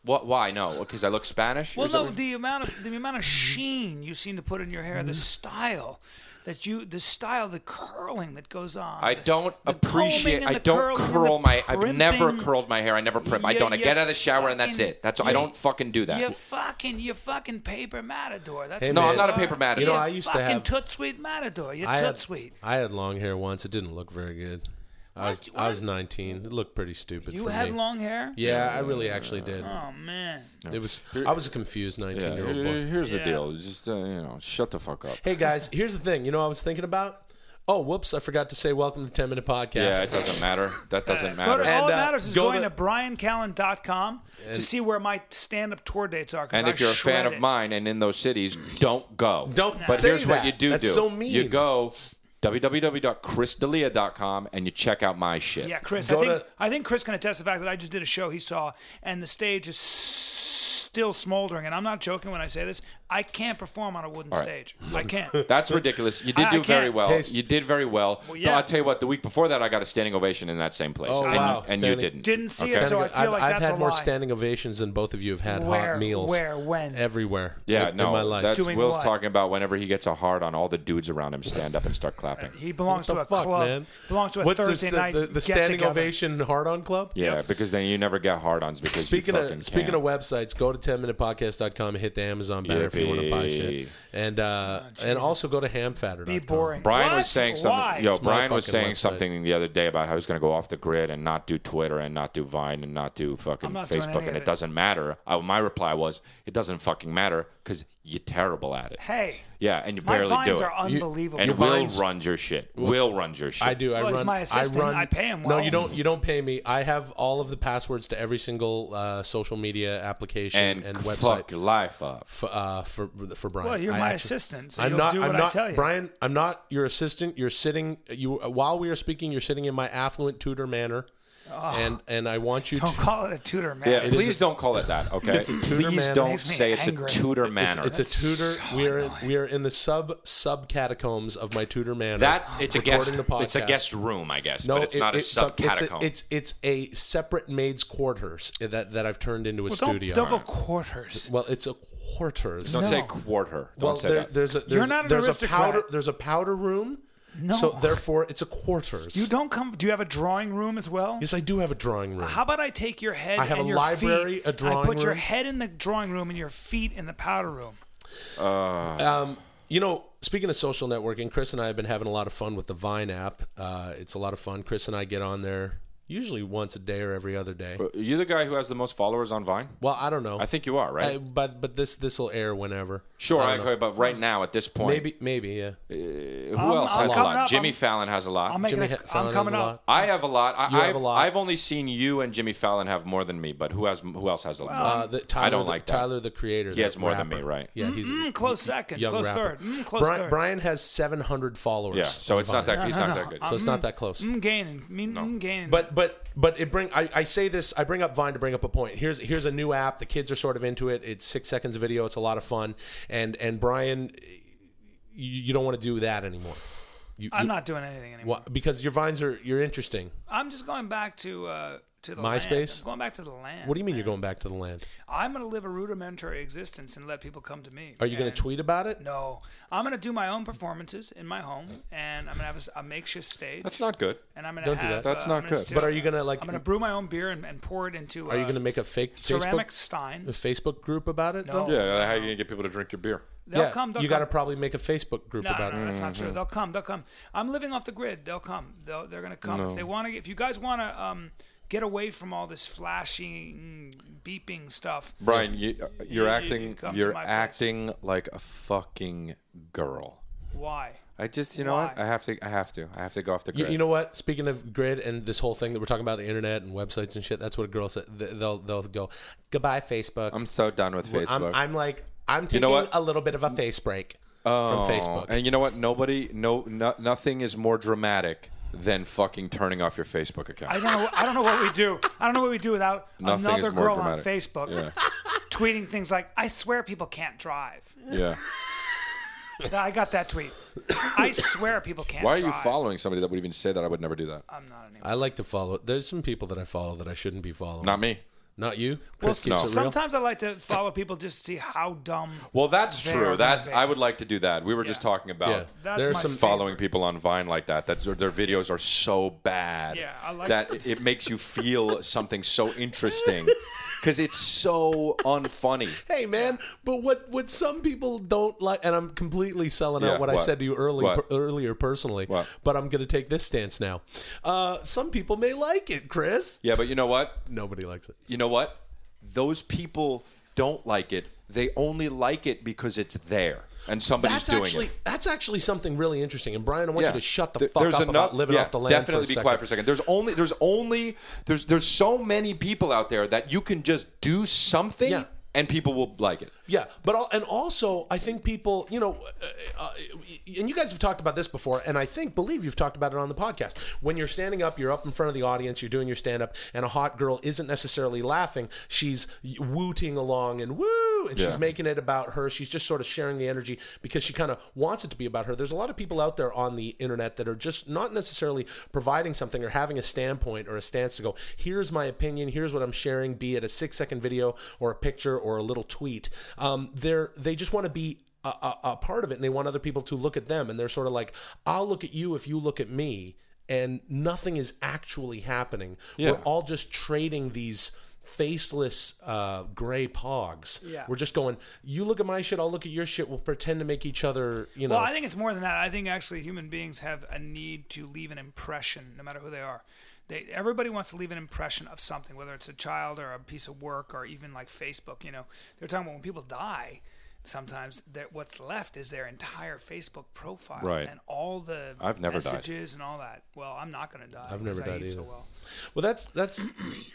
Speaker 1: What? Why? No, because I look Spanish.
Speaker 2: Well,
Speaker 1: Is that
Speaker 2: no.
Speaker 1: what-
Speaker 2: The amount of the amount of sheen you seem to put in your hair, the style that you, the style, the curling that goes on.
Speaker 1: I don't appreciate.
Speaker 2: combing and
Speaker 1: I
Speaker 2: the
Speaker 1: don't
Speaker 2: curling and
Speaker 1: curl
Speaker 2: the
Speaker 1: my. I've never
Speaker 2: primping.
Speaker 1: curled my hair. I never primp. I
Speaker 2: Yeah,
Speaker 1: don't. I
Speaker 2: yeah,
Speaker 1: get out of the shower and that's
Speaker 2: fucking-
Speaker 1: it. That's. I don't fucking do
Speaker 2: You
Speaker 1: that.
Speaker 2: fucking, you fucking paper matador. That's
Speaker 3: Hey,
Speaker 2: what
Speaker 1: No,
Speaker 3: man.
Speaker 1: I'm not a
Speaker 2: you
Speaker 1: paper
Speaker 2: are.
Speaker 1: matador.
Speaker 3: You know,
Speaker 2: You're
Speaker 3: I used to
Speaker 2: fucking
Speaker 3: have-
Speaker 2: toot sweet matador. You're
Speaker 3: I
Speaker 2: toot
Speaker 3: had,
Speaker 2: sweet.
Speaker 3: I had long hair once. It didn't look very good. I was, I was 19. It looked pretty stupid.
Speaker 2: You
Speaker 3: for
Speaker 2: had
Speaker 3: me.
Speaker 2: long hair?
Speaker 3: Yeah, I really actually did.
Speaker 2: Oh man.
Speaker 3: It was. I was a confused 19
Speaker 1: Yeah,
Speaker 3: year old boy.
Speaker 1: here- here's the
Speaker 2: Yeah.
Speaker 1: deal. Just uh, you know, shut the fuck
Speaker 2: <laughs>
Speaker 1: up.
Speaker 3: Hey guys, here's the thing. You know, what I was thinking about. Oh, whoops! I forgot to say welcome to the 10 Minute
Speaker 1: Yeah,
Speaker 3: Podcast.
Speaker 1: it doesn't matter. That doesn't
Speaker 2: Go to,
Speaker 1: matter.
Speaker 2: all
Speaker 3: And,
Speaker 2: that
Speaker 3: uh,
Speaker 2: matters is
Speaker 3: go
Speaker 2: going
Speaker 3: to-
Speaker 2: to, briancallen.com to see where my stand-up tour dates are. 'cause
Speaker 1: And
Speaker 2: I
Speaker 1: if you're a fan
Speaker 2: shred
Speaker 1: of
Speaker 2: it.
Speaker 1: mine and in those cities, don't go.
Speaker 3: Don't
Speaker 1: But
Speaker 3: say
Speaker 1: here's
Speaker 3: that.
Speaker 1: what you do
Speaker 3: That's
Speaker 1: do.
Speaker 3: so mean.
Speaker 1: You go www.chrisdalia.com and you check out my shit.
Speaker 2: yeah, Chris,
Speaker 3: Go
Speaker 2: I think
Speaker 3: to-
Speaker 2: I think Chris can attest to the fact that I just did a show he saw, and the stage is still smoldering. And I'm not joking when I say this. I can't perform on a wooden stage.
Speaker 1: <laughs>
Speaker 2: I can't.
Speaker 1: That's ridiculous. You did
Speaker 2: I- I
Speaker 1: do very
Speaker 2: can't.
Speaker 1: well.
Speaker 3: Hey, sp-
Speaker 1: you did very well.
Speaker 2: yeah.
Speaker 1: I'll tell you what. The week before that, I got a standing ovation in that same place.
Speaker 3: Oh,
Speaker 1: and,
Speaker 3: wow.
Speaker 1: And you
Speaker 3: Standing-
Speaker 1: didn't.
Speaker 2: Didn't see it,
Speaker 1: Okay.
Speaker 2: so I
Speaker 3: I've,
Speaker 2: feel like
Speaker 3: I've
Speaker 2: that's
Speaker 3: had
Speaker 2: a
Speaker 3: more
Speaker 2: lie.
Speaker 3: standing ovations than both of you have had
Speaker 2: Where-
Speaker 3: hot meals.
Speaker 2: where, when?
Speaker 3: Everywhere.
Speaker 1: Yeah,
Speaker 3: in,
Speaker 1: no.
Speaker 3: In my life.
Speaker 1: That's
Speaker 2: Doing
Speaker 1: Will's
Speaker 2: what?
Speaker 1: talking about whenever he gets a hard on, all the dudes around him stand up and start clapping.
Speaker 2: He belongs
Speaker 3: What
Speaker 2: to
Speaker 3: the
Speaker 2: a
Speaker 3: fuck,
Speaker 2: club.
Speaker 3: man?
Speaker 2: Belongs to a
Speaker 3: What's this,
Speaker 2: Thursday
Speaker 3: the,
Speaker 2: night
Speaker 3: The, the
Speaker 2: get
Speaker 3: standing
Speaker 2: together.
Speaker 3: ovation hard on club.
Speaker 1: Yeah, because then you never get hard ons because
Speaker 3: Speaking
Speaker 1: you fucking
Speaker 3: of speaking
Speaker 1: can't.
Speaker 3: of websites, go to 10minutepodcast.com, hit the Amazon banner if you want to buy
Speaker 1: Yippee.
Speaker 3: shit. And uh, and also go to hamfatter.com.
Speaker 2: Ah, Be boring.
Speaker 1: Brian
Speaker 2: What?
Speaker 1: was saying something.
Speaker 2: Why?
Speaker 1: Yo,
Speaker 3: my
Speaker 1: Brian was
Speaker 3: fucking
Speaker 1: saying
Speaker 3: website.
Speaker 1: something the other day about how he's going to go off the grid and not do Twitter and not do Vine and not do fucking
Speaker 2: I'm not doing any
Speaker 1: Facebook,
Speaker 2: of
Speaker 1: and it
Speaker 2: it.
Speaker 1: doesn't matter. I, my reply was, it doesn't fucking matter because you're terrible at it.
Speaker 2: hey,
Speaker 1: Yeah, and you
Speaker 2: my
Speaker 1: barely
Speaker 2: vines
Speaker 1: do it.
Speaker 2: are unbelievable.
Speaker 1: and
Speaker 3: Your
Speaker 1: Will
Speaker 3: vines-
Speaker 1: runs your shit. Will runs your shit.
Speaker 3: I do. I
Speaker 2: Well, he's
Speaker 3: run.
Speaker 2: my assistant.
Speaker 3: I run.
Speaker 2: I pay him
Speaker 3: No,
Speaker 2: well.
Speaker 3: you don't. You don't pay me. I have all of the passwords to every single uh, social media application
Speaker 1: And,
Speaker 3: and, website.
Speaker 1: fuck your life up.
Speaker 3: For, uh, for for Brian.
Speaker 2: Well, you're
Speaker 3: I
Speaker 2: my assistant, so
Speaker 3: I'm
Speaker 2: you'll
Speaker 3: not.
Speaker 2: do
Speaker 3: I'm
Speaker 2: what I
Speaker 3: not.
Speaker 2: tell you.
Speaker 3: Brian, I'm not your assistant. You're sitting. You while we are speaking, you're sitting in my affluent Tudor manor, and and I want you
Speaker 2: Ah. don't
Speaker 3: to.
Speaker 2: call it a tutor, man.
Speaker 1: Yeah,
Speaker 3: is
Speaker 1: please
Speaker 3: a-
Speaker 1: don't call it
Speaker 3: <laughs>
Speaker 1: that. Okay,
Speaker 3: Tudor
Speaker 1: please
Speaker 3: manor.
Speaker 1: don't
Speaker 2: Makes me
Speaker 1: say
Speaker 2: angry.
Speaker 1: it's a Tudor manor.
Speaker 3: It's a Tudor. we are we are in the sub sub catacombs of my Tudor manor.
Speaker 1: That it's a guest.
Speaker 3: recording the
Speaker 1: It's a
Speaker 3: podcast.
Speaker 1: guest room, I guess. but it's
Speaker 3: it-
Speaker 1: not a
Speaker 3: it's
Speaker 1: sub
Speaker 3: it's,
Speaker 1: catacomb.
Speaker 3: it's it's a separate maid's quarters that that I've turned into a
Speaker 2: Well, don't
Speaker 3: studio.
Speaker 2: double quarters.
Speaker 3: Well, it's a quarters.
Speaker 1: don't
Speaker 2: No.
Speaker 1: say quarter. Don't
Speaker 3: well,
Speaker 1: say
Speaker 3: there-
Speaker 1: that.
Speaker 3: there's a there's,
Speaker 2: You're not an
Speaker 3: there's a
Speaker 2: aristocrat.
Speaker 3: powder there's a powder room.
Speaker 2: No.
Speaker 3: So therefore, it's a quarters.
Speaker 2: You don't come. Do you have a drawing room as well?
Speaker 3: Yes, I do have a drawing room.
Speaker 2: How about I take your head
Speaker 3: I have
Speaker 2: and
Speaker 3: a
Speaker 2: your
Speaker 3: library,
Speaker 2: feet,
Speaker 3: a drawing
Speaker 2: I put your
Speaker 3: room.
Speaker 2: head in the drawing room and your feet in the powder room.
Speaker 3: You know, speaking of social networking, Chris and I have been having a lot of fun with the Vine app. Uh, it's a lot of fun. Chris and I get on there usually once a day or every other day.
Speaker 1: Are you the guy who has the most followers on Vine?
Speaker 3: Well, I don't know.
Speaker 1: I think you are, right?
Speaker 3: I, but but this this will air whenever.
Speaker 1: sure,
Speaker 3: I
Speaker 1: I
Speaker 3: don't know.
Speaker 1: okay, but right now at this point,
Speaker 3: Maybe maybe yeah.
Speaker 1: who
Speaker 2: I'm-
Speaker 1: else
Speaker 2: I'm
Speaker 1: has a
Speaker 2: coming
Speaker 1: lot?
Speaker 2: up,
Speaker 1: Jimmy
Speaker 2: I'm-
Speaker 1: Fallon has a lot.
Speaker 2: I'll make
Speaker 3: Jimmy
Speaker 2: it.
Speaker 3: Ha-
Speaker 2: A,
Speaker 3: Fallon
Speaker 2: I'm
Speaker 3: has
Speaker 2: coming
Speaker 3: a
Speaker 2: up.
Speaker 3: lot.
Speaker 1: I have a lot. I,
Speaker 3: You have
Speaker 1: I've,
Speaker 3: a lot.
Speaker 1: I've only seen you and Jimmy Fallon have more than me, but who has who else has a lot?
Speaker 2: Um,
Speaker 3: Uh, the, Tyler,
Speaker 1: I don't
Speaker 3: the-
Speaker 1: like that.
Speaker 3: Tyler the creator. He
Speaker 1: has more than me, right?
Speaker 3: Yeah, he's a
Speaker 2: Mm, close second.
Speaker 3: young
Speaker 2: close
Speaker 3: rapper.
Speaker 2: third. Mm, close
Speaker 3: Brian,
Speaker 2: third.
Speaker 3: Brian has 700 followers.
Speaker 1: Yeah, so
Speaker 3: on
Speaker 1: it's not
Speaker 3: Vine.
Speaker 1: that
Speaker 3: <laughs>
Speaker 1: he's not that good.
Speaker 3: So it's not that close.
Speaker 2: Mm, gaining. Mean, mm, gaining.
Speaker 3: But but but it bring I, I say this I bring up Vine to bring up a point. Here's here's a new app. The kids are sort of into it. It's six seconds of video. It's a lot of fun. And and Brian, you, you don't want to do that anymore. You,
Speaker 2: I'm
Speaker 3: you-
Speaker 2: not doing anything anymore.
Speaker 3: wha- because your vines are you're interesting.
Speaker 2: I'm just going back to uh, to the Land.
Speaker 3: MySpace?
Speaker 2: I'm going back to the land.
Speaker 3: What do you mean you're going back to the land?
Speaker 2: I'm going to live a rudimentary existence and let people come to me.
Speaker 3: Are you going
Speaker 2: And-
Speaker 3: to tweet about it?
Speaker 2: No, I'm going to do my own performances in my home, and I'm going to have a, a makeshift stage,
Speaker 1: That's not good.
Speaker 2: and I'm going to
Speaker 3: Don't do
Speaker 2: have.
Speaker 3: that. That's
Speaker 2: uh,
Speaker 1: not
Speaker 2: I'm gonna
Speaker 1: good.
Speaker 2: sit-
Speaker 3: But are you going to like?
Speaker 2: I'm going to brew my own beer and, and pour it into.
Speaker 3: are you
Speaker 2: uh,
Speaker 3: going to make a fake
Speaker 2: ceramic
Speaker 3: Facebook
Speaker 2: stein?
Speaker 3: Facebook group about it?
Speaker 2: No.
Speaker 3: though?
Speaker 1: Yeah, how are you gonna get people to drink your beer?
Speaker 2: They'll
Speaker 3: yeah.
Speaker 2: come. They'll
Speaker 3: you
Speaker 2: come.
Speaker 3: got to probably make a Facebook group
Speaker 2: No, no,
Speaker 3: about
Speaker 2: no,
Speaker 3: it.
Speaker 2: that's not true. They'll come. They'll come. I'm living off the grid. They'll come. They'll, they're going to come. If they want to, if you guys want to um, get away from all this flashing, beeping stuff,
Speaker 1: Brian, you, uh, you're
Speaker 2: you
Speaker 1: acting
Speaker 2: come to
Speaker 1: you're
Speaker 2: my place.
Speaker 1: acting like a fucking girl.
Speaker 2: why?
Speaker 1: I just you know what
Speaker 2: Why?
Speaker 1: I have to I have to I have to go off the
Speaker 3: You,
Speaker 1: grid.
Speaker 3: you know what? Speaking of grid and this whole thing that we're talking about the internet and websites and shit, that's what a girl said. Th- They'll they'll go goodbye Facebook.
Speaker 1: I'm so done with Facebook.
Speaker 3: I'm, I'm like I'm taking
Speaker 1: know what?
Speaker 3: a little bit of a face break
Speaker 1: Oh,
Speaker 3: from Facebook.
Speaker 1: And you know what? Nobody, no, no, nothing is more dramatic than fucking turning off your Facebook account.
Speaker 2: I don't know. I don't know what we do. I don't know what we do without
Speaker 1: <laughs> Nothing
Speaker 2: another
Speaker 1: is more
Speaker 2: girl
Speaker 1: dramatic.
Speaker 2: on Facebook <laughs> tweeting things like, "I swear people can't drive." <laughs>
Speaker 1: yeah.
Speaker 2: I got that tweet. I swear people can't.
Speaker 1: Why are you
Speaker 2: drive."
Speaker 1: following somebody that would even say that? I would never do that.
Speaker 2: I'm not anymore.
Speaker 3: I like to follow. There's some people that I follow that I shouldn't be following.
Speaker 1: Not me.
Speaker 3: Not you.
Speaker 2: Well,
Speaker 3: Chris keeps it real.
Speaker 2: sometimes I like to follow people just to see how dumb.
Speaker 1: Well, that's
Speaker 2: They
Speaker 1: true.
Speaker 2: are
Speaker 1: That
Speaker 2: gonna be.
Speaker 1: I would like to do that. We were just talking about.
Speaker 3: yeah,
Speaker 2: That's
Speaker 3: there are
Speaker 2: my
Speaker 3: some
Speaker 2: favorite.
Speaker 1: Following people on Vine like that, that's their videos are so bad
Speaker 2: Yeah, I like- <laughs>
Speaker 1: that it- it makes you feel something so interesting because it's so unfunny.
Speaker 3: Hey man, but what what some people don't like, and I'm completely selling
Speaker 1: Yeah,
Speaker 3: out what, I
Speaker 1: what?
Speaker 3: said to you early
Speaker 1: What?
Speaker 3: per- earlier personally.
Speaker 1: What?
Speaker 3: But I'm going to take this stance now. Uh, some people may like it, Chris.
Speaker 1: Yeah, but you know what?
Speaker 3: Nobody likes it.
Speaker 1: You know what? Those people don't like it. They only like it because it's there and somebody's
Speaker 3: That's
Speaker 1: doing
Speaker 3: actually
Speaker 1: it.
Speaker 3: that's actually something really interesting. And Brian, I want
Speaker 1: Yeah.
Speaker 3: you to shut the
Speaker 1: There-
Speaker 3: fuck up about
Speaker 1: enough-
Speaker 3: living
Speaker 1: yeah,
Speaker 3: off the land
Speaker 1: Definitely
Speaker 3: for a
Speaker 1: be
Speaker 3: second.
Speaker 1: quiet for a second. There's only there's only there's there's so many people out there that you can just do something
Speaker 3: Yeah.
Speaker 1: and people will like it.
Speaker 3: Yeah, but al- and also I think people, you know, uh, uh, and you guys have talked about this before, and I think believe you've talked about it on the podcast. When you're standing up, you're up in front of the audience, you're doing your stand up, and a hot girl isn't necessarily laughing; she's wooting along and woo, and she's
Speaker 1: Yeah.
Speaker 3: making it about her. She's just sort of sharing the energy because she kind of wants it to be about her. There's a lot of people out there on the internet that are just not necessarily providing something or having a standpoint or a stance to go, here's my opinion, here's what I'm sharing, be it a six second video or a picture or a little tweet. Um, they're, they just want to be a, a, a part of it and they want other people to look at them. And they're sort of like, I'll look at you if you look at me. And nothing is actually happening. We're all just trading these faceless uh, gray pogs.
Speaker 2: Yeah.
Speaker 3: We're just going, you look at my shit, I'll look at your shit. We'll pretend to make each other, you know.
Speaker 2: Well, I think it's more than that. I think actually human beings have a need to leave an impression, no matter who they are. They, everybody wants to leave an impression of something, whether it's a child or a piece of work or even like Facebook. You know, they're talking about when people die. Sometimes that what's left is their entire Facebook profile
Speaker 1: Right.
Speaker 2: and all the
Speaker 1: I've never died.
Speaker 2: messages and all that. Well, I'm not going to die. I've
Speaker 3: never
Speaker 2: I
Speaker 3: died
Speaker 2: eat So
Speaker 3: either.
Speaker 2: well.
Speaker 3: well,
Speaker 2: <clears throat>
Speaker 3: that's that's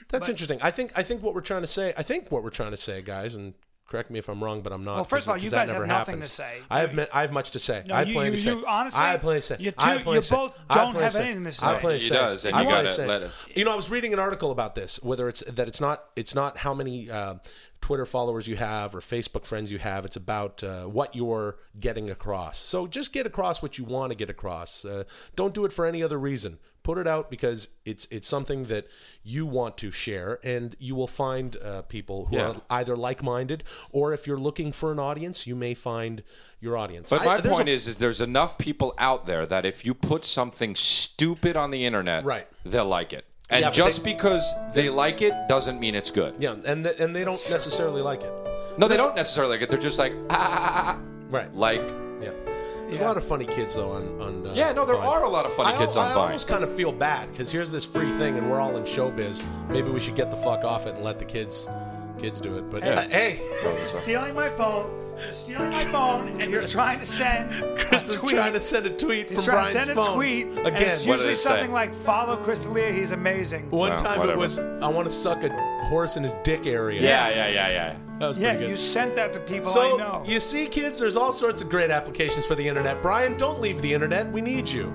Speaker 3: that's interesting. I think I think what we're trying to say. I think what we're trying to say, guys, and correct me if I'm wrong, but I'm not.
Speaker 2: Well, first
Speaker 3: 'cause-
Speaker 2: of all, you
Speaker 3: 'cause
Speaker 2: guys
Speaker 3: that never
Speaker 2: have nothing
Speaker 3: happens.
Speaker 2: to say.
Speaker 3: I have me- I have much to say.
Speaker 2: No,
Speaker 3: I have
Speaker 2: you-
Speaker 3: plenty
Speaker 2: you-
Speaker 3: to say.
Speaker 2: you- honestly,
Speaker 3: I have plenty to say.
Speaker 2: you
Speaker 3: I have
Speaker 2: two-
Speaker 3: plenty
Speaker 2: you
Speaker 3: to say.
Speaker 2: both
Speaker 3: I
Speaker 2: don't
Speaker 3: plenty
Speaker 2: have
Speaker 3: to say.
Speaker 2: anything to
Speaker 3: I have
Speaker 2: say.
Speaker 3: plenty
Speaker 1: He
Speaker 3: to say.
Speaker 1: does, and
Speaker 3: I
Speaker 1: you
Speaker 3: have plenty
Speaker 1: gotta
Speaker 3: to say.
Speaker 1: let it-
Speaker 3: You know, I was reading an article about this. Whether it's that it's not it's not how many uh, Twitter followers you have or Facebook friends you have. It's about uh, what you're getting across. So just get across what you want to get across. Uh, don't do it for any other reason. Put it out because it's it's something that you want to share, and you will find uh, people who
Speaker 1: Yeah.
Speaker 3: are either like-minded or if you're looking for an audience, you may find your audience.
Speaker 1: But
Speaker 3: I-
Speaker 1: my
Speaker 3: there's
Speaker 1: point
Speaker 3: a-
Speaker 1: is, is there's enough people out there that if you put something stupid on the internet,
Speaker 3: Right.
Speaker 1: they'll like it. And
Speaker 3: Yeah, but
Speaker 1: just
Speaker 3: they-
Speaker 1: because they like it doesn't mean it's good.
Speaker 3: yeah, and th- and they don't necessarily like it.
Speaker 1: No, they don't necessarily like it. They're just like, ah,
Speaker 3: Right.
Speaker 1: like,
Speaker 3: Yeah. There's a lot of funny kids though on on. Uh,
Speaker 1: yeah. No, there
Speaker 3: Vine.
Speaker 1: are a lot of funny
Speaker 3: I,
Speaker 1: kids
Speaker 3: al-
Speaker 1: on
Speaker 3: I
Speaker 1: Vine.
Speaker 3: almost kind of feel bad because here's this free thing and we're all in showbiz. Maybe we should get the fuck off it and let the kids kids do it. But hey, hey
Speaker 2: Stealing my phone, You're stealing my phone, and you're trying to send
Speaker 3: <laughs> Chris
Speaker 2: a
Speaker 3: is
Speaker 2: tweet.
Speaker 3: trying to send a tweet
Speaker 2: He's
Speaker 3: from
Speaker 2: trying to
Speaker 3: Brian's
Speaker 2: send a
Speaker 3: phone
Speaker 2: tweet.
Speaker 3: again.
Speaker 2: and it's
Speaker 1: What did
Speaker 2: usually
Speaker 1: it say?
Speaker 2: something like "Follow Crystalia, he's amazing."
Speaker 3: One
Speaker 1: Wow,
Speaker 3: time it
Speaker 1: whatever.
Speaker 3: was I want to suck a horse in his dick area.
Speaker 1: yeah, yeah, yeah, yeah.
Speaker 3: that was
Speaker 2: Yeah,
Speaker 3: pretty good.
Speaker 2: you sent that to people I know.
Speaker 3: So you see, kids, there's all sorts of great applications for the internet. Brian, don't leave the internet. We need you.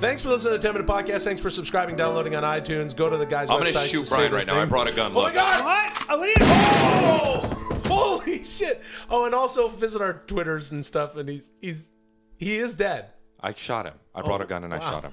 Speaker 3: Thanks for listening to the 10 Minute Podcast. Thanks for subscribing, downloading on iTunes. Go to the guys'
Speaker 1: I'm
Speaker 3: website.
Speaker 1: gonna shoot Brian right now. I brought a gun.
Speaker 3: Oh my
Speaker 1: Look.
Speaker 3: god!
Speaker 2: what? Oh, what are you?
Speaker 3: Oh, holy shit! Oh, and also visit our Twitters and stuff. And he's he's he is dead.
Speaker 1: I shot him. I brought
Speaker 3: Oh,
Speaker 1: a gun and I
Speaker 3: wow.
Speaker 1: shot him.